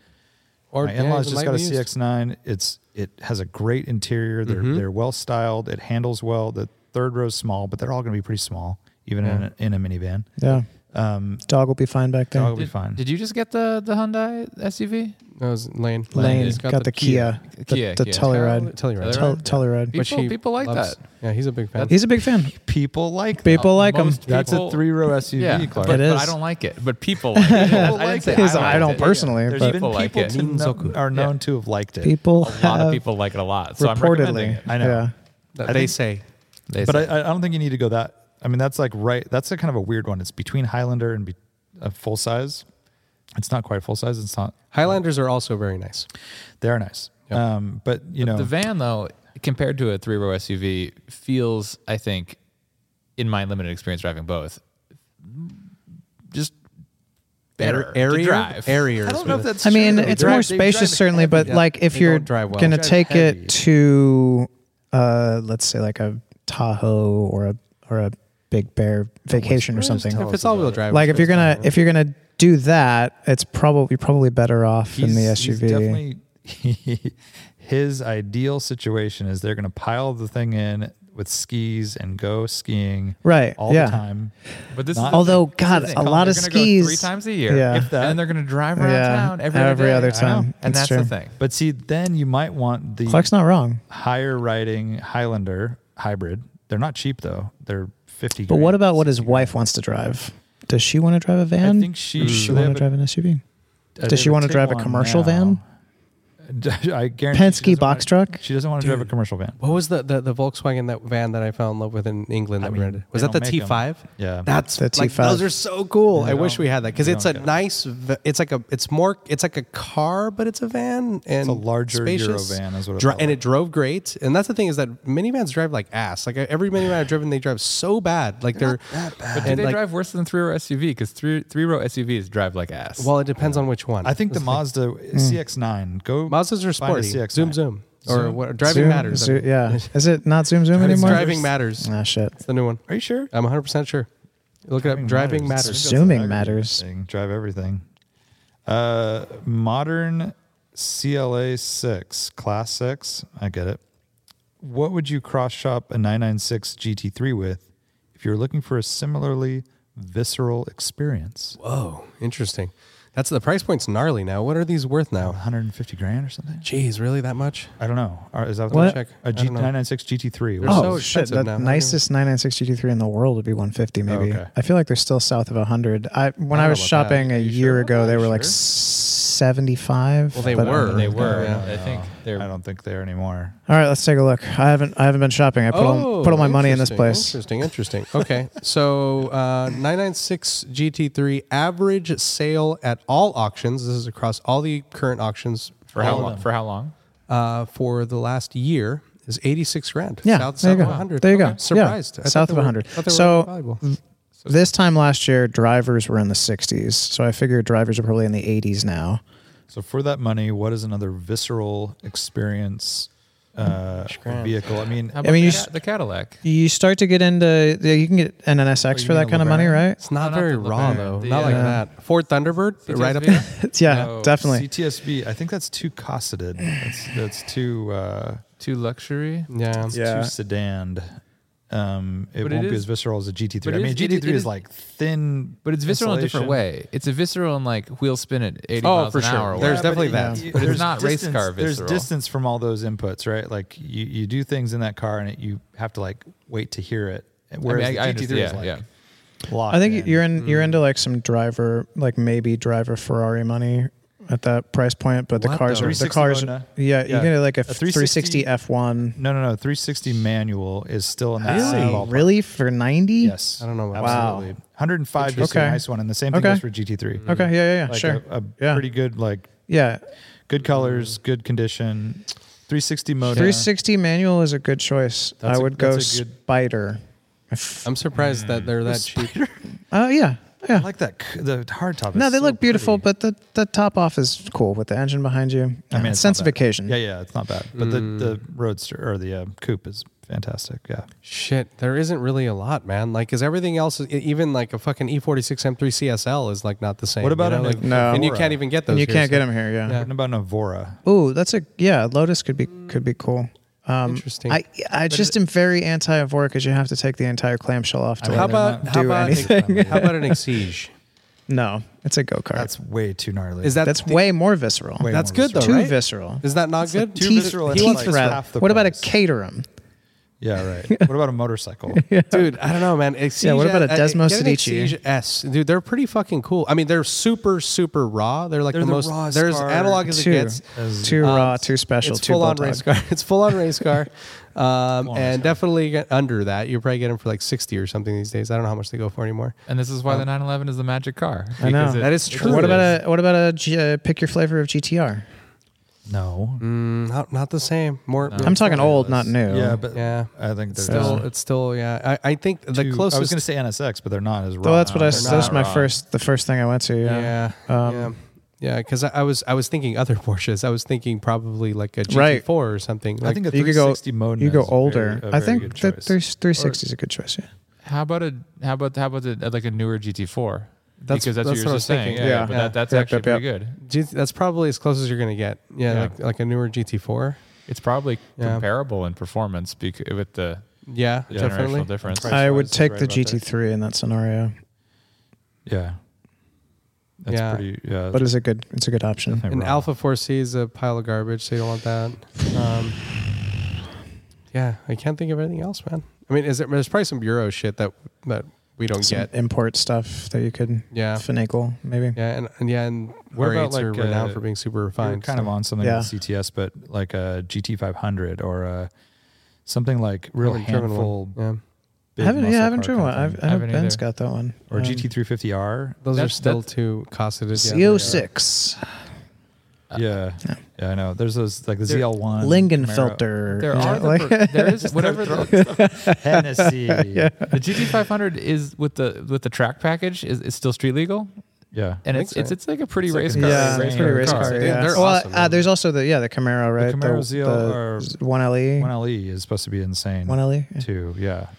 Speaker 2: Or
Speaker 3: My
Speaker 2: yeah,
Speaker 3: in-laws
Speaker 2: even
Speaker 3: just got a
Speaker 2: lightly used.
Speaker 3: CX9. It's it has a great interior. They're
Speaker 4: Mm-hmm.
Speaker 3: they're well styled. It handles well. The third row's small, but they're all going to be pretty small, even in, a, in a minivan.
Speaker 5: yeah,
Speaker 3: Um,
Speaker 5: dog will be fine back there.
Speaker 3: dog will be
Speaker 4: Did,
Speaker 3: fine.
Speaker 4: did you just get the the Hyundai SUV?
Speaker 2: No, it was Lane.
Speaker 5: Lane
Speaker 2: He's
Speaker 5: got, the, Kia, the,
Speaker 4: Kia,
Speaker 5: the
Speaker 4: Kia.
Speaker 5: Telluride,
Speaker 2: Tell you right.
Speaker 5: Tell, Telluride.
Speaker 4: People, people like that.
Speaker 2: Yeah, he's a big fan.
Speaker 5: He's a big fan.
Speaker 3: people like that.
Speaker 5: People like him.
Speaker 4: Most
Speaker 3: That's a
Speaker 4: people-
Speaker 3: three-row SUV,
Speaker 4: Yeah,
Speaker 3: Clark.
Speaker 4: But,
Speaker 5: It
Speaker 4: but
Speaker 5: is.
Speaker 4: I don't like it. But people like it. I
Speaker 3: like
Speaker 4: didn't say
Speaker 3: it.
Speaker 5: Because
Speaker 4: I,
Speaker 5: I
Speaker 4: liked
Speaker 5: don't
Speaker 4: it.
Speaker 5: personally,
Speaker 3: There's
Speaker 5: but
Speaker 3: been
Speaker 4: people
Speaker 3: people,
Speaker 4: like it. Mm,
Speaker 3: to know, are known to have liked it.
Speaker 5: people
Speaker 4: A lot
Speaker 5: have
Speaker 4: of people like it a lot. So I'm recommending
Speaker 5: reportedly.
Speaker 4: it.
Speaker 3: I know.
Speaker 5: Yeah.
Speaker 2: That they say.
Speaker 4: They
Speaker 3: But
Speaker 4: say-
Speaker 3: I, I don't think you need to go that. I mean, that's like right. That's a kind of a weird one. It's between Highlander and be, uh, full size. It's not quite full size. It's not.
Speaker 2: Highlanders are also very nice.
Speaker 3: They are nice. Um, but you know,
Speaker 4: The van, though, compared to a three row SUV, feels, I think, in my limited experience driving both, just better.
Speaker 2: Air-
Speaker 4: to
Speaker 2: airier-
Speaker 4: drive.
Speaker 2: airier
Speaker 3: I
Speaker 2: is
Speaker 3: don't know
Speaker 2: what
Speaker 3: if
Speaker 2: it-
Speaker 3: that's.
Speaker 5: I mean,
Speaker 3: true.
Speaker 5: it's
Speaker 3: They
Speaker 5: more
Speaker 3: drive- they drive
Speaker 5: spacious, certainly, but
Speaker 2: Yeah,
Speaker 5: like if
Speaker 2: they
Speaker 5: you're
Speaker 2: don't drive well.
Speaker 5: gonna
Speaker 2: Drive
Speaker 5: take
Speaker 2: heavy.
Speaker 5: it to, uh, let's say like a Tahoe or a or a Big Bear vacation or something.
Speaker 2: If it's all wheel drive,
Speaker 5: Like if you're
Speaker 2: it's
Speaker 5: gonna
Speaker 2: fine.
Speaker 5: if you're gonna do that, it's probably you're probably better off in the
Speaker 3: He's- he's
Speaker 5: SUV.
Speaker 3: definitely- he his ideal situation is they're going to pile the thing in with skis and go skiing
Speaker 5: Right,
Speaker 3: all
Speaker 5: yeah.
Speaker 3: the time.
Speaker 4: But this
Speaker 3: Not-
Speaker 4: is
Speaker 5: Although,
Speaker 4: this is
Speaker 5: God,
Speaker 4: the thing.
Speaker 5: a lot
Speaker 4: They're
Speaker 5: of
Speaker 4: gonna go
Speaker 5: skis-
Speaker 4: three times a year,
Speaker 5: Yeah.
Speaker 4: if that. and then they're going to drive around
Speaker 5: Yeah.
Speaker 4: town every,
Speaker 5: Every
Speaker 4: day.
Speaker 5: other
Speaker 4: I know.
Speaker 5: time.
Speaker 4: and
Speaker 5: That's
Speaker 4: that's the
Speaker 5: true.
Speaker 4: thing.
Speaker 3: But see, then you might want the
Speaker 5: Clark's not wrong.
Speaker 3: higher riding Highlander hybrid. They're not cheap though. They're fifty.
Speaker 5: But what
Speaker 3: grand.
Speaker 5: about what his wife wants to drive? Does she want to drive a van?
Speaker 3: think she-
Speaker 5: Or Does she
Speaker 3: they
Speaker 5: want
Speaker 3: have
Speaker 5: to
Speaker 3: a-
Speaker 5: drive an SUV?
Speaker 3: Uh,
Speaker 5: does
Speaker 3: they
Speaker 5: she
Speaker 3: have
Speaker 5: wanna drive a
Speaker 3: Tiguan
Speaker 5: commercial
Speaker 3: now. I guarantee
Speaker 5: Penske
Speaker 3: she doesn't
Speaker 5: box
Speaker 3: wanna-
Speaker 5: truck?
Speaker 3: She doesn't want to drive a commercial van.
Speaker 2: What was the, the the Volkswagen that van that I fell in love with in England that
Speaker 3: mean,
Speaker 2: we rented? Was
Speaker 3: they
Speaker 2: that the
Speaker 3: don't make 'em.
Speaker 2: T5?
Speaker 3: Yeah.
Speaker 2: that's
Speaker 5: The
Speaker 2: like,
Speaker 5: T5.
Speaker 2: Those are so cool. I wish
Speaker 3: don't-
Speaker 2: we had that because
Speaker 3: they
Speaker 2: it's a
Speaker 3: don't get 'em.
Speaker 2: nice. v- It's like a. It's more. It's like a car, but it's a van and
Speaker 3: a larger
Speaker 2: spacious.
Speaker 3: Eurovan is what it
Speaker 2: Dri-
Speaker 3: felt
Speaker 2: and
Speaker 3: like.
Speaker 2: it drove great. And that's the thing is that minivans drive like ass. Like every minivan I've driven, they drive so bad. Like they're. that bad.
Speaker 4: But do they drive worse than three row SUV? Because three three row SUVs drive like ass.
Speaker 2: Well, it depends on which one.
Speaker 3: I think the Mazda
Speaker 5: Mm.
Speaker 3: CX-9. Go
Speaker 2: Mazdas are
Speaker 3: find
Speaker 2: sporty.
Speaker 3: a CX-9.
Speaker 2: Zoom, zoom, or what? Driving
Speaker 5: Zoom-
Speaker 2: matters.
Speaker 5: Zoom- yeah. Is it not Zoom Zoom
Speaker 2: It's
Speaker 5: anymore?
Speaker 2: driving matters.
Speaker 5: Ah, shit.
Speaker 2: It's the new one.
Speaker 3: Are you sure?
Speaker 2: I'm 100 percent sure. Look it up. Driving matters.
Speaker 5: Zooming matters.
Speaker 3: Thing. Drive everything. Uh, modern CLA six class six. I get it. What would you cross shop a 996 GT3 with if you're looking for a similarly visceral experience?
Speaker 2: Whoa, interesting. That's the price point's gnarly now. What are these worth now?
Speaker 3: 150 grand or something?
Speaker 2: Jeez, really that much?
Speaker 3: I don't know. Or Is that
Speaker 5: What?
Speaker 3: Check.
Speaker 2: Check. I
Speaker 3: A G-
Speaker 2: don't know.
Speaker 3: 996 GT3?
Speaker 2: They're
Speaker 5: Oh
Speaker 2: so
Speaker 5: shit!
Speaker 2: expensive now.
Speaker 5: The nicest 996 GT3 in the world would be 150, maybe.
Speaker 3: Oh, okay.
Speaker 5: I feel like they're still south of 100. I when I, was
Speaker 3: about that.
Speaker 5: shopping a
Speaker 3: Are you
Speaker 5: year
Speaker 3: sure?
Speaker 5: ago,
Speaker 3: Are
Speaker 5: they
Speaker 3: you
Speaker 5: were like
Speaker 3: sure?
Speaker 5: 75.
Speaker 2: Well, they
Speaker 5: but uh, I don't
Speaker 2: were.
Speaker 5: know.
Speaker 3: Oh,
Speaker 4: they were.
Speaker 2: Yeah.
Speaker 4: I think
Speaker 3: I
Speaker 4: they're.
Speaker 3: don't think they're anymore.
Speaker 5: All right, let's take a look. I haven't I haven't been shopping. I put all put all my money in this
Speaker 2: interesting,
Speaker 5: place.
Speaker 2: Oh, Interesting, interesting. Okay, so uh, 996 GT3 average sale at all auctions. This is across all the current auctions
Speaker 4: For how long? For how long?
Speaker 2: uh, for the last year is 86 grand.
Speaker 5: Yeah,
Speaker 2: south,
Speaker 5: there
Speaker 2: south
Speaker 5: you
Speaker 2: of
Speaker 5: go.
Speaker 2: 100.
Speaker 5: There you go.
Speaker 2: Okay, Surprised.
Speaker 5: Yeah,
Speaker 2: I thought
Speaker 5: south
Speaker 2: they
Speaker 5: of
Speaker 2: were-
Speaker 5: 100.
Speaker 2: thought they were
Speaker 5: So-
Speaker 2: valuable.
Speaker 5: This time last year, drivers were in the 60s, so I figure drivers are probably in the 80s now.
Speaker 3: So for that money, what is another visceral experience uh, vehicle? I mean,
Speaker 4: How
Speaker 5: I
Speaker 4: about
Speaker 5: mean,
Speaker 4: the,
Speaker 5: you
Speaker 4: Ca-
Speaker 5: s-
Speaker 4: the Cadillac.
Speaker 5: You start to get into yeah, you can get an NSX
Speaker 3: Oh, you
Speaker 5: for
Speaker 3: mean
Speaker 5: that
Speaker 3: a
Speaker 5: kind of money,
Speaker 3: LeBaron?
Speaker 5: right?
Speaker 2: It's not
Speaker 4: No, not
Speaker 2: very
Speaker 4: the
Speaker 2: raw
Speaker 4: LeBaron,
Speaker 2: though.
Speaker 4: the,
Speaker 2: not like
Speaker 4: uh,
Speaker 2: that. Ford Thunderbird, right up
Speaker 4: CTSV?
Speaker 2: there.
Speaker 3: Oh,
Speaker 5: yeah,
Speaker 4: No.
Speaker 5: definitely.
Speaker 3: CTSV. I think that's too cosseted. That's, that's too uh,
Speaker 4: Too luxury.
Speaker 2: Yeah.
Speaker 3: it's
Speaker 5: Yeah.
Speaker 3: too sedaned. Um, it
Speaker 4: But it
Speaker 3: won't be
Speaker 4: is-
Speaker 3: as visceral as a GT3.
Speaker 4: but
Speaker 3: I
Speaker 4: it
Speaker 3: mean,
Speaker 4: is- it
Speaker 3: GT3 is,
Speaker 4: is- it is-
Speaker 3: like thin,
Speaker 4: But it's visceral in a different
Speaker 3: insulation.
Speaker 4: way. It's a visceral in like wheel spin at 80
Speaker 2: Oh,
Speaker 4: miles
Speaker 2: for
Speaker 4: an
Speaker 2: sure.
Speaker 4: hour.
Speaker 2: There's
Speaker 4: whatever.
Speaker 2: definitely
Speaker 3: it-
Speaker 2: that.
Speaker 3: you-
Speaker 4: But it's
Speaker 3: there's
Speaker 4: not race
Speaker 3: distance-
Speaker 4: car
Speaker 3: There's
Speaker 4: visceral.
Speaker 3: distance from all those inputs, right? Like you, you do things in that car and it, you have to like wait to hear it. Whereas
Speaker 4: I- I
Speaker 3: the
Speaker 4: understand.
Speaker 3: GT3 is
Speaker 4: Yeah,
Speaker 3: like
Speaker 4: yeah.
Speaker 3: locked
Speaker 5: I think
Speaker 3: in.
Speaker 5: you're in you're into like some driver like maybe driver Ferrari money at that price point, but the
Speaker 2: What
Speaker 5: cars
Speaker 2: the-
Speaker 5: are the cars. Are,
Speaker 3: 360
Speaker 5: yeah,
Speaker 3: Yeah.
Speaker 5: you get like a,
Speaker 3: A
Speaker 5: 360
Speaker 3: 360
Speaker 5: F1.
Speaker 3: No, no, no. 360 manual is still in that same
Speaker 5: Wow,
Speaker 3: ballpark.
Speaker 5: Uh, really for 90?
Speaker 3: Yes.
Speaker 2: I don't know about that.
Speaker 3: Absolutely. 105 is
Speaker 5: Interesting.
Speaker 3: a nice one, and the same thing
Speaker 5: Okay.
Speaker 3: goes for GT3.
Speaker 5: Okay. Yeah. Yeah. Yeah.
Speaker 3: Like
Speaker 5: sure.
Speaker 3: A, a
Speaker 5: Yeah.
Speaker 3: pretty good, like
Speaker 5: yeah.
Speaker 3: good colors, good condition. 360 motor.
Speaker 5: 360 manual is a good choice.
Speaker 3: That's
Speaker 5: I
Speaker 3: a-
Speaker 5: would go
Speaker 3: that's a good-
Speaker 5: Spider. If-
Speaker 2: I'm surprised that they're that cheap.
Speaker 5: Oh yeah. Yeah.
Speaker 3: I like that. c- The hard top. is
Speaker 5: no, they
Speaker 3: so
Speaker 5: look beautiful,
Speaker 3: pretty.
Speaker 5: but the, the top off is cool with the engine behind you.
Speaker 3: I mean,
Speaker 5: it's
Speaker 3: not
Speaker 5: sense of
Speaker 3: bad.
Speaker 5: occasion.
Speaker 3: Yeah, yeah, it's not bad. But the
Speaker 2: Mm.
Speaker 3: the roadster or the uh, coupe is fantastic. Yeah.
Speaker 2: Shit, there isn't really a lot, man. Like, is everything else, e- even like a fucking E E46 M3 CSL is like not the same.
Speaker 3: What about
Speaker 2: you know?
Speaker 3: an
Speaker 2: like,
Speaker 5: No.
Speaker 2: And you
Speaker 3: Evora?
Speaker 2: can't even get those.
Speaker 5: And you
Speaker 2: here,
Speaker 5: can't
Speaker 2: so-
Speaker 5: get them here. Yeah.
Speaker 2: Yeah.
Speaker 3: What about an Avora?
Speaker 5: Oh, that's a yeah. Lotus could be could be cool. Um,
Speaker 2: Interesting.
Speaker 5: I I just am very anti Avora because you have to take the entire clamshell off to
Speaker 3: mean,
Speaker 5: let
Speaker 2: How
Speaker 5: it.
Speaker 3: they're
Speaker 2: about
Speaker 3: not
Speaker 2: how
Speaker 5: do
Speaker 2: about,
Speaker 5: anything.
Speaker 2: how about an Exige?
Speaker 5: no, it's a go kart.
Speaker 3: That's way too gnarly.
Speaker 2: Is that
Speaker 5: That's
Speaker 2: the-
Speaker 5: way more visceral.
Speaker 3: Way
Speaker 2: that's
Speaker 3: more
Speaker 2: good though,
Speaker 5: Too
Speaker 2: right?
Speaker 5: visceral.
Speaker 2: Is that not good?
Speaker 3: too
Speaker 5: Teeth,
Speaker 3: visceral and
Speaker 5: teeth
Speaker 3: it's like
Speaker 5: rather.
Speaker 3: half the
Speaker 5: What about a
Speaker 3: price.
Speaker 5: Caterham?
Speaker 3: Yeah, right. what about a motorcycle?
Speaker 2: Dude, I don't know, man. Exige,
Speaker 5: what about a
Speaker 2: I- I-
Speaker 5: Desmo
Speaker 2: uh, get an
Speaker 5: Sedici?
Speaker 2: Exige S, dude. They're pretty fucking cool. I mean, they're super, super raw. They're like
Speaker 3: They're
Speaker 2: the,
Speaker 3: the
Speaker 2: most.
Speaker 3: rawest
Speaker 2: They're as
Speaker 3: car
Speaker 2: analog as
Speaker 5: Too,
Speaker 2: it gets.
Speaker 5: too
Speaker 2: Um,
Speaker 5: raw, too special,
Speaker 2: It's
Speaker 5: too
Speaker 2: full on
Speaker 5: bulldog.
Speaker 2: race car. It's full on race car, um,
Speaker 3: Full-on race
Speaker 2: and
Speaker 3: car.
Speaker 2: definitely get under that. You probably get them for like sixty or something these days. I don't know how much they go for anymore.
Speaker 4: And this is why the 911 is the magic car.
Speaker 5: I know.
Speaker 4: because it-
Speaker 2: That is
Speaker 4: it
Speaker 2: true.
Speaker 5: What
Speaker 4: is.
Speaker 5: about a what about a G, uh, pick your flavor of GTR?
Speaker 3: No.
Speaker 2: Mm, not not the same. More.
Speaker 5: I'm talking old, not new.
Speaker 3: Yeah, but
Speaker 2: Yeah.
Speaker 3: I think they're
Speaker 2: Still,
Speaker 3: just
Speaker 2: it's still yeah. I, I think the
Speaker 3: too- I was
Speaker 2: closest.
Speaker 3: going to say NSX, but they're not as raw.
Speaker 5: Well, that's what I. s-
Speaker 2: they're
Speaker 5: That's
Speaker 4: not
Speaker 5: my
Speaker 4: raw.
Speaker 5: first. The first thing I went to. Yeah.
Speaker 2: yeah,
Speaker 5: Um,
Speaker 2: yeah, yeah. Because I, I was I was thinking other Porsches. I was thinking probably like a GT4
Speaker 5: Right.
Speaker 2: or something. Like,
Speaker 3: I think a
Speaker 5: you could go-
Speaker 3: 360 Modena
Speaker 5: You go
Speaker 3: is a
Speaker 5: older.
Speaker 3: very- a
Speaker 5: I
Speaker 3: very good
Speaker 5: think that
Speaker 3: choice.
Speaker 5: there's 360 is a good choice. Yeah.
Speaker 4: How about a how about how about a, like a newer GT4?
Speaker 2: That's-
Speaker 4: because
Speaker 2: that's
Speaker 4: that's, what
Speaker 2: what I was
Speaker 4: you're just saying.
Speaker 2: thinking.
Speaker 4: Yeah,
Speaker 2: Yeah.
Speaker 4: but
Speaker 2: Yeah.
Speaker 4: That, that's
Speaker 5: Yep,
Speaker 4: actually
Speaker 5: yep,
Speaker 4: pretty
Speaker 5: yep.
Speaker 4: good.
Speaker 2: G- that's probably as close as you're gonna get. Yeah,
Speaker 4: Yeah.
Speaker 2: Like, like a newer GT4.
Speaker 4: It's probably
Speaker 2: Yeah.
Speaker 4: comparable in performance because with the
Speaker 2: Yeah,
Speaker 4: generational
Speaker 2: definitely.
Speaker 4: difference.
Speaker 3: Right.
Speaker 5: I
Speaker 3: Price-wise
Speaker 5: would
Speaker 3: is
Speaker 5: take
Speaker 3: right
Speaker 5: the
Speaker 3: about there.
Speaker 5: GT3 in that scenario,
Speaker 3: Yeah. That's
Speaker 2: Yeah.
Speaker 3: pretty. Yeah.
Speaker 5: but it's a good it's a good option.
Speaker 3: definitely
Speaker 2: An
Speaker 3: wrong.
Speaker 2: Mm-hmm. Alpha 4C is a pile of garbage, so you don't want that. Um, yeah, I can't think of anything else, man. I mean, is there, there's probably some bureau shit that that we don't
Speaker 5: Some
Speaker 2: get.
Speaker 5: import stuff that you could
Speaker 2: Yeah,
Speaker 5: finagle maybe.
Speaker 2: yeah, and, and yeah, and
Speaker 3: What
Speaker 2: R8s
Speaker 3: about,
Speaker 2: are
Speaker 3: like,
Speaker 2: renowned
Speaker 3: uh,
Speaker 2: for being super
Speaker 3: You were
Speaker 2: refined.
Speaker 3: kind of on something
Speaker 5: Yeah.
Speaker 3: with CTS, but like a GT500 or a something like real handful.
Speaker 2: Yeah,
Speaker 3: big
Speaker 5: I haven't
Speaker 3: muscle
Speaker 5: yeah, I haven't
Speaker 3: car
Speaker 5: driven one.
Speaker 3: kind of
Speaker 5: I've,
Speaker 3: thing.
Speaker 5: I know
Speaker 4: Haven't
Speaker 5: Ben's
Speaker 4: either.
Speaker 5: got that one.
Speaker 3: or
Speaker 5: Um,
Speaker 3: GT350R.
Speaker 2: those are
Speaker 4: That-
Speaker 2: still
Speaker 4: that-
Speaker 2: too cosseted. Yeah, they are.
Speaker 5: CO6
Speaker 3: Yeah.
Speaker 5: Uh, Yeah.
Speaker 3: Yeah, I know. There's those like the
Speaker 4: There-
Speaker 3: ZL1. Camaro,
Speaker 5: Lingenfelter.
Speaker 4: There
Speaker 5: you
Speaker 4: are
Speaker 5: know,
Speaker 4: the
Speaker 5: like-
Speaker 4: per- there is whatever the,
Speaker 3: Hennessy. yeah.
Speaker 4: the GT500 is with the with the track package is it's still street legal and
Speaker 2: I
Speaker 4: it's,
Speaker 2: think
Speaker 4: it's
Speaker 2: so.
Speaker 4: it's like a pretty
Speaker 3: It's like
Speaker 4: race
Speaker 3: an
Speaker 4: car.
Speaker 5: yeah,
Speaker 3: race
Speaker 5: it's pretty
Speaker 3: car
Speaker 5: race
Speaker 3: cars.
Speaker 5: car.
Speaker 2: Dude,
Speaker 5: yeah.
Speaker 2: they're
Speaker 5: well,
Speaker 2: awesome,
Speaker 5: uh,
Speaker 2: man.
Speaker 5: there's also the yeah the Camaro right.
Speaker 3: Camaro ZL or
Speaker 5: one LE.
Speaker 3: One E. LE is supposed to be insane.
Speaker 5: One E? LE. yeah.
Speaker 3: too. Yeah. I haven't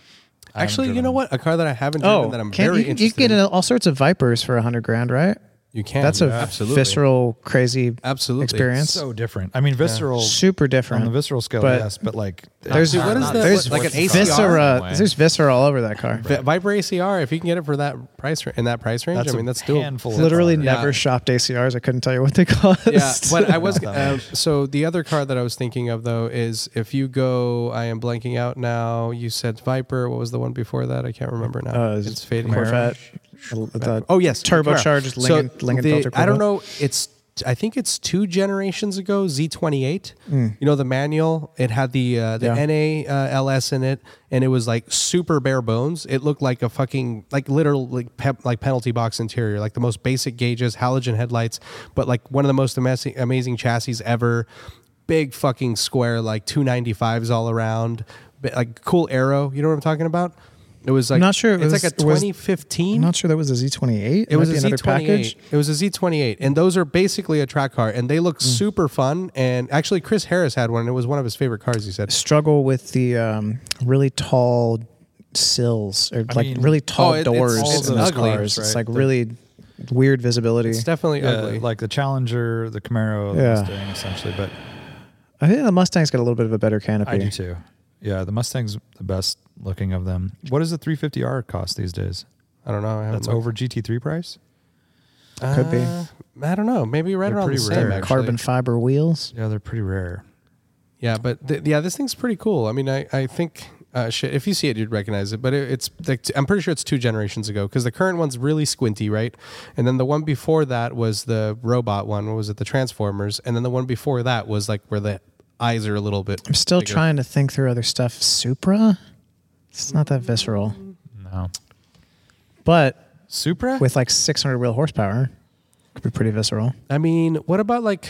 Speaker 2: Actually, you
Speaker 3: driven
Speaker 2: know
Speaker 3: one.
Speaker 2: what? A car that I haven't driven
Speaker 5: Oh,
Speaker 2: that I'm
Speaker 5: can't-
Speaker 2: very
Speaker 5: you, you
Speaker 2: interested
Speaker 5: can get
Speaker 2: in.
Speaker 5: in all sorts of Vipers for a hundred grand, right?
Speaker 2: you can.
Speaker 5: That's a
Speaker 2: yeah,
Speaker 5: visceral, crazy
Speaker 2: Absolutely.
Speaker 5: experience.
Speaker 3: So different. I mean, visceral on
Speaker 5: Super
Speaker 3: the
Speaker 5: different.
Speaker 3: visceral scale,
Speaker 5: But-
Speaker 3: yes, but like
Speaker 5: There's
Speaker 4: Dude, what is that?
Speaker 5: There's
Speaker 4: Like an ACR?
Speaker 5: viscera. There's viscera all over that car.
Speaker 2: Vi- Viper ACR, if you can get it for that price ra- in that price range,
Speaker 3: that's
Speaker 2: I mean
Speaker 3: a
Speaker 2: that's doable.
Speaker 3: handful. of
Speaker 5: Literally
Speaker 3: cars.
Speaker 2: Yeah.
Speaker 5: never shopped ACRs. I couldn't tell you what they cost.
Speaker 2: yeah, but I was
Speaker 3: Not that
Speaker 2: um, so the other car that I was thinking of though is if you go, I am blanking out now. You said Viper. What was the one before that? I can't remember now.
Speaker 5: Uh,
Speaker 2: it's fading.
Speaker 5: Corvette. The
Speaker 2: Oh yes,
Speaker 5: turbocharged
Speaker 2: Camaro. So
Speaker 5: Lincoln, Lincoln
Speaker 2: the-
Speaker 5: filter.
Speaker 2: I don't know. It's I think it's two generations ago. Z twenty eight. You know the manual. It had the uh, the
Speaker 5: Hmm. Yeah.
Speaker 2: NA uh, LS in it, and it was like super bare bones. It looked like a fucking like literal like pep, like penalty box interior, like the most basic gauges, halogen headlights, but like one of the most amazing amazing chassis ever. Big fucking square like two ninety fives all around. Bi- Like cool arrow. You know what I'm talking about? It was like
Speaker 5: Not sure it
Speaker 2: It's
Speaker 5: was-
Speaker 2: like a
Speaker 5: was-
Speaker 2: 2015.
Speaker 5: I'm not sure that was a Z28.
Speaker 2: It was a
Speaker 5: might be another
Speaker 2: Z28.
Speaker 5: package.
Speaker 2: It was a Z28, and those are basically a track car, and they look super fun. And actually, Chris Harris had one. and It was one of his favorite cars. He said.
Speaker 5: Struggle with the um, really tall sills or like
Speaker 3: mean,
Speaker 5: really tall
Speaker 2: oh, it- it's
Speaker 5: doors
Speaker 2: all
Speaker 5: in
Speaker 2: the
Speaker 5: those
Speaker 2: ugly,
Speaker 5: cars.
Speaker 3: right?
Speaker 5: It's like
Speaker 3: The-
Speaker 5: really weird visibility.
Speaker 2: It's definitely
Speaker 3: Yeah,
Speaker 2: ugly.
Speaker 3: like the Challenger, the Camaro, the
Speaker 5: Yeah.
Speaker 3: Mustang, essentially. But
Speaker 5: I think the Mustang's got a little bit of a better
Speaker 3: I do
Speaker 5: canopy.
Speaker 3: too. Yeah, the Mustang's the best looking of them. What does the 350R cost these days?
Speaker 2: I don't know. I haven't
Speaker 3: That's
Speaker 2: looked.
Speaker 3: over GT3 price.
Speaker 5: Could be.
Speaker 2: Uh, I don't know. Maybe right
Speaker 3: They're
Speaker 2: around the
Speaker 3: pretty
Speaker 2: same.
Speaker 3: rare.
Speaker 2: actually.
Speaker 5: Carbon fiber wheels.
Speaker 3: Yeah, they're pretty rare.
Speaker 2: Yeah, but th- yeah, this thing's pretty cool. I mean, I I think. Uh, shit, if you see it, you'd recognize it. But it, it's, like, t- I'm pretty sure it's two generations ago because the current one's really squinty, right? And then the one before that was the robot one. What was it? The Transformers. And then the one before that was like where the eyes are a little bit.
Speaker 5: I'm still
Speaker 2: bigger.
Speaker 5: trying to think through other stuff. Supra? It's not that visceral.
Speaker 4: No.
Speaker 5: But
Speaker 3: Supra?
Speaker 5: with like 600 wheel horsepower, could be pretty visceral.
Speaker 2: I mean, what about like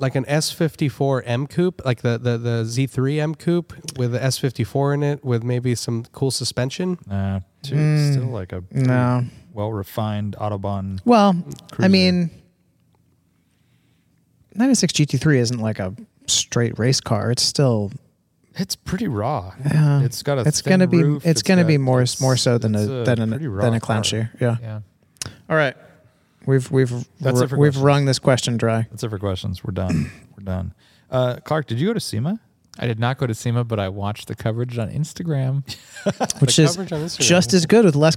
Speaker 2: like an S54 M coupe, like the the the Z3 M coupe with the S54 in it with maybe some cool suspension?
Speaker 3: Nah, dude,
Speaker 5: Mm,
Speaker 3: still like a
Speaker 5: No.
Speaker 3: well refined Autobahn.
Speaker 5: Well, I
Speaker 3: Cruiser.
Speaker 5: mean, 96 GT3 isn't like a straight race car. It's still
Speaker 3: It's pretty raw.
Speaker 5: Yeah.
Speaker 3: it's got a.
Speaker 5: it's
Speaker 3: thin
Speaker 5: gonna be
Speaker 3: roof,
Speaker 5: it's, gonna
Speaker 3: got-
Speaker 5: be more
Speaker 3: it's-
Speaker 5: more so than a
Speaker 3: it's
Speaker 5: than a
Speaker 3: pretty raw
Speaker 5: than a clown
Speaker 3: car.
Speaker 5: shoe. Yeah.
Speaker 4: Yeah.
Speaker 5: All right. We've we've
Speaker 3: That's
Speaker 5: ru-
Speaker 3: it for
Speaker 5: we've
Speaker 3: questions.
Speaker 5: wrung this question dry.
Speaker 3: That's it for questions. We're done. We're done. Uh, Clark, did you go to SEMA?
Speaker 4: I did not go to SEMA, but I watched the coverage on Instagram.
Speaker 5: Which is
Speaker 2: coverage on Instagram.
Speaker 5: just as good with less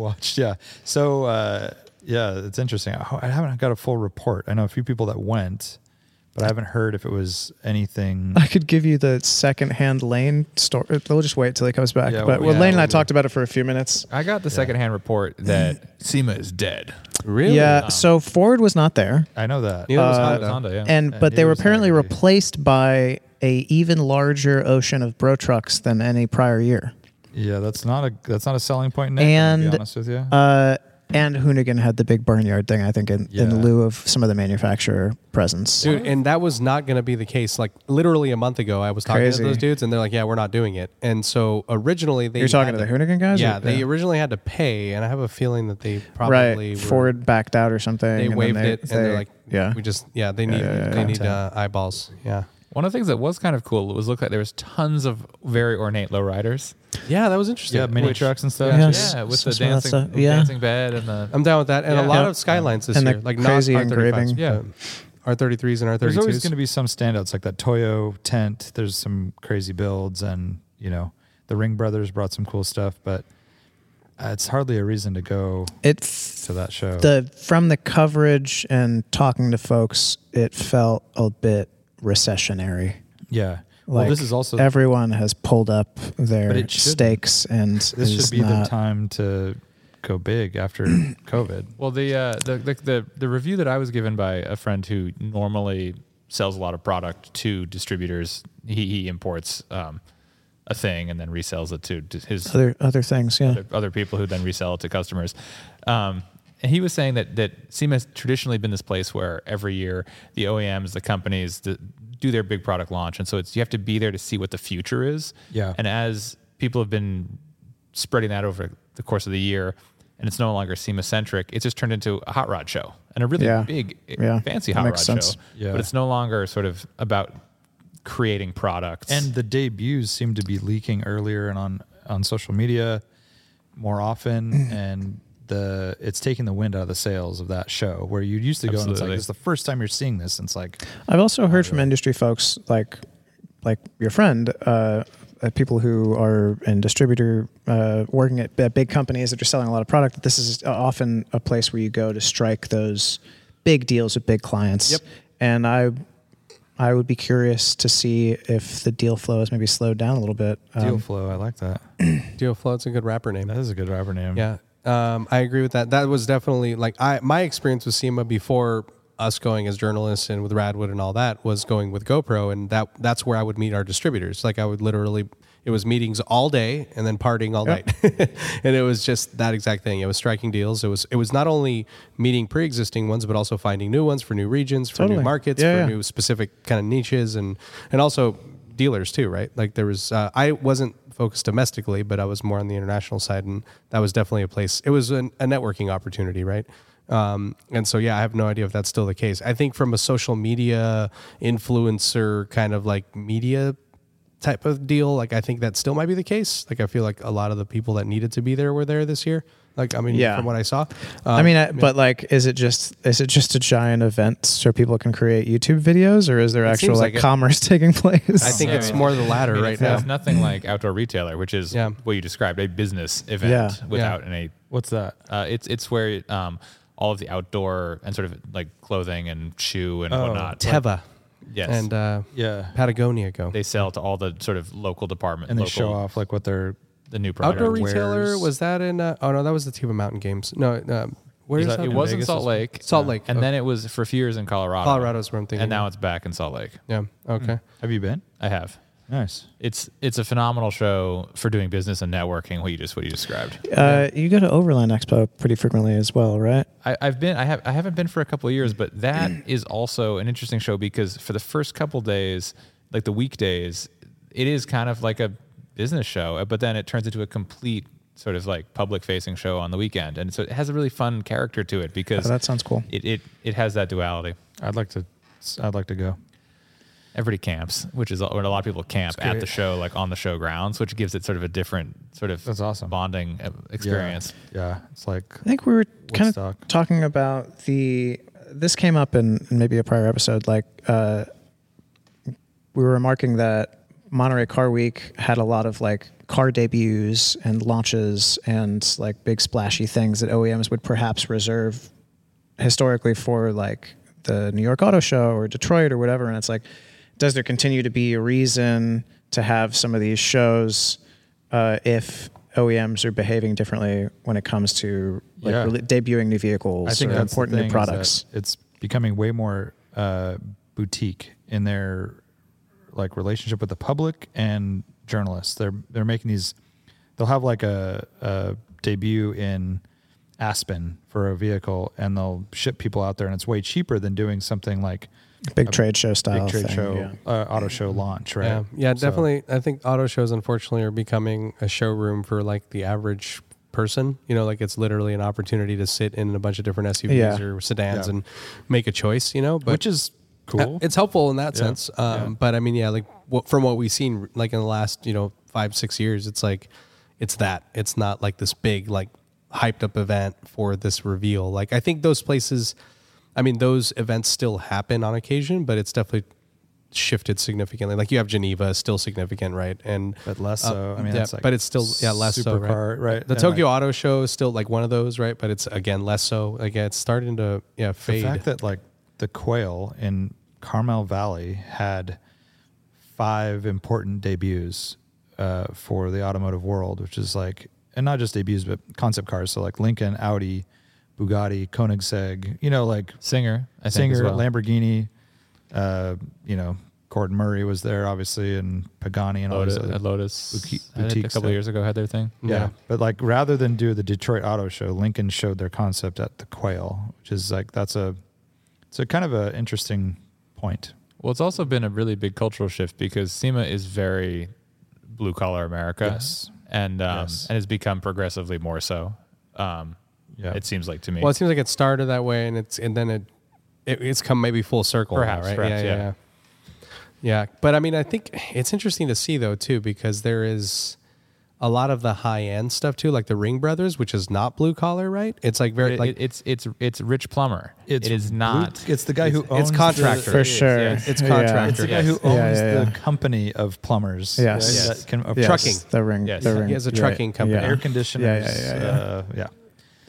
Speaker 3: Watched, yeah. So, uh, yeah, it's interesting. I I haven't got a full report. I know a few people that went, but I haven't heard if it was anything.
Speaker 5: I could give you the secondhand lane story. We'll just wait till he comes back.
Speaker 3: Yeah,
Speaker 5: but
Speaker 3: well,
Speaker 5: well,
Speaker 3: yeah,
Speaker 5: Lane and I
Speaker 3: we'll do.
Speaker 5: talked about it for a few minutes.
Speaker 4: I got the secondhand report that SEMA is dead.
Speaker 2: Really?
Speaker 5: yeah. So Ford was not there,
Speaker 3: I know that.
Speaker 2: Neither was
Speaker 4: It was
Speaker 2: Honda.
Speaker 4: Honda, yeah.
Speaker 5: Uh, and
Speaker 3: Yeah,
Speaker 5: but they
Speaker 3: neither
Speaker 5: were
Speaker 3: was
Speaker 5: apparently
Speaker 3: Honda.
Speaker 5: replaced by a even larger ocean of bro trucks than any prior year.
Speaker 3: Yeah, that's not a that's not a selling point. Nick, and to
Speaker 5: And,
Speaker 3: be honest with you,
Speaker 5: Uh, and Hoonigan had the big barnyard thing, I think, in,
Speaker 3: Yeah.
Speaker 5: in lieu of some of the manufacturer presence.
Speaker 2: Dude, and that was not going to be the case. Like literally a month ago, I was talking
Speaker 5: Crazy.
Speaker 2: to those dudes, and they're like, "Yeah, we're not doing it." And so originally they
Speaker 5: You're talking to
Speaker 2: had
Speaker 5: the Hoonigan guys?
Speaker 2: Yeah,
Speaker 5: Or-
Speaker 2: they originally had to pay, and I have a feeling that they probably
Speaker 5: right.
Speaker 2: were-
Speaker 5: Ford backed out or something.
Speaker 2: They
Speaker 5: and then
Speaker 2: waived it, and
Speaker 5: they-
Speaker 2: they're like,
Speaker 5: yeah.
Speaker 2: we just yeah they need they need uh, eyeballs." Yeah.
Speaker 4: One of the things that was kind of cool was looked like there was tons of very ornate lowriders.
Speaker 2: Yeah, that was interesting.
Speaker 3: Yeah, mini
Speaker 4: Which-
Speaker 3: trucks and stuff.
Speaker 5: Yeah.
Speaker 3: Yeah.
Speaker 5: Yes.
Speaker 4: yeah, with
Speaker 5: some
Speaker 4: the
Speaker 5: of that
Speaker 4: dancing,
Speaker 5: stuff,
Speaker 4: the
Speaker 5: yeah.
Speaker 4: dancing bed and the.
Speaker 2: I'm down with that. And
Speaker 4: Yeah.
Speaker 2: a lot
Speaker 4: Yeah.
Speaker 2: of skylines this
Speaker 5: And the
Speaker 2: year, like
Speaker 5: crazy
Speaker 2: not R35s.
Speaker 5: engraving.
Speaker 2: Yeah, R33s and
Speaker 3: There's always
Speaker 2: R32s.
Speaker 3: going to be some standouts like that Toyo tent. There's some crazy builds, and you know the Ring Brothers brought some cool stuff, but uh, it's hardly a reason to go
Speaker 5: It's
Speaker 3: to that show.
Speaker 5: the from the coverage and talking to folks, it felt a bit recessionary.
Speaker 3: yeah.
Speaker 5: Like
Speaker 3: well, this is also
Speaker 5: everyone has pulled up
Speaker 3: But
Speaker 5: their
Speaker 3: it shouldn't.
Speaker 5: stakes, and
Speaker 3: this
Speaker 5: is
Speaker 3: should be
Speaker 5: not,
Speaker 3: the time to go big after COVID.
Speaker 4: Well, the, uh, the, the the the review that I was given by a friend who normally sells a lot of product to distributors, he, he imports um, a thing and then resells it to, to his
Speaker 5: other other things. Yeah,
Speaker 4: other, other people who then resell it to customers. Um, and he was saying that that SEMA has traditionally been this place where every year the OEMs, the companies, the, do their big product launch, and so it's you have to be there to see what the future is.
Speaker 3: Yeah.
Speaker 4: And as people have been spreading that over the course of the year, and it's no longer SEMA centric, it's just turned into a hot rod show and a really
Speaker 5: Yeah.
Speaker 4: big,
Speaker 5: Yeah.
Speaker 4: fancy
Speaker 5: That
Speaker 4: hot
Speaker 5: makes
Speaker 4: rod
Speaker 5: sense.
Speaker 4: show.
Speaker 3: Yeah.
Speaker 4: But it's no longer sort of about creating products
Speaker 3: And the debuts seem to be leaking earlier and on on social media more often, and the it's taking the wind out of the sails of that show where you used to go and it's
Speaker 4: Absolutely.
Speaker 3: like this is the first time you're seeing this. And it's like
Speaker 5: I've also heard from industry folks like like your friend, uh, uh, people who are in distributor uh, working at b- big companies that are selling a lot of product. That this is uh, often a place where you go to strike those big deals with big clients.
Speaker 3: Yep.
Speaker 5: And I I would be curious to see if the deal flow has maybe slowed down a little bit.
Speaker 3: deal
Speaker 5: Um,
Speaker 3: flow. I like that.
Speaker 2: Deal Float's a good rapper name.
Speaker 3: That is a good rapper name.
Speaker 2: Yeah, um, I agree with that. That was definitely like I my experience with SEMA before us going as journalists and with Radwood and all that was going with GoPro, and that that's where I would meet our distributors. Like I would literally, it was meetings all day and then partying all night, and it was just that exact thing. It was striking deals. It was it was not only meeting pre-existing ones, but also finding new ones for new regions, for new
Speaker 5: Totally.
Speaker 2: markets,
Speaker 5: Yeah,
Speaker 2: for
Speaker 5: yeah.
Speaker 2: new specific kind of niches, and and also dealers too, right? Like there was, uh, I wasn't focused domestically, but I was more on the international side, and that was definitely a place. It was an, a networking opportunity, right? Um, and so, yeah, I have no idea if that's still the case. I think from a social media influencer kind of like media type of deal, like I think that still might be the case. Like I feel like a lot of the people that needed to be there were there this year. Like I mean,
Speaker 5: Yeah.
Speaker 2: from what I saw, Um,
Speaker 5: I mean, I, but like, is it just is it just a giant event so people can create YouTube videos, or is there actual
Speaker 2: seems
Speaker 5: like,
Speaker 2: like it.
Speaker 5: commerce taking place?
Speaker 2: I think
Speaker 4: Yeah,
Speaker 2: it's
Speaker 4: mean,
Speaker 2: more the latter
Speaker 4: I mean,
Speaker 2: right
Speaker 4: it's,
Speaker 2: now.
Speaker 4: It's nothing like outdoor retailer, which is
Speaker 2: Yeah.
Speaker 4: what you described, a business event
Speaker 5: Yeah.
Speaker 4: without any.
Speaker 3: What's that?
Speaker 4: Uh, it's it's where um, all of the outdoor and sort of like clothing and shoe and
Speaker 3: Oh.
Speaker 4: whatnot.
Speaker 2: Teva
Speaker 4: yes,
Speaker 2: and uh,
Speaker 3: Yeah.
Speaker 2: Patagonia go.
Speaker 4: they sell to all the sort of local department
Speaker 3: And they
Speaker 4: Um, local,
Speaker 3: show off like what they're
Speaker 4: the new product.
Speaker 2: Outdoor
Speaker 3: Outer
Speaker 2: retailer
Speaker 3: Wears.
Speaker 2: was that in? Uh, oh no, that was the Cuba Mountain Games. No, um, where is
Speaker 3: that
Speaker 2: that?
Speaker 4: it
Speaker 3: in
Speaker 4: was in
Speaker 3: Vegas
Speaker 4: Salt
Speaker 3: as well?
Speaker 4: Lake,
Speaker 2: Salt Lake,
Speaker 4: and
Speaker 2: okay.
Speaker 4: then it was for a few years in Colorado.
Speaker 2: Colorado's where I'm thinking
Speaker 4: and now Mm.
Speaker 2: of.
Speaker 4: it's back in Salt Lake.
Speaker 2: Yeah. Okay.
Speaker 3: Have you been?
Speaker 4: I have.
Speaker 3: Nice.
Speaker 4: It's it's a phenomenal show for doing business and networking. What you just what you described.
Speaker 5: Uh, you go to Overland Expo pretty frequently as well, right?
Speaker 4: I, I've been I have I haven't been for a couple of years, but that is also an interesting show because for the first couple days, like the weekdays, it is kind of like a business show, uh, but then it turns into a complete sort of like public facing show on the weekend, and so it has a really fun character to it because
Speaker 5: Oh, that sounds cool.
Speaker 4: it, it it has that duality.
Speaker 3: I'd like to. I'd like to go.
Speaker 4: Everybody camps, which is when a lot of people camp at the show, like on the show grounds, which gives it sort of a different sort of
Speaker 3: That's awesome.
Speaker 4: bonding uh,
Speaker 3: Yeah.
Speaker 4: experience.
Speaker 3: Yeah. It's like
Speaker 5: I think we were kind
Speaker 3: Woodstock.
Speaker 5: of talking about the. This came up in maybe a prior episode. Like uh, we were remarking that Monterey Car Week had a lot of like car debuts and launches and like big splashy things that OEMs would perhaps reserve historically for like the New York Auto Show or Detroit or whatever. And it's like, does there continue to be a reason to have some of these shows uh, if OEMs are behaving differently when it comes to like
Speaker 3: Yeah.
Speaker 5: rele- debuting new vehicles
Speaker 3: I think
Speaker 5: or
Speaker 3: that's the
Speaker 5: important
Speaker 3: thing
Speaker 5: new
Speaker 3: is
Speaker 5: products?
Speaker 3: that It's becoming way more uh, boutique in their like relationship with the public and journalists. They're they're making these. They'll have like a, a debut in Aspen for a vehicle, and they'll ship people out there, and it's way cheaper than doing something like
Speaker 5: Big trade show style.
Speaker 3: big trade
Speaker 5: thing,
Speaker 3: show,
Speaker 5: yeah.
Speaker 3: uh, auto show launch, right?
Speaker 2: Yeah. Yeah.
Speaker 3: So-
Speaker 2: Definitely. I think auto shows unfortunately are becoming a showroom for like the average person. You know, like it's literally an opportunity to sit in a bunch of different SUVs
Speaker 5: Yeah.
Speaker 2: or sedans
Speaker 3: Yeah.
Speaker 2: and make a choice. You know, but
Speaker 3: which is cool.
Speaker 2: Uh, It's helpful in that
Speaker 3: Yeah.
Speaker 2: sense. Um, But I mean, yeah, like what, from what we've seen, like in the last you know five six years, it's like it's that. It's not like this big like hyped up event for this reveal. Like I think those places, I mean, those events still happen on occasion, but it's definitely shifted significantly. Like you have Geneva, is still significant, right? And uh,
Speaker 3: But less so. I mean,
Speaker 2: yeah,
Speaker 3: that's like
Speaker 2: but it's still yeah less so, right?
Speaker 3: supercar, right?
Speaker 2: The
Speaker 3: And,
Speaker 2: Tokyo
Speaker 3: like,
Speaker 2: Auto Show is still like one of those, right? But it's again less so. Like yeah, it's starting to yeah
Speaker 3: the
Speaker 2: fade.
Speaker 3: fact that like the quail in Carmel Valley had five important debuts uh, for the automotive world, which is like, and not just debuts, but concept cars. So like Lincoln, Audi, Bugatti, Koenigsegg, you know, like
Speaker 4: Singer, I think. as
Speaker 3: Singer,
Speaker 4: well.
Speaker 3: Lamborghini, uh, you know, Gordon Murray was there obviously, and Pagani and all
Speaker 4: Lotus,
Speaker 3: these other.
Speaker 4: Lotus
Speaker 3: boutique-
Speaker 4: I think
Speaker 3: boutique
Speaker 4: a couple
Speaker 3: stuff.
Speaker 4: years ago had their thing.
Speaker 3: Yeah. But like rather than do the Detroit Auto Show, Lincoln showed their concept at the Quail, which is like that's a it's a kind of a interesting point.
Speaker 4: Well, it's also been a really big cultural shift because SEMA is very blue collar America,
Speaker 3: Yes.
Speaker 4: and um,
Speaker 3: Yes.
Speaker 4: and has become progressively more so. Um,
Speaker 3: Yeah.
Speaker 4: it seems like to me.
Speaker 2: well, it seems like it started that way, and it's and then it, it it's come maybe full circle, now,
Speaker 4: Perhaps,
Speaker 2: right?
Speaker 4: perhaps,
Speaker 2: yeah,
Speaker 4: yeah.
Speaker 2: yeah, yeah. Yeah, but I mean, I think it's interesting to see though too because there is a lot of the high end stuff too, like the Ring Brothers, which is not blue collar, right? It's like very
Speaker 4: It-
Speaker 2: like
Speaker 4: it- it's it's it's Rich Plumber. It's not.
Speaker 3: It's the guy who
Speaker 2: it's
Speaker 3: owns
Speaker 2: contractor.
Speaker 5: for sure.
Speaker 4: yes.
Speaker 2: It's
Speaker 5: Yeah.
Speaker 2: contractor.
Speaker 3: The, it's the
Speaker 4: Yes.
Speaker 3: guy who owns
Speaker 5: Yeah, yeah,
Speaker 3: the
Speaker 5: yeah.
Speaker 3: company of plumbers.
Speaker 5: Yes.
Speaker 3: right,
Speaker 5: Yes.
Speaker 3: that can- of
Speaker 5: Yes,
Speaker 3: trucking,
Speaker 2: Trucking.
Speaker 5: The ring.
Speaker 4: Yes.
Speaker 5: The
Speaker 4: He
Speaker 5: ring.
Speaker 2: has a
Speaker 5: yeah,
Speaker 2: trucking company.
Speaker 5: Yeah.
Speaker 3: air conditioners.
Speaker 5: Yeah, yeah, yeah, yeah.
Speaker 3: Uh, yeah.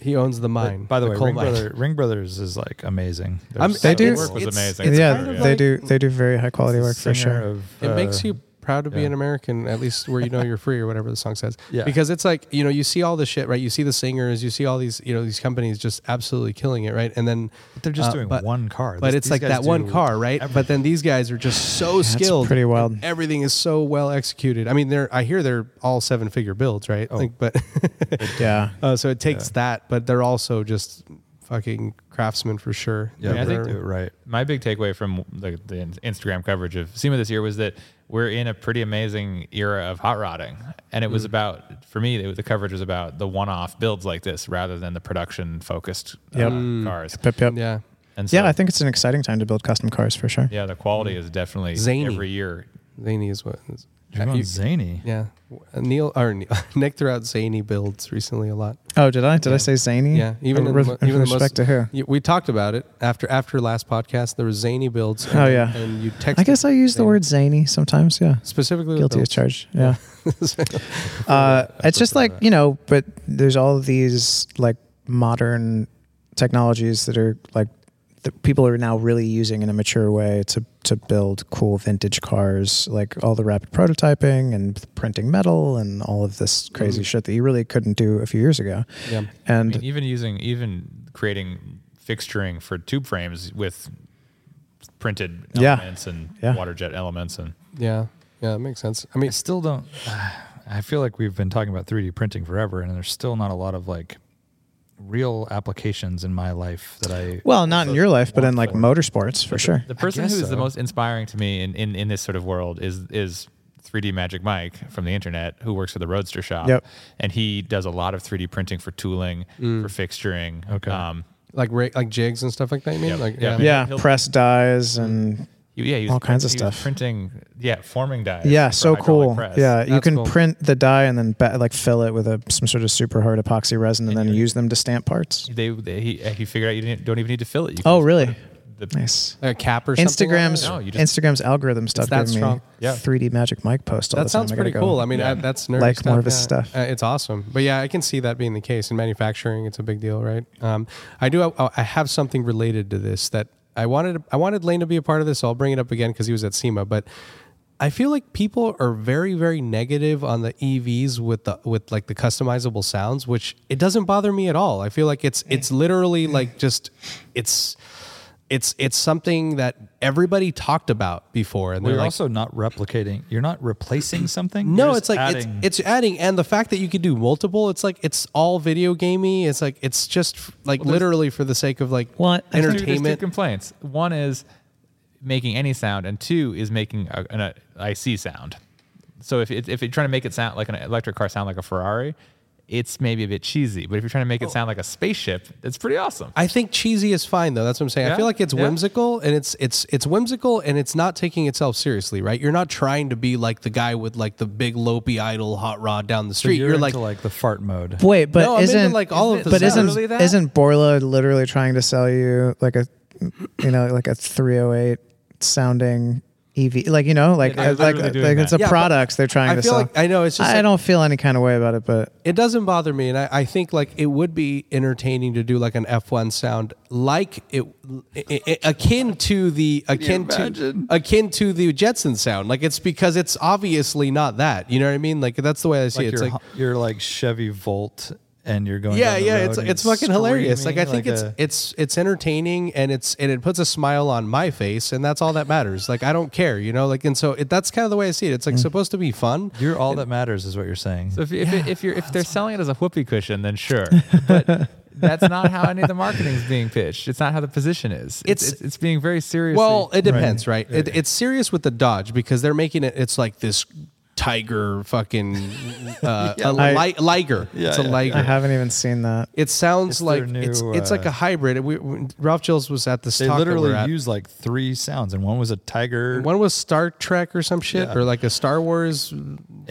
Speaker 2: he owns the mine.
Speaker 3: By the, way,
Speaker 2: coal
Speaker 3: Ring,
Speaker 2: mine.
Speaker 3: Brother, Ring Brothers is like amazing. Their
Speaker 2: I'm-
Speaker 5: They
Speaker 3: solo
Speaker 5: do-
Speaker 3: work
Speaker 4: was
Speaker 2: it's-
Speaker 4: amazing.
Speaker 2: it's
Speaker 5: yeah,
Speaker 2: kind of
Speaker 5: they
Speaker 2: like-
Speaker 5: do. They do very high quality work for
Speaker 3: singer
Speaker 5: sure.
Speaker 3: of,
Speaker 2: it
Speaker 3: uh,
Speaker 2: makes you proud to be
Speaker 3: yeah.
Speaker 2: an American, at least where you know you're free or whatever the song says.
Speaker 3: Yeah.
Speaker 2: Because it's like, you know, you see all the shit, right? You see the singers, you see all these, you know, these companies just absolutely killing it, right? And then
Speaker 3: they're just
Speaker 2: uh,
Speaker 3: doing
Speaker 2: but-
Speaker 3: one car.
Speaker 2: But
Speaker 3: These-
Speaker 2: it's
Speaker 3: these
Speaker 2: like
Speaker 3: guys
Speaker 2: that one
Speaker 3: do
Speaker 2: car, right? But then these guys are just so skilled.
Speaker 5: pretty wild.
Speaker 2: Everything is so well executed. I mean, they're I hear they're all seven figure builds, right?
Speaker 3: Oh.
Speaker 2: Like, but
Speaker 5: Yeah.
Speaker 2: uh, so it takes that, but they're also just fucking craftsmen for sure.
Speaker 3: Yeah,
Speaker 4: I
Speaker 3: they
Speaker 4: think-
Speaker 3: do it right.
Speaker 4: my big takeaway from the, the Instagram coverage of SEMA this year was that we're in a pretty amazing era of hot rodding. And it was about, for me, it was, the coverage was about the one off builds like this rather than the production focused
Speaker 5: Yep.
Speaker 4: uh, cars.
Speaker 5: Yep, yep.
Speaker 2: yeah.
Speaker 4: And so,
Speaker 5: Yeah, I think it's an exciting time to build custom cars for sure.
Speaker 4: yeah, the quality is definitely
Speaker 2: Zany.
Speaker 4: every year.
Speaker 2: Zany is what is-
Speaker 3: You're going zany.
Speaker 2: Yeah, Neil or Neil, Nick threw out zany builds recently a lot.
Speaker 5: Oh, did I? Did I say zany?
Speaker 2: Yeah, even in
Speaker 5: with,
Speaker 2: the mo- even the most-
Speaker 5: respect to who?
Speaker 2: Y- We talked about it after after last podcast. There was zany builds. And,
Speaker 5: Oh, yeah.
Speaker 2: and you texted.
Speaker 5: I guess I use the
Speaker 2: zany.
Speaker 5: word zany sometimes. Yeah.
Speaker 2: specifically with
Speaker 5: Guilty as
Speaker 2: builds.
Speaker 5: charged. Yeah. Uh, it's just like you know, but there's all of these like modern technologies that are like that people are now really using in a mature way to to build cool vintage cars, like all the rapid prototyping and printing metal and all of this crazy shit that you really couldn't do a few years ago.
Speaker 2: Mm. Yeah.
Speaker 5: And
Speaker 4: I mean, even using, even creating fixturing for tube frames with printed
Speaker 5: Yeah.
Speaker 4: elements and
Speaker 5: Yeah.
Speaker 4: water jet elements. And
Speaker 2: Yeah, yeah, that makes sense. I mean,
Speaker 3: I still don't. I feel like we've been talking about 3D printing forever, and there's still not a lot of like real applications in my life that I.
Speaker 5: well, not in your life, but in like motorsports for sure.
Speaker 4: The person who
Speaker 3: guess
Speaker 4: is the
Speaker 3: so.
Speaker 4: most inspiring to me in, in, in this sort of world is is 3D Magic Mike from the internet, who works for the Roadster Shop,
Speaker 5: Yep. Mm.
Speaker 4: and he does a lot of 3D printing for tooling, for fixturing.
Speaker 3: Okay.
Speaker 4: Um,
Speaker 2: like ra- like jigs and Mm. stuff like that. You mean
Speaker 4: Yep.
Speaker 2: like
Speaker 4: Yeah.
Speaker 2: yeah,
Speaker 5: Yeah,
Speaker 4: He'll-
Speaker 5: press dies and
Speaker 4: he- yeah, he was
Speaker 5: All kinds of
Speaker 4: he was
Speaker 5: stuff.
Speaker 4: Printing, yeah, forming dies.
Speaker 5: Yeah,
Speaker 4: for
Speaker 5: so
Speaker 4: hydraulic
Speaker 5: cool.
Speaker 4: press.
Speaker 5: Yeah, you
Speaker 2: That's
Speaker 5: can
Speaker 2: cool.
Speaker 5: print the die and then ba- like fill it with a some sort of super hard epoxy resin and, then use them to stamp parts.
Speaker 4: They, they he, he figured out you didn't, don't even need to fill it. You
Speaker 5: Oh,
Speaker 4: just
Speaker 5: really?
Speaker 4: put the-
Speaker 5: Nice.
Speaker 2: like a cap or something like
Speaker 5: Instagram's
Speaker 2: that?
Speaker 4: No, you just-
Speaker 5: Instagram's algorithm stuff
Speaker 2: that
Speaker 5: giving me
Speaker 2: strong.
Speaker 4: Yeah.
Speaker 5: 3D Magic Mike post. All
Speaker 2: that
Speaker 5: the time.
Speaker 2: sounds
Speaker 5: I gotta
Speaker 2: pretty
Speaker 5: go.
Speaker 2: cool. I mean,
Speaker 4: Yeah.
Speaker 2: I, that's nerdy
Speaker 5: Like
Speaker 2: stuff.
Speaker 5: more of his
Speaker 2: yeah.
Speaker 5: stuff.
Speaker 2: Uh, it's awesome, but yeah, I can see that being the case in manufacturing. It's a big deal, right? Um, I do. I, I have something related to this that I wanted. I wanted Lane to be a part of this. So I'll bring it up again because he was at SEMA, but. I feel like people are very, very negative on the EVs with the with like the customizable sounds, which it doesn't bother me at all. I feel like it's it's literally like just it's it's it's something that everybody talked about before, and
Speaker 3: We're
Speaker 2: they're like,
Speaker 3: also not replicating. You're not replacing something.
Speaker 2: no,
Speaker 3: you're
Speaker 2: it's
Speaker 3: just
Speaker 2: like
Speaker 3: adding-
Speaker 2: it's it's adding, and the fact that you could do multiple, it's like it's all video gamey. It's like it's just f- like literally for the sake of like
Speaker 5: Well, I think-
Speaker 4: There's two- There's
Speaker 2: entertainment.
Speaker 4: two complaints. One is making any sound, and two is making a, an uh, IC sound. So if it, if you're trying to make it sound like an electric car sound like a Ferrari, it's maybe a bit cheesy. But if you're trying to make
Speaker 2: Oh.
Speaker 4: it sound like a spaceship, it's pretty awesome.
Speaker 2: I think cheesy is fine though. That's what I'm saying. I
Speaker 4: Yeah,
Speaker 2: feel like it's
Speaker 4: yeah.
Speaker 2: whimsical and it's it's it's whimsical and it's not taking itself seriously, right? You're not trying to be like the guy with like the big lopey idol hot rod down the
Speaker 3: So
Speaker 2: street.
Speaker 3: you're,
Speaker 2: you're like,
Speaker 3: like, into like the fart mode.
Speaker 5: Wait, but
Speaker 2: No, I'm into,
Speaker 5: isn't
Speaker 2: like, all of the
Speaker 5: But
Speaker 2: sounds.
Speaker 5: isn't
Speaker 4: Literally that?
Speaker 5: isn't Borla literally trying to sell you like a you know like a 308 sounding EV? Like you know like
Speaker 4: Yeah, they're
Speaker 5: uh, like,
Speaker 4: literally
Speaker 5: like
Speaker 4: doing
Speaker 5: it's
Speaker 4: that.
Speaker 5: a
Speaker 2: Yeah, but
Speaker 5: products they're trying
Speaker 2: I
Speaker 5: to
Speaker 2: feel
Speaker 5: sell.
Speaker 2: like I know it's just
Speaker 5: I
Speaker 2: like-
Speaker 5: don't feel any kind of way about it, but
Speaker 2: it doesn't bother me, and I, I think like it would be entertaining to do like an F1 sound, like it, i- i- akin to the akin to
Speaker 3: imagine?
Speaker 2: akin to the Jetson sound. Like it's because it's obviously not that. You know what I mean? Like that's the way I see
Speaker 3: Like
Speaker 2: it. It's
Speaker 3: you're,
Speaker 2: like
Speaker 3: you're like Chevy Volt, and you're going.
Speaker 2: yeah,
Speaker 3: down the
Speaker 2: yeah,
Speaker 3: road
Speaker 2: it's
Speaker 3: and
Speaker 2: it's fucking hilarious. Like I
Speaker 3: screaming
Speaker 2: think it's
Speaker 3: a-
Speaker 2: it's it's entertaining and it's and it puts a smile on my face, and that's all that matters. Like I don't care, you know. Like and so it, that's kind of the way I see it. It's
Speaker 3: Mm.
Speaker 2: like supposed to be fun.
Speaker 3: you're all that matters, is what you're saying.
Speaker 4: So if, if, if you're if they're selling it as a whoopee cushion, then sure. But that's not how any of the marketing is being pitched. It's not how the position is. It's
Speaker 2: It's-
Speaker 4: it's, it's being very serious.
Speaker 2: Well, it depends, right? It, It's serious with the Dodge because they're making it. It's like this tiger fucking uh, a li- liger. it's a
Speaker 3: yeah,
Speaker 2: liger.
Speaker 5: I haven't even seen that.
Speaker 2: It sounds
Speaker 3: It's their
Speaker 2: like it's
Speaker 3: new,
Speaker 2: it's like
Speaker 3: uh,
Speaker 2: a hybrid. We, we, Ralph Gills was at this
Speaker 3: they
Speaker 2: talk that
Speaker 3: literally
Speaker 2: we're at.
Speaker 3: use like three sounds, and one was a tiger.
Speaker 2: One was Star Trek or some shit,
Speaker 3: Yeah.
Speaker 2: or like a Star Wars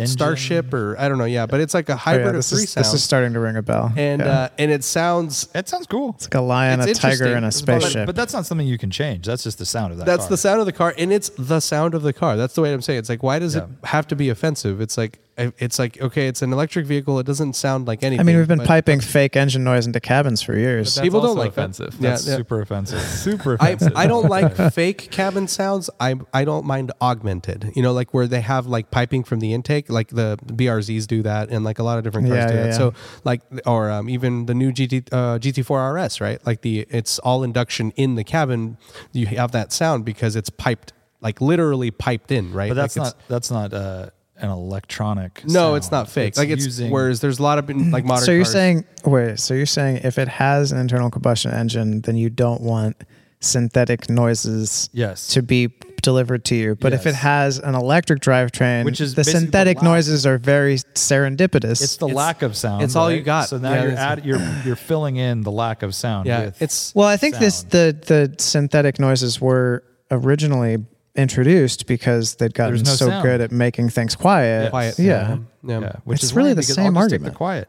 Speaker 2: starship, or I don't know. Yeah, but it's like a
Speaker 5: Oh,
Speaker 2: hybrid
Speaker 5: yeah,
Speaker 2: of
Speaker 5: this
Speaker 2: three
Speaker 5: is
Speaker 2: sounds,
Speaker 5: this is starting to ring a bell.
Speaker 2: and
Speaker 5: Yeah.
Speaker 2: uh, and it sounds.
Speaker 3: That sounds cool.
Speaker 5: it's like a lion, a
Speaker 2: it's
Speaker 5: tiger, and a
Speaker 2: interesting. But-
Speaker 5: spaceship.
Speaker 3: But that's not something you can change. That's just the sound of that.
Speaker 2: That's
Speaker 3: car.
Speaker 2: the sound of the car, and it's the sound of the car. That's the way I'm saying. It's like, why does it
Speaker 3: Yeah.
Speaker 2: have to be offensive? It's like, it's like, okay, it's an electric vehicle. It doesn't sound like anything.
Speaker 5: I mean, we've been
Speaker 2: but-
Speaker 5: piping fake engine noise into cabins for years.
Speaker 4: That's
Speaker 2: people don't
Speaker 4: also
Speaker 2: like that.
Speaker 4: offensive.
Speaker 2: Yeah,
Speaker 3: That's
Speaker 2: yeah.
Speaker 3: super offensive. Super
Speaker 2: I,
Speaker 3: offensive.
Speaker 2: I don't like fake cabin sounds. I I don't mind augmented. You know, like where they have like piping from the intake, like the BRZs do that, and like a lot of different cars
Speaker 5: Yeah,
Speaker 2: do
Speaker 5: yeah,
Speaker 2: that.
Speaker 5: yeah.
Speaker 2: So like, or um, even the new GT uh, GT4 RS, right? Like the it's all induction in the cabin. You have that sound because it's piped, like literally piped in, right?
Speaker 3: But that's
Speaker 2: like it's-
Speaker 3: not that's not uh, an electronic.
Speaker 2: No,
Speaker 3: sound.
Speaker 2: it's not fake. like it's
Speaker 3: using-
Speaker 2: whereas there's a lot of like modern.
Speaker 5: so you're
Speaker 2: cars-
Speaker 5: saying wait so you're saying if it has an internal combustion engine then you don't want synthetic noises
Speaker 3: Yes.
Speaker 5: to be delivered to you but if it
Speaker 3: Yes.
Speaker 5: has an electric drivetrain
Speaker 3: Which is
Speaker 5: the
Speaker 3: basically the
Speaker 5: synthetic
Speaker 3: lack.
Speaker 5: noises are very serendipitous
Speaker 3: it's the lack of sound.
Speaker 2: it's all you
Speaker 3: right?
Speaker 2: got.
Speaker 3: So now
Speaker 2: Yeah,
Speaker 3: you're
Speaker 2: that's-
Speaker 3: add, you're you're filling in the lack of sound.
Speaker 2: yeah,
Speaker 3: with-
Speaker 2: it's
Speaker 5: well i think this the the synthetic noises were originally introduced because they'd gotten
Speaker 3: no
Speaker 5: so
Speaker 3: sound.
Speaker 5: good at making things quiet
Speaker 2: quiet.
Speaker 5: yeah,
Speaker 2: yeah,
Speaker 3: yeah, which
Speaker 5: It's
Speaker 3: is
Speaker 5: really
Speaker 3: lame
Speaker 5: the
Speaker 3: because
Speaker 5: same
Speaker 3: I'll just take
Speaker 5: argument.
Speaker 3: The quiet.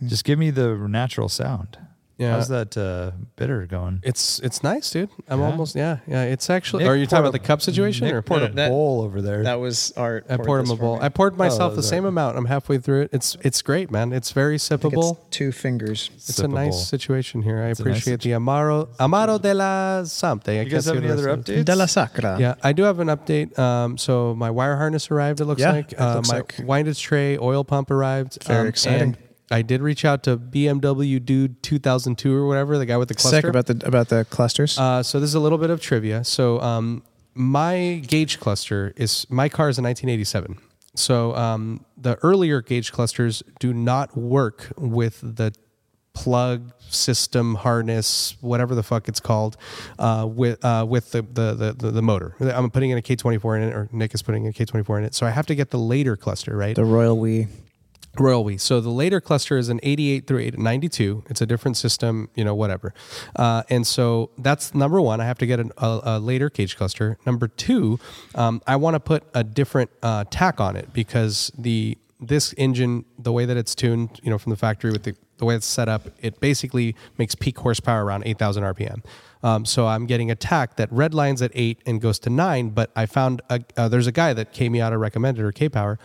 Speaker 2: Hmm.
Speaker 3: Just give me the natural sound.
Speaker 2: Yeah.
Speaker 3: How's that uh, bitter going?
Speaker 2: It's it's nice, dude. I'm
Speaker 3: Yeah.
Speaker 2: almost yeah yeah. It's actually.
Speaker 3: Nick
Speaker 2: are you talking
Speaker 3: poured
Speaker 2: about the
Speaker 3: a-
Speaker 2: cup situation
Speaker 3: Nick
Speaker 2: or
Speaker 3: poured a
Speaker 5: that-
Speaker 3: bowl over there.
Speaker 5: was art
Speaker 2: I poured him a bowl. I
Speaker 3: Oh,
Speaker 2: poured myself the same amount. I'm halfway through it. It's it's great, man. It's very sippable.
Speaker 5: it's two fingers
Speaker 2: It's, a
Speaker 3: sippable.
Speaker 2: nice situation here. I
Speaker 3: a nice
Speaker 2: appreciate the Amaro Amaro de la something. I
Speaker 3: you guys
Speaker 2: can't
Speaker 3: have
Speaker 2: see what
Speaker 3: any
Speaker 2: the
Speaker 3: other
Speaker 2: rest of it
Speaker 3: updates?
Speaker 5: de la sacra
Speaker 2: is. Yeah, I do have an update. Um, so my wire harness arrived. It looks
Speaker 5: Yeah,
Speaker 2: like
Speaker 5: it
Speaker 2: uh,
Speaker 5: looks
Speaker 2: my
Speaker 5: like-
Speaker 2: windage tray oil pump arrived.
Speaker 5: Very
Speaker 2: Um,
Speaker 5: exciting.
Speaker 2: and I did reach out to BMW dude 2002 or whatever the guy with the cluster.
Speaker 5: sick about the about the clusters
Speaker 2: Uh, so this is a little bit of trivia. So um, my gauge cluster is my car is a 1987. So um, the earlier gauge clusters do not work with the plug system harness, whatever the fuck it's called, uh, with uh, with the, the the the the motor. I'm putting in a K24 in it, or Nick is putting in a K24 in it. So I have to get the later cluster, right?
Speaker 5: the royal we
Speaker 2: Royal We. So the later cluster is an 88 through 8 92. It's a different system, you know, whatever. Uh, and so that's number one. I have to get an, a, a later cage cluster. Number two, um, I want to put a different uh, tack on it because the this engine, the way that it's tuned, you know, from the factory with the, the way it's set up, it basically makes peak horsepower around 8,000 RPM. Um, so I'm getting a tack that red lines at eight and goes to nine. But I found a, uh, there's a guy that K Miata recommended or K Power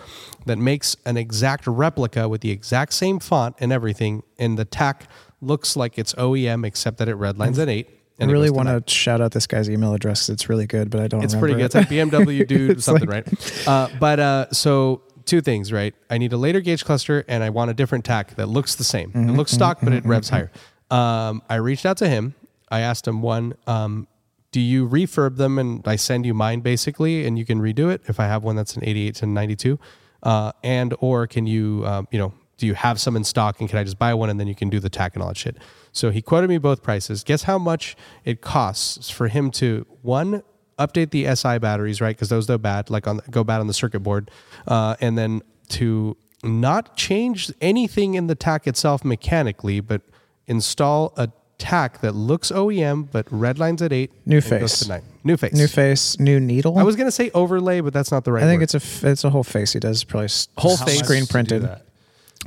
Speaker 2: that makes an exact replica with the exact same font and everything, and the tack looks like it's OEM except that it red lines at eight.
Speaker 5: Mm. I
Speaker 2: And it
Speaker 5: really
Speaker 2: goes to
Speaker 5: want
Speaker 2: nine.
Speaker 5: to shout out this guy's email address. It's really good, but I don't.
Speaker 2: It's pretty good. It's
Speaker 5: remember
Speaker 2: like BMW dude something, right? Uh, but uh, so two things, right? I need a later gauge cluster and I want a different tack that looks the same.
Speaker 5: Mm-hmm,
Speaker 2: it looks stock, but it revs higher. Um, I reached out to him. I asked him one, um, do you refurb them and I send you mine basically, and you can redo it if I have one that's an 88 to 92, uh, and or can you, um, you know, do you have some in stock and can I just buy one and then you can do the tack and all that shit? So he quoted me both prices. Guess how much it costs for him to one update the SI batteries, right? Because those go bad, like on go bad on the circuit board, uh, and then to not change anything in the tack itself mechanically, but install a tack that looks OEM but red lines at eight.
Speaker 5: New
Speaker 2: and goes
Speaker 5: face.
Speaker 2: to nine. New face.
Speaker 5: New face, new needle.
Speaker 2: I was gonna say overlay, but that's not the right.
Speaker 5: I think
Speaker 2: word.
Speaker 5: it's a f- it's a whole face. He does probably s-
Speaker 2: Whole
Speaker 5: s-
Speaker 2: face.
Speaker 5: screen
Speaker 3: To do
Speaker 5: printed.
Speaker 3: that.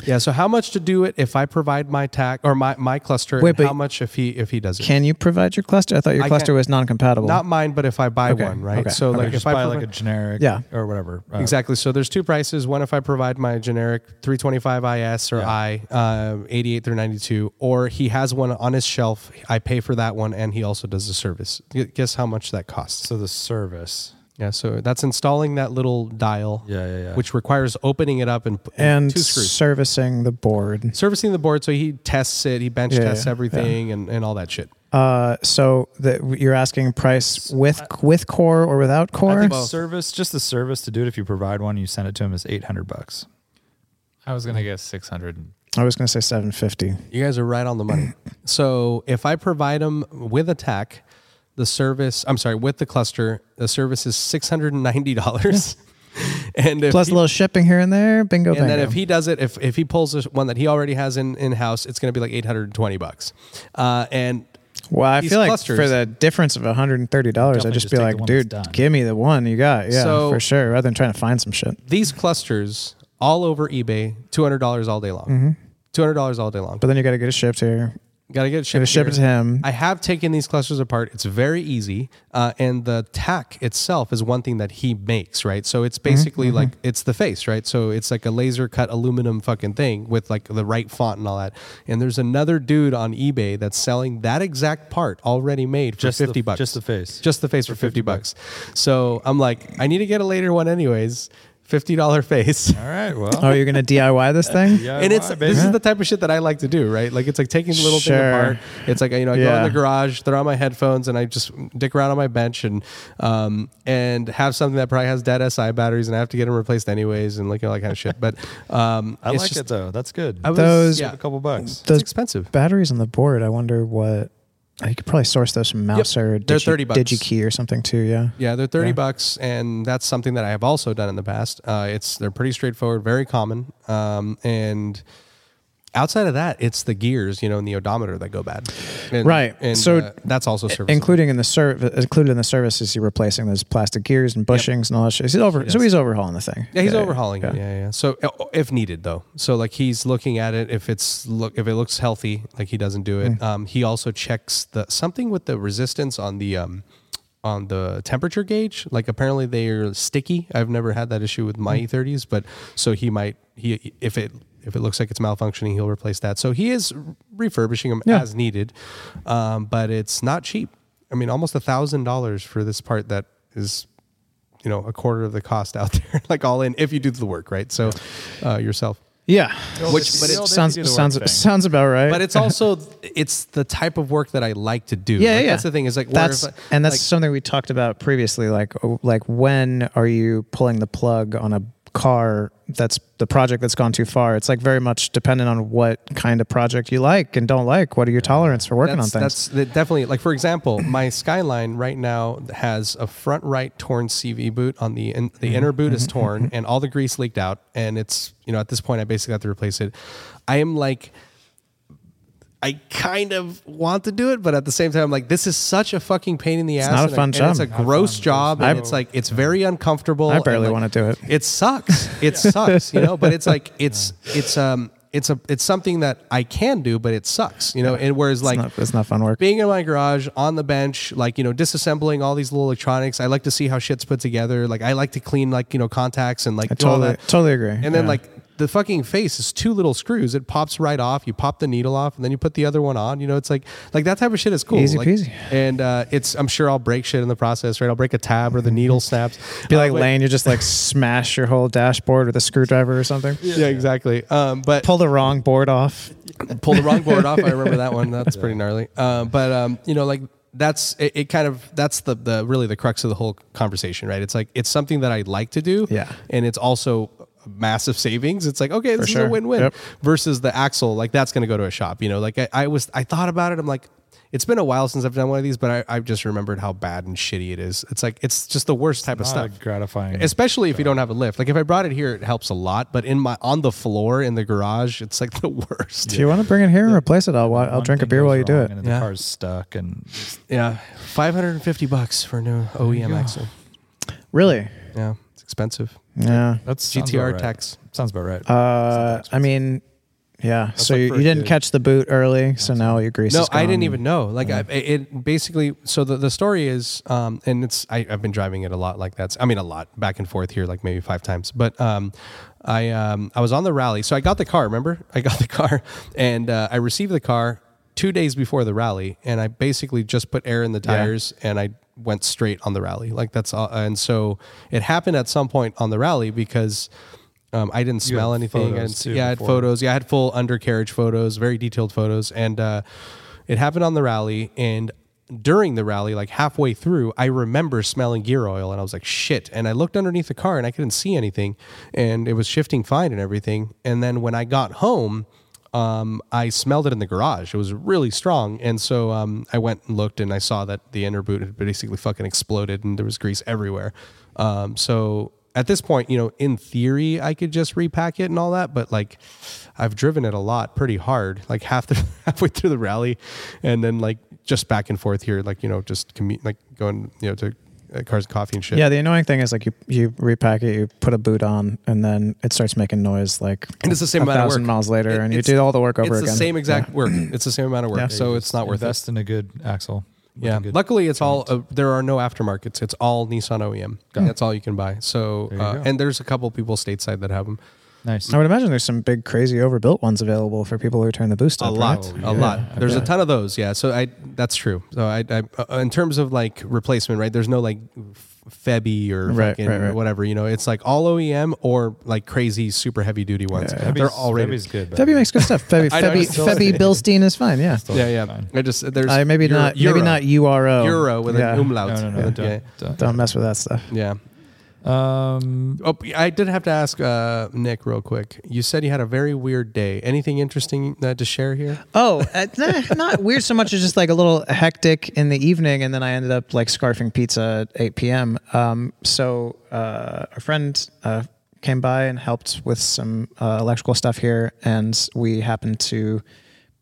Speaker 2: yeah. So how much to do it if I provide my tack or my my cluster?
Speaker 5: Wait,
Speaker 2: and
Speaker 5: but-
Speaker 2: how much if he if he does it?
Speaker 5: Can you provide your cluster? I thought your
Speaker 2: I
Speaker 5: cluster
Speaker 2: can't-
Speaker 5: was non-compatible.
Speaker 2: not mine, but if I buy
Speaker 5: Okay,
Speaker 2: one, right?
Speaker 5: okay,
Speaker 2: So
Speaker 5: okay.
Speaker 2: like
Speaker 3: just
Speaker 2: if I
Speaker 3: buy
Speaker 2: provi-
Speaker 3: like a generic
Speaker 5: Yeah.
Speaker 3: or whatever. uh,
Speaker 2: Exactly. So there's two prices. One if I provide my generic 325 IS or
Speaker 3: Yeah.
Speaker 2: I um, 88 through 92, or he has one on his shelf. I pay for that one, and he also does the service. Gu- Guess how much that costs?
Speaker 3: So the service.
Speaker 2: Yeah. So that's installing that little dial,
Speaker 3: Yeah, yeah, yeah.
Speaker 2: which requires opening it up and, and
Speaker 5: and
Speaker 2: two screws.
Speaker 5: servicing the board.
Speaker 2: Servicing the board, so he tests it, he bench
Speaker 5: Yeah,
Speaker 2: tests
Speaker 5: yeah,
Speaker 2: everything, and, and all that shit.
Speaker 5: Uh, so that you're asking price with with core or without
Speaker 3: I
Speaker 5: core?
Speaker 3: think service, just the service to do it. If you provide one, you send it to him is eight hundred bucks.
Speaker 4: I was gonna guess six hundred.
Speaker 5: I was going to say 750.
Speaker 2: You guys are right on the money. so if I provide them with a tack, the service, I'm sorry, with the cluster, the service is $690. and if
Speaker 5: Plus
Speaker 2: he-
Speaker 5: a little shipping here and there. Bingo,
Speaker 2: and then
Speaker 5: bango.
Speaker 2: if he does it, if, if he pulls this one that he already has in, in house, it's going to be like 820 bucks. Uh, and
Speaker 5: well, I
Speaker 2: these
Speaker 5: feel like
Speaker 2: clusters-
Speaker 5: for the difference of $130, I'd
Speaker 3: Definitely
Speaker 5: just
Speaker 3: just take
Speaker 5: be
Speaker 3: the
Speaker 5: like,
Speaker 3: one that's
Speaker 5: dude,
Speaker 3: done."
Speaker 5: give me the one you got. Yeah,
Speaker 2: So-
Speaker 5: for sure. Rather than trying to find some shit.
Speaker 2: these clusters all over eBay, $200 all day long. $200 all day long.
Speaker 5: But then you got to get it shipped here.
Speaker 2: Got to get it
Speaker 5: Got to
Speaker 2: shipped.
Speaker 5: ship it
Speaker 2: here.
Speaker 5: to him.
Speaker 2: I have taken these clusters apart. It's very easy, uh, and the tack itself is one thing that he makes, right? So it's
Speaker 5: Mm-hmm,
Speaker 2: basically like it's the face, right? So it's like a laser cut aluminum fucking thing with like the right font and all that. And there's another dude on eBay that's selling that exact part already made for
Speaker 3: Just the-
Speaker 2: fifty bucks.
Speaker 3: just the face.
Speaker 2: Just the face for fifty bucks. So I'm like, I need to get a later one, anyways. Fifty dollar face.
Speaker 3: All right. Well.
Speaker 5: Oh, you're going to DIY this thing?
Speaker 3: yeah,
Speaker 2: And it's
Speaker 3: why,
Speaker 2: this
Speaker 3: baby?
Speaker 2: is the type of shit that I like to do, right? Like it's like taking the little thing
Speaker 5: Sure.
Speaker 2: apart. It's like you know I go in
Speaker 5: Yeah.
Speaker 2: the garage, throw on my headphones, and I just dick around on my bench and um and have something that probably has dead SI batteries, and I have to get them replaced anyways, and like all that kind of shit. But um,
Speaker 3: I
Speaker 2: it's
Speaker 3: like
Speaker 2: just-
Speaker 3: it though. That's good.
Speaker 2: I was,
Speaker 5: Those-
Speaker 2: yeah,
Speaker 3: a couple bucks.
Speaker 2: it's
Speaker 5: Those
Speaker 2: expensive.
Speaker 5: batteries on the board, I wonder what. You could probably source those from Mouse or
Speaker 2: They're
Speaker 5: Digi,
Speaker 2: 30 bucks.
Speaker 5: DigiKey or something too, yeah.
Speaker 2: Yeah, they're thirty
Speaker 5: Yeah.
Speaker 2: bucks, and that's something that I have also done in the past. Uh, it's they're pretty straightforward, very common, um, and outside of that, it's the gears, you know, and the odometer that go bad, And-
Speaker 5: Right.
Speaker 2: And
Speaker 5: So-
Speaker 2: uh, that's also serviceable.
Speaker 5: including in the service, included in the services, you're replacing those plastic gears and bushings and all that shit. He's over, so he's overhauling the thing.
Speaker 2: Yeah, he's overhauling it. Yeah, yeah. So uh, if needed, though, so like he's looking at it. If it's look, if it looks healthy, like he doesn't do it. Um, he also checks the something with the resistance on the um, on the temperature gauge. Like apparently they're sticky. I've never had that issue with my E30s, but so he might he if it if it looks like it's malfunctioning, he'll replace that. So he is refurbishing them
Speaker 5: Yeah.
Speaker 2: as needed, um, but it's not cheap. I mean, almost a thousand dollars for this part that is you know a quarter of the cost out there like all in if you do the work right so uh, yourself
Speaker 5: Yeah.
Speaker 2: Which-
Speaker 5: S-
Speaker 2: but it-
Speaker 5: sounds
Speaker 3: you do the
Speaker 5: sounds
Speaker 3: one thing.
Speaker 5: sounds about right.
Speaker 2: but it's also it's the type of work that i like to do
Speaker 5: yeah,
Speaker 2: Like,
Speaker 5: yeah, yeah.
Speaker 2: that's the thing is like where
Speaker 5: that's
Speaker 2: if I-
Speaker 5: and that's
Speaker 2: like,
Speaker 5: something we talked about previously. Like oh, like when are you pulling the plug on a car that's the project that's gone too far? It's like very much dependent on what kind of project you like and don't like. What are your tolerance for working on
Speaker 2: that's,
Speaker 5: things?
Speaker 2: that's that definitely like for example my skyline right now has a front right torn cv boot on the in, the
Speaker 5: Mm-hmm.
Speaker 2: inner boot is torn and all the grease leaked out and it's you know at this point i basically have to replace it i am like I kind of want to do it, but at the same time, I'm like, this is such a fucking pain in the ass.
Speaker 5: not a
Speaker 2: and
Speaker 5: fun
Speaker 2: and
Speaker 5: job.
Speaker 2: It's a
Speaker 5: Not
Speaker 2: gross job, and
Speaker 5: I-
Speaker 2: it's like it's very uncomfortable.
Speaker 5: I barely
Speaker 2: and, like,
Speaker 5: wanna do it.
Speaker 2: It sucks. It sucks, you know. But it's like it's it's um it's a it's something that I can do, but it sucks, you know. And whereas like
Speaker 5: it's, not, it's not fun work.
Speaker 2: being in my garage on the bench, like, you know, disassembling all these little electronics. I like to see how shit's put together. Like, I like to clean, like, you know, contacts and like
Speaker 5: I
Speaker 2: do all
Speaker 5: totally
Speaker 2: that.
Speaker 5: totally agree.
Speaker 2: And then,
Speaker 5: Yeah.
Speaker 2: like, the fucking face is two little screws. It pops right off. You pop the needle off and then you put the other one on. You know, it's like, like that type of shit is cool.
Speaker 5: Easy
Speaker 2: Like,
Speaker 5: peasy.
Speaker 2: And uh, it's, I'm sure I'll break shit in the process, right? I'll break a tab or the needle snaps.
Speaker 5: be
Speaker 2: Uh,
Speaker 5: like
Speaker 2: but-
Speaker 5: Lane, you just like smash your whole dashboard with a screwdriver or something.
Speaker 2: Yeah, exactly. Um, but
Speaker 5: Pull the wrong board off.
Speaker 2: pull the wrong board off. I remember that one. That's pretty gnarly. Uh, but um, you know, like that's it, it. Kind of that's the the really the crux of the whole conversation, right? It's like it's something that I like to do.
Speaker 5: Yeah.
Speaker 2: and it's also a massive savings. It's like okay, this is
Speaker 5: sure.
Speaker 2: a win win.
Speaker 5: Yep.
Speaker 2: Versus the axle, like that's going to go to a shop. You know, like I, I was I thought about it. I'm like. It's been a while since I've done one of these, but I, I just remembered how bad and shitty it is. It's like it's just the worst type of
Speaker 3: Not
Speaker 2: stuff.
Speaker 3: a gratifying.
Speaker 2: Especially if you don't have a lift. Like if I brought it here, it helps a lot. But in my on the floor in the garage, it's like the worst.
Speaker 5: Do you want to bring it here and replace it? I'll wa- I'll
Speaker 3: one
Speaker 5: drink a
Speaker 3: thing
Speaker 5: beer
Speaker 3: goes
Speaker 5: while you do
Speaker 3: wrong
Speaker 5: it.
Speaker 3: And the
Speaker 2: Yeah.
Speaker 3: car's stuck, and it's
Speaker 2: Yeah, five hundred and fifty bucks for a new OEM axle.
Speaker 5: Really?
Speaker 2: Yeah, it's expensive.
Speaker 5: Yeah.
Speaker 3: that's sounds
Speaker 2: GTR
Speaker 3: about right.
Speaker 2: tax.
Speaker 3: Sounds about right.
Speaker 5: Uh, I mean, yeah. so
Speaker 3: like
Speaker 5: you,
Speaker 3: for
Speaker 5: you
Speaker 3: a
Speaker 5: didn't
Speaker 3: kid.
Speaker 5: catch the boot early, so now your grease.
Speaker 2: No,
Speaker 5: is
Speaker 2: I didn't
Speaker 5: gone.
Speaker 2: even know. Like I, it basically. So the, the story is, um, and it's I, I've been driving it a lot like that. I mean, a lot back and forth here, like maybe five times. But um, I um, I was on the rally, so I got the car. Remember, I got the car, and uh, I received the car two days before the rally, and I basically just put air in the tires, and I went straight on the rally. Like that's all. And so it happened at some point on the rally because. Um, I didn't smell
Speaker 3: had
Speaker 2: anything. I
Speaker 3: photos,
Speaker 2: didn't see-
Speaker 3: too,
Speaker 2: yeah, I had
Speaker 3: before.
Speaker 2: photos. Yeah, I had full undercarriage photos, very detailed photos, and uh, it happened on the rally. And during the rally, like halfway through, I remember smelling gear oil, and I was like, "Shit!" And I looked underneath the car, and I couldn't see anything, and it was shifting fine and everything. And then when I got home, um, I smelled it in the garage. It was really strong, and so um, I went and looked, and I saw that the inner boot had basically fucking exploded, and there was grease everywhere. Um, so at this point, you know, in theory, I could just repack it and all that, but like, I've driven it a lot, pretty hard, like half the halfway through the rally, and then like just back and forth here, like you know, just commute, like going, you know, to uh, cars and coffee and shit.
Speaker 5: Yeah, the annoying thing is like you you repack it, you put a boot on, and then it starts making noise like
Speaker 2: And it's the same
Speaker 5: a
Speaker 2: amount of
Speaker 5: thousand
Speaker 2: work.
Speaker 5: miles later,
Speaker 2: It-
Speaker 5: and you
Speaker 2: it's-
Speaker 5: do all the work over
Speaker 2: it's
Speaker 5: again.
Speaker 2: the same exact work. It's the same amount of work,
Speaker 5: Yeah.
Speaker 2: so it's not worth it.
Speaker 3: Invest in a good axle. with
Speaker 2: Yeah.
Speaker 3: a good-
Speaker 2: Luckily, it's all uh, there are no aftermarkets. It's all Nissan OEM. That's all you can buy. So
Speaker 3: you
Speaker 2: uh,
Speaker 3: go.
Speaker 2: and there's a couple people stateside that have them.
Speaker 3: nice.
Speaker 5: I would imagine there's some big, crazy, overbuilt ones available for people who turn the boost
Speaker 2: a
Speaker 5: up.
Speaker 2: lot,
Speaker 5: right? Oh,
Speaker 2: a lot. There's a ton of those. Yeah. So I that's true. So I, I uh, in terms of like replacement, right? There's no like f- Febby or
Speaker 5: Right,
Speaker 2: fucking
Speaker 5: right, right.
Speaker 2: whatever. You know, it's like all OEM or like crazy super heavy duty ones. They're
Speaker 3: Febby's-
Speaker 2: all rated.
Speaker 3: Febby's good. but-
Speaker 5: Febby makes good stuff. Febby,
Speaker 2: I know, I
Speaker 5: Febby,
Speaker 2: still-
Speaker 5: Febby Bilstein is fine. Yeah,
Speaker 3: Still
Speaker 2: Yeah, yeah.
Speaker 3: fine.
Speaker 2: I just there's
Speaker 5: uh, maybe
Speaker 2: Euro-
Speaker 5: not.
Speaker 2: Euro.
Speaker 5: Maybe not URO.
Speaker 2: Euro with
Speaker 5: yeah.
Speaker 2: an umlaut.
Speaker 3: No, no, no.
Speaker 2: Yeah.
Speaker 3: Don't, don't.
Speaker 5: Don't mess with that stuff.
Speaker 2: yeah.
Speaker 3: Um,
Speaker 2: Oh, I did have to ask uh, Nick real quick. You said you had a very weird day. Anything interesting uh, to share here?
Speaker 5: Oh, uh, nah, not weird so much as just like a little hectic in the evening, and then I ended up like scarfing pizza at 8 p.m. Um, so uh, a friend uh, came by and helped with some uh, electrical stuff here, and we happened to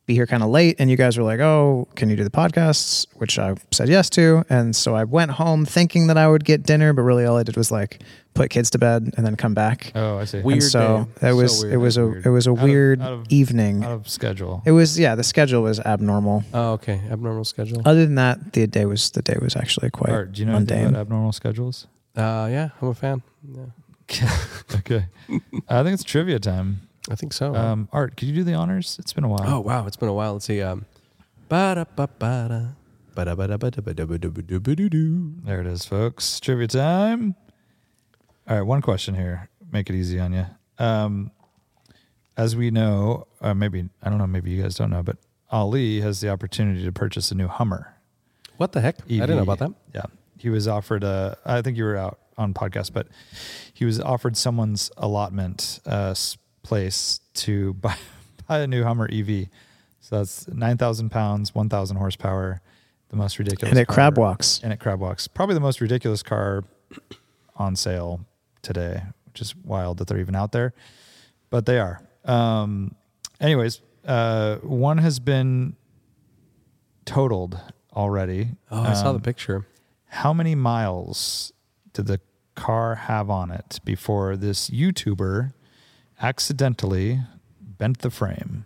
Speaker 5: be here kind of late, and you guys were like, "Oh, can you do the podcasts?" Which I said yes to, and so I went home thinking that I would get dinner, but really all I did was like put kids to bed and then come back.
Speaker 3: oh, I see.
Speaker 2: Weird
Speaker 5: and so
Speaker 2: day.
Speaker 5: it
Speaker 3: So
Speaker 5: was
Speaker 3: weird.
Speaker 5: it was a
Speaker 3: Weird.
Speaker 5: it was a
Speaker 3: Out of-
Speaker 5: weird
Speaker 3: out of-
Speaker 5: evening.
Speaker 3: Out of schedule.
Speaker 5: It was yeah. The schedule was abnormal.
Speaker 2: Oh, okay. Abnormal schedule. Uh,
Speaker 5: Other than that, the day was the day was actually quite
Speaker 3: Art, do you know anything
Speaker 5: mundane.
Speaker 3: about uh, abnormal schedules?
Speaker 2: yeah, I'm a fan. Yeah,
Speaker 3: Okay. I think it's trivia time.
Speaker 2: I think so.
Speaker 3: Um, Art, could you do the honors? It's been a while.
Speaker 2: oh wow, it's been a while. Let's see. Um, ba-da-ba-ba-da. Ba-da-ba-da-ba-da-ba-da-ba-da-ba-da-ba-do.
Speaker 3: There it is, folks. Trivia time. All right, one question here. Make it easy on you. Um, as we know, uh, maybe I don't know. Maybe you guys don't know, but Ali has the opportunity to purchase a new Hummer.
Speaker 2: What the heck? I didn't know about that.
Speaker 3: Yeah, he was offered a. I think you were out on podcast, but he was offered someone's allotment uh, s- place to buy buy a new Hummer EV. So that's nine thousand pounds, one thousand horsepower, the most ridiculous.
Speaker 5: and it
Speaker 3: car-
Speaker 5: crab walks.
Speaker 3: and at Crab Walks. Probably the most ridiculous car on sale today, which is wild that they're even out there, but they are. Um, anyways, uh, one has been totaled already.
Speaker 2: Oh, I saw the picture.
Speaker 3: How many miles did the car have on it before this YouTuber accidentally bent the frame?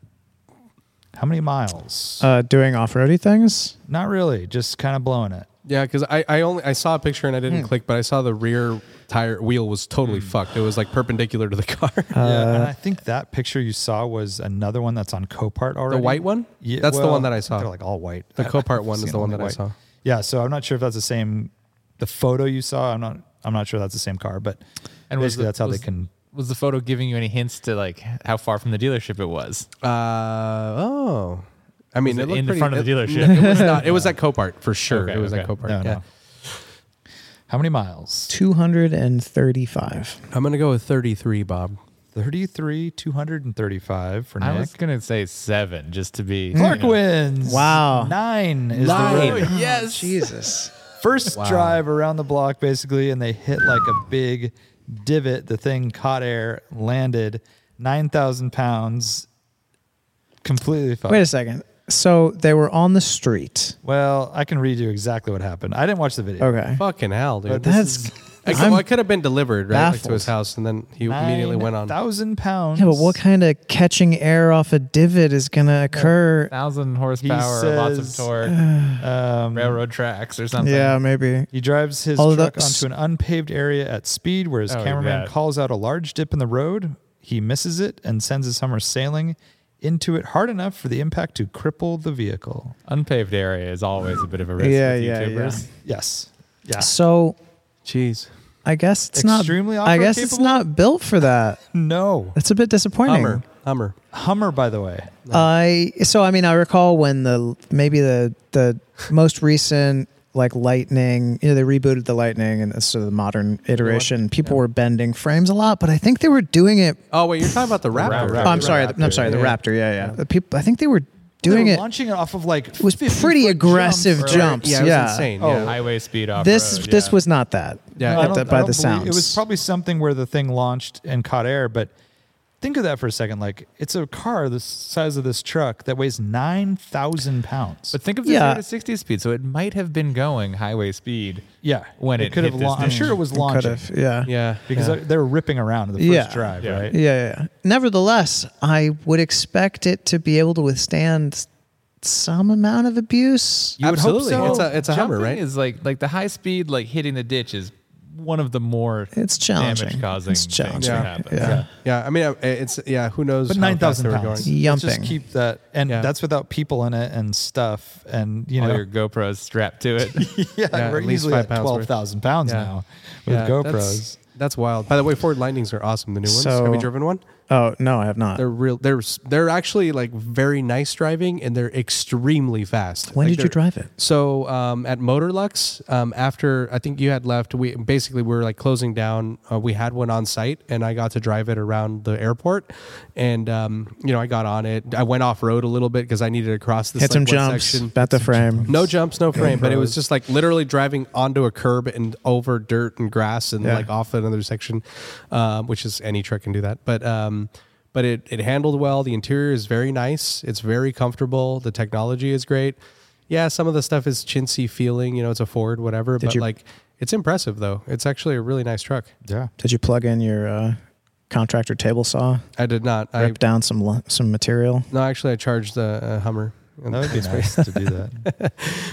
Speaker 3: How many miles?
Speaker 5: Uh, doing off-roady things.
Speaker 3: Not really, just kind of blowing it.
Speaker 2: Yeah, because I, I only I saw a picture and I didn't click, but I saw the rear tire wheel was totally fucked. It was like perpendicular to the car.
Speaker 3: Yeah, and I think that picture you saw was another one that's on Copart already.
Speaker 2: the white one.
Speaker 3: Yeah,
Speaker 2: that's the
Speaker 3: well,
Speaker 2: one that I
Speaker 3: They're
Speaker 2: saw.
Speaker 3: like all white.
Speaker 2: The
Speaker 3: I-
Speaker 2: Copart
Speaker 3: I've
Speaker 2: one is
Speaker 3: seen
Speaker 2: the one that
Speaker 3: only
Speaker 2: I saw.
Speaker 3: Yeah, so I'm not sure if that's the same. The photo you saw, I'm not. I'm not sure that's the same car, but and
Speaker 4: And was
Speaker 3: basically
Speaker 4: the-
Speaker 3: that's how
Speaker 4: was-
Speaker 3: they can.
Speaker 4: Was the photo giving you any hints to like how far from the dealership it was?
Speaker 2: Uh, oh. I mean, it,
Speaker 4: Was it
Speaker 2: looked
Speaker 4: in the
Speaker 2: pretty-
Speaker 4: front of the
Speaker 2: it-
Speaker 4: dealership?
Speaker 2: It, was not. It was at Copart for sure.
Speaker 4: Okay,
Speaker 2: it was at
Speaker 4: okay.
Speaker 2: Copart.
Speaker 3: No,
Speaker 2: yeah.
Speaker 3: no. How many miles?
Speaker 5: Two hundred and thirty-five.
Speaker 2: I'm gonna go with 33, Bob.
Speaker 3: 33, 235 for Nick.
Speaker 4: I was gonna say seven just to be
Speaker 3: Clark
Speaker 4: you know.
Speaker 3: wins.
Speaker 5: Wow.
Speaker 3: Nine is the
Speaker 4: Nine.
Speaker 3: road.
Speaker 2: Oh,
Speaker 4: yes.
Speaker 5: Jesus.
Speaker 3: First drive around the block, basically, and they hit like a big divot. The thing caught air, landed 9,000 pounds, completely fucked.
Speaker 5: Wait a second. So they were on the street.
Speaker 3: well, I can read you exactly what happened. I didn't watch the video.
Speaker 5: Okay.
Speaker 2: Fucking hell, dude.
Speaker 3: But
Speaker 2: This
Speaker 5: That's
Speaker 2: is- I could- well, it could have been delivered right like, to
Speaker 5: baffled.
Speaker 2: his house, and then he immediately went on.
Speaker 3: Thousand pounds.
Speaker 5: yeah, but what kind of catching air off a divot is gonna occur?
Speaker 4: thousand horsepower, lots of
Speaker 3: says,
Speaker 4: torque,
Speaker 3: Um,
Speaker 4: railroad tracks or something.
Speaker 5: Yeah, maybe.
Speaker 3: He drives his
Speaker 5: Although
Speaker 3: truck
Speaker 5: that's-
Speaker 3: onto an unpaved area at speed where his
Speaker 4: Oh, you
Speaker 3: cameraman
Speaker 4: bet.
Speaker 3: calls out a large dip in the road. He misses it and sends his Hummer sailing into it hard enough for the impact to cripple the vehicle.
Speaker 4: Unpaved area is always a bit of a risk
Speaker 5: Yeah,
Speaker 4: with
Speaker 5: yeah, yeah.
Speaker 4: YouTubers.
Speaker 3: Yes. Yeah.
Speaker 5: So
Speaker 2: Jeez.
Speaker 5: I guess it's
Speaker 3: Extremely
Speaker 5: not. I
Speaker 3: off-road
Speaker 5: guess it's
Speaker 3: capable?
Speaker 5: not built for that.
Speaker 3: No.
Speaker 5: That's a bit disappointing.
Speaker 2: Hummer. Hummer.
Speaker 3: Hummer, by the way.
Speaker 5: I so I mean I recall when the maybe the the most recent like lightning you know they rebooted the lightning and so the modern iteration people were bending frames a lot but I think they were doing it
Speaker 2: Oh, wait, you're talking about the Raptor.
Speaker 4: Raptor.
Speaker 5: oh,
Speaker 4: the
Speaker 5: I'm sorry the, I'm
Speaker 4: Raptor,
Speaker 5: sorry the
Speaker 2: yeah.
Speaker 5: Raptor yeah yeah, The people I think they were doing
Speaker 3: They were
Speaker 5: it
Speaker 3: launching it off of like it
Speaker 5: was pretty aggressive
Speaker 4: or-
Speaker 5: jumps
Speaker 2: Yeah,
Speaker 5: yeah,
Speaker 2: it was insane.
Speaker 3: Oh,
Speaker 2: yeah.
Speaker 4: Highway speed off.
Speaker 5: this
Speaker 4: road,
Speaker 5: this
Speaker 4: yeah.
Speaker 5: was not that
Speaker 2: Yeah,
Speaker 5: at
Speaker 2: I
Speaker 5: the-
Speaker 2: don't-
Speaker 5: by the sounds
Speaker 3: It was probably something where the thing launched and caught air, but think of that for a second. Like it's a car the size of this truck that weighs nine thousand pounds.
Speaker 4: But think of the
Speaker 5: Yeah.
Speaker 4: zero to sixty speed, so it might have been going highway speed.
Speaker 3: yeah,
Speaker 4: when it
Speaker 3: could
Speaker 4: hit
Speaker 3: have
Speaker 4: this
Speaker 3: launched. I'm
Speaker 4: thing.
Speaker 3: sure it was
Speaker 5: could
Speaker 3: launching.
Speaker 5: have yeah
Speaker 2: Yeah.
Speaker 3: because
Speaker 2: yeah.
Speaker 3: they were ripping around in the first
Speaker 5: Yeah.
Speaker 3: drive,
Speaker 4: Yeah.
Speaker 3: right?
Speaker 5: Yeah, yeah, yeah. Nevertheless, I would expect it to be able to withstand some amount of abuse.
Speaker 3: You would hope
Speaker 2: Absolutely.
Speaker 3: so.
Speaker 2: It's a it's a Hummer,
Speaker 4: Jumping
Speaker 2: right?
Speaker 4: Is like like the high speed like hitting the ditch is one of the more
Speaker 5: It's challenging.
Speaker 4: damage causing
Speaker 5: It's
Speaker 4: things
Speaker 5: challenging.
Speaker 4: that
Speaker 2: Yeah.
Speaker 4: happen.
Speaker 5: Yeah.
Speaker 2: yeah. I mean, uh, it's yeah. Who knows?
Speaker 3: But
Speaker 2: how
Speaker 3: nine
Speaker 2: fast
Speaker 3: thousand
Speaker 2: they were
Speaker 3: pounds.
Speaker 2: going.
Speaker 3: Let's
Speaker 5: Yumping.
Speaker 3: Just keep that, and
Speaker 2: Yeah. Oh,
Speaker 3: that's without people in it and stuff, and you
Speaker 4: All
Speaker 3: know,
Speaker 4: your GoPros strapped to it.
Speaker 3: yeah,
Speaker 2: at
Speaker 3: we're
Speaker 2: least
Speaker 3: easily
Speaker 2: five
Speaker 3: at
Speaker 2: pounds worth.
Speaker 3: twelve thousand pounds
Speaker 2: Yeah.
Speaker 3: now with
Speaker 2: Yeah,
Speaker 3: GoPros.
Speaker 2: That's, that's wild. By the way, Ford Lightnings are awesome. The new ones.
Speaker 5: So-
Speaker 2: Have you driven one?
Speaker 5: Oh no, I have not.
Speaker 2: They're real. They're they're actually like very nice driving, and they're extremely fast.
Speaker 5: when
Speaker 2: Like,
Speaker 5: did
Speaker 2: they're-
Speaker 5: you drive it?
Speaker 2: So um, at Motorlux, um, after I think you had left, we basically we were like closing down. Uh, we had one on site, and I got to drive it around the airport. And um, you know, I got on it. I went off road a little bit because I needed to cross this
Speaker 5: Hit
Speaker 2: like,
Speaker 5: some
Speaker 2: one
Speaker 5: jumps,
Speaker 2: section.
Speaker 5: bat the frame.
Speaker 2: No jumps, no frame, but it was just like literally driving onto a curb and over dirt and grass and
Speaker 5: Yeah.
Speaker 2: like off another section, um, which is any truck can do that. But um, but it it handled well. The interior is very nice. It's very comfortable. The technology is great. Yeah, some of the stuff is chintzy feeling. You know, it's a Ford, whatever. but
Speaker 5: you-
Speaker 2: like, it's impressive though. It's actually a really nice truck.
Speaker 3: Yeah,
Speaker 5: Did you plug in your uh, contractor table saw?
Speaker 2: I did not. I
Speaker 5: Rip down some lu- some material.
Speaker 2: no, actually, I charged the uh, Hummer.
Speaker 3: that would be nice to do that.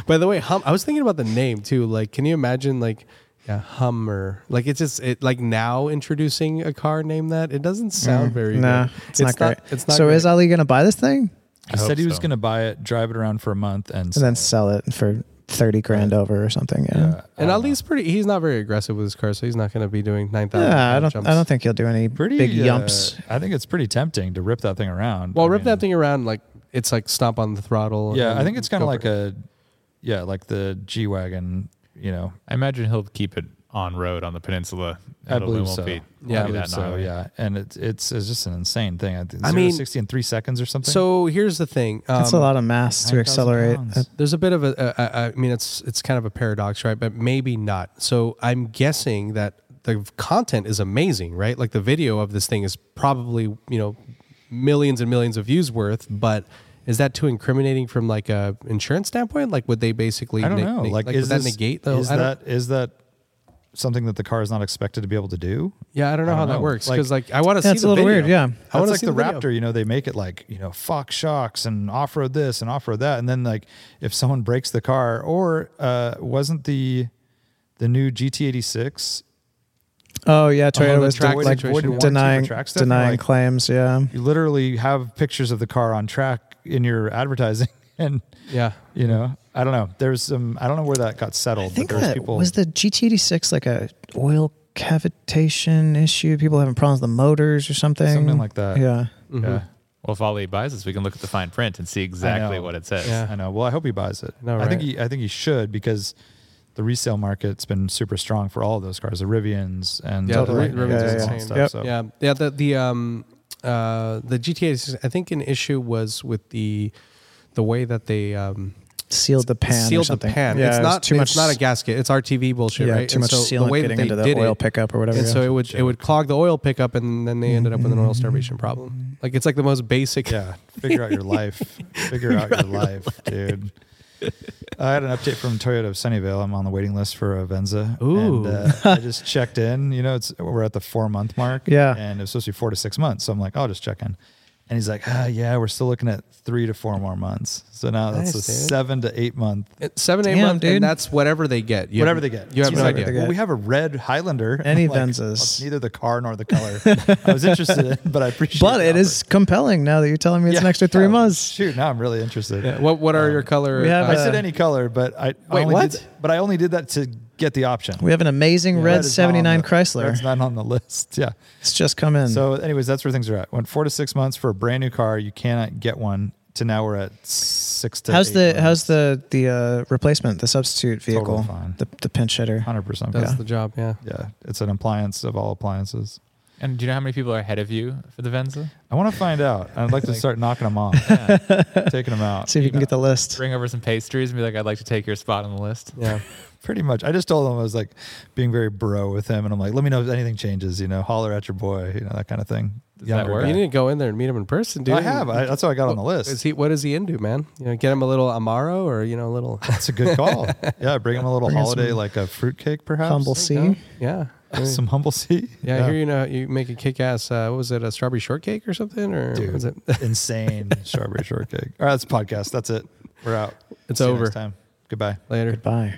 Speaker 2: By the way, hum. I was thinking about the name too. Like, can you imagine like a Hummer? Like it's just it like now introducing a car named that. It doesn't sound very.
Speaker 5: Mm. Nah,
Speaker 2: good.
Speaker 5: it's, not great.
Speaker 2: it's not.
Speaker 5: so
Speaker 2: great.
Speaker 5: is uh, Ali going to buy this thing
Speaker 3: He
Speaker 4: I
Speaker 3: said
Speaker 4: hope
Speaker 3: he was
Speaker 4: so.
Speaker 3: going to buy it, drive it around for a month, and,
Speaker 5: and then sell it for thirty grand over or something? Yeah.
Speaker 3: yeah,
Speaker 2: And
Speaker 3: I don't
Speaker 2: Ali's pretty. He's not very aggressive with his car, so he's not going to be doing nine thousand.
Speaker 5: Yeah, I don't. I don't think he'll do any
Speaker 3: know. pretty
Speaker 5: big
Speaker 3: uh,
Speaker 5: yumps.
Speaker 3: I think it's pretty tempting to rip that thing around.
Speaker 2: Well,
Speaker 3: I
Speaker 2: rip
Speaker 3: mean,
Speaker 2: that thing around like it's like stomp on the throttle.
Speaker 3: Yeah, I
Speaker 2: and
Speaker 3: think it's kind
Speaker 2: go
Speaker 3: of
Speaker 2: for
Speaker 3: like
Speaker 2: it.
Speaker 3: a, yeah, like the G wagon. You know,
Speaker 4: I imagine he'll keep it on road on the peninsula.
Speaker 3: I
Speaker 4: It'll- it
Speaker 3: believe
Speaker 4: won't
Speaker 3: so.
Speaker 4: be-
Speaker 2: Yeah,
Speaker 3: I
Speaker 4: won't be
Speaker 3: believe
Speaker 4: that
Speaker 3: so.
Speaker 4: gnarly.
Speaker 3: Yeah, and it's it's it's just an insane thing. I, think
Speaker 2: I
Speaker 3: I
Speaker 2: mean-
Speaker 3: mean, sixty in three seconds or something.
Speaker 2: So here's the thing. Um,
Speaker 5: That's a lot of mass to
Speaker 3: 9,000
Speaker 5: accelerate.
Speaker 3: pounds.
Speaker 5: Uh,
Speaker 2: there's a bit of a, a, a I mean it's it's kind of a paradox right but maybe not so i'm guessing that the content is amazing right like the video of this thing is probably you know millions and millions of views worth but is that too incriminating from like a insurance standpoint like would they basically
Speaker 3: I don't
Speaker 2: ne-
Speaker 3: know.
Speaker 2: ne-
Speaker 3: Like,
Speaker 2: like
Speaker 3: is
Speaker 2: would that
Speaker 3: this-
Speaker 2: negate though
Speaker 3: Is
Speaker 2: I don't,
Speaker 3: that is that something that the car is not expected to be able to do?
Speaker 2: yeah i don't know how that
Speaker 3: know.
Speaker 2: works
Speaker 3: Like-
Speaker 2: because like, i want to
Speaker 5: Yeah,
Speaker 2: see
Speaker 5: it's a
Speaker 2: the
Speaker 5: little
Speaker 2: video.
Speaker 5: weird, yeah.
Speaker 2: i want
Speaker 3: That's
Speaker 2: to
Speaker 3: like
Speaker 2: see
Speaker 3: the,
Speaker 2: video.
Speaker 3: Raptor. You know, they make it like you know, fuck shocks and off road this and off road that, and then like if someone breaks the car, or uh, wasn't the the new GT86?
Speaker 5: Oh yeah, Toyota
Speaker 2: the
Speaker 5: was
Speaker 2: track
Speaker 5: de- like
Speaker 2: situation. Avoided
Speaker 3: warranty for
Speaker 5: denying
Speaker 3: track stuff,
Speaker 5: denying
Speaker 3: like-
Speaker 5: claims. Yeah,
Speaker 3: You literally have pictures of the car on track in your advertising, and
Speaker 2: yeah
Speaker 3: you know, I don't know. There's some. I don't know where that got settled.
Speaker 5: I think
Speaker 3: but there's
Speaker 5: that
Speaker 3: people.
Speaker 5: was the GT86 like a oil cavitation issue. People having problems with the motors or something.
Speaker 3: Something like that.
Speaker 5: Yeah.
Speaker 2: Mm-hmm.
Speaker 3: yeah,
Speaker 4: Well, if Ali buys this, we can look at the fine print and see
Speaker 3: I
Speaker 4: exactly
Speaker 3: know.
Speaker 4: what it says.
Speaker 2: Yeah.
Speaker 3: I know. Well, I hope he buys it.
Speaker 2: I know,
Speaker 3: I think
Speaker 2: right?
Speaker 3: he. I think he should because the resale market's been super strong for all of those cars, the Rivians and
Speaker 2: Yeah,
Speaker 3: the
Speaker 2: totally.
Speaker 3: Lightnings
Speaker 2: Rivians
Speaker 3: and
Speaker 2: is
Speaker 3: all that
Speaker 2: insane.
Speaker 3: stuff.
Speaker 5: Yep.
Speaker 3: So
Speaker 2: Yeah, yeah. The the um uh the GTA. is- I think an issue was with the the way that they um
Speaker 5: Sealed the pan. or
Speaker 2: sealed the
Speaker 5: something.
Speaker 2: pan.
Speaker 5: Yeah,
Speaker 2: it's
Speaker 5: it was
Speaker 2: not
Speaker 5: too much.
Speaker 2: It's not a gasket. It's RTV bullshit,
Speaker 5: yeah,
Speaker 2: right?
Speaker 5: too
Speaker 2: And
Speaker 5: much
Speaker 2: so the
Speaker 5: sealant
Speaker 2: way that
Speaker 5: getting
Speaker 2: they
Speaker 5: into the
Speaker 2: did
Speaker 5: oil
Speaker 2: it-
Speaker 5: pickup or whatever. Mm-hmm.
Speaker 2: And
Speaker 5: yeah.
Speaker 2: so it would it would clog the oil pickup, and then they ended up with an oil starvation problem. Like it's like the most basic.
Speaker 3: Yeah, figure out your life. figure out your life, dude. I had an update from Toyota of Sunnyvale. I'm on the waiting list for a Venza.
Speaker 2: Ooh.
Speaker 3: And, uh, I just checked in. You know, it's we're at the four month mark.
Speaker 5: Yeah.
Speaker 3: And it was supposed to be four to six months. So I'm like, I'll just check in. And he's like, ah, yeah, we're still looking at three to four more months. So now
Speaker 2: Nice,
Speaker 3: that's a
Speaker 2: dude.
Speaker 3: seven to eight month,
Speaker 2: It- Seven eight
Speaker 5: Damn,
Speaker 2: month,
Speaker 5: dude.
Speaker 2: and that's whatever they get. You
Speaker 3: whatever
Speaker 2: have-
Speaker 3: they get.
Speaker 2: You have
Speaker 3: He's
Speaker 2: no
Speaker 3: like,
Speaker 2: idea.
Speaker 5: get.
Speaker 3: Well, we have a red Highlander.
Speaker 5: Any
Speaker 3: I'm like,
Speaker 5: Venzas.
Speaker 3: Neither the car nor the color. I was interested in, but I appreciate
Speaker 5: but
Speaker 3: the
Speaker 5: it is compelling now that you're telling me
Speaker 3: offer.
Speaker 5: it's an
Speaker 3: Yeah.
Speaker 5: extra three
Speaker 3: Yeah.
Speaker 5: months.
Speaker 3: Shoot, now I'm really interested.
Speaker 2: Yeah, What what are your color?
Speaker 5: we have
Speaker 2: uh,
Speaker 5: a-
Speaker 3: I said any color, but I I
Speaker 2: Wait,
Speaker 3: only
Speaker 2: what?
Speaker 3: Did, but I only did that to get the option.
Speaker 5: We have an amazing red
Speaker 3: is not on
Speaker 5: 79
Speaker 3: the-
Speaker 5: Chrysler. Hmm.
Speaker 3: Red's not on the list. Yeah.
Speaker 5: it's just come in.
Speaker 3: So, anyways, that's where things are at. Went four to six months for a brand new car. You cannot get one. To now we're at six to.
Speaker 5: how's
Speaker 3: eight
Speaker 5: the
Speaker 3: months.
Speaker 5: how's the the uh, replacement, the substitute vehicle,
Speaker 3: Totally fine.
Speaker 5: the the pinch hitter?
Speaker 3: hundred percent?
Speaker 2: That's
Speaker 3: Yeah.
Speaker 2: the job. Yeah.
Speaker 3: yeah, it's an appliance of all appliances.
Speaker 4: And do you know how many people are ahead of you for the Venza?
Speaker 3: I want to find out. I'd like to start knocking them off,
Speaker 4: Yeah.
Speaker 3: taking them out.
Speaker 5: See if you can get the list.
Speaker 4: Bring over some pastries and be like, I'd like to take your spot on the list.
Speaker 2: Yeah.
Speaker 3: Pretty much. I just told him I was like being very bro with him, and I'm like, let me know if anything changes. You know, holler at your boy. You know, that kind of thing.
Speaker 4: Does that
Speaker 3: Younger
Speaker 4: work?
Speaker 3: guy.
Speaker 2: You need to go in there and meet him in person, dude.
Speaker 3: I have. I, that's how I got on the list.
Speaker 2: Is he? What is he into, man? You know, get him a little amaro or you know a little.
Speaker 3: That's a good call. yeah, bring him a little
Speaker 5: Bring him
Speaker 3: holiday,
Speaker 5: some
Speaker 3: like a fruitcake, perhaps.
Speaker 5: Humble C.
Speaker 2: Yeah.
Speaker 3: some humble sea.
Speaker 2: Yeah, I hear you know you make a kick ass. Uh, what was it? A strawberry shortcake or something? Or what was it?
Speaker 3: insane strawberry shortcake. All right, that's a podcast. That's it. We're out.
Speaker 2: It's
Speaker 3: See you
Speaker 2: over.
Speaker 3: next time. Goodbye.
Speaker 2: Later.
Speaker 5: Goodbye.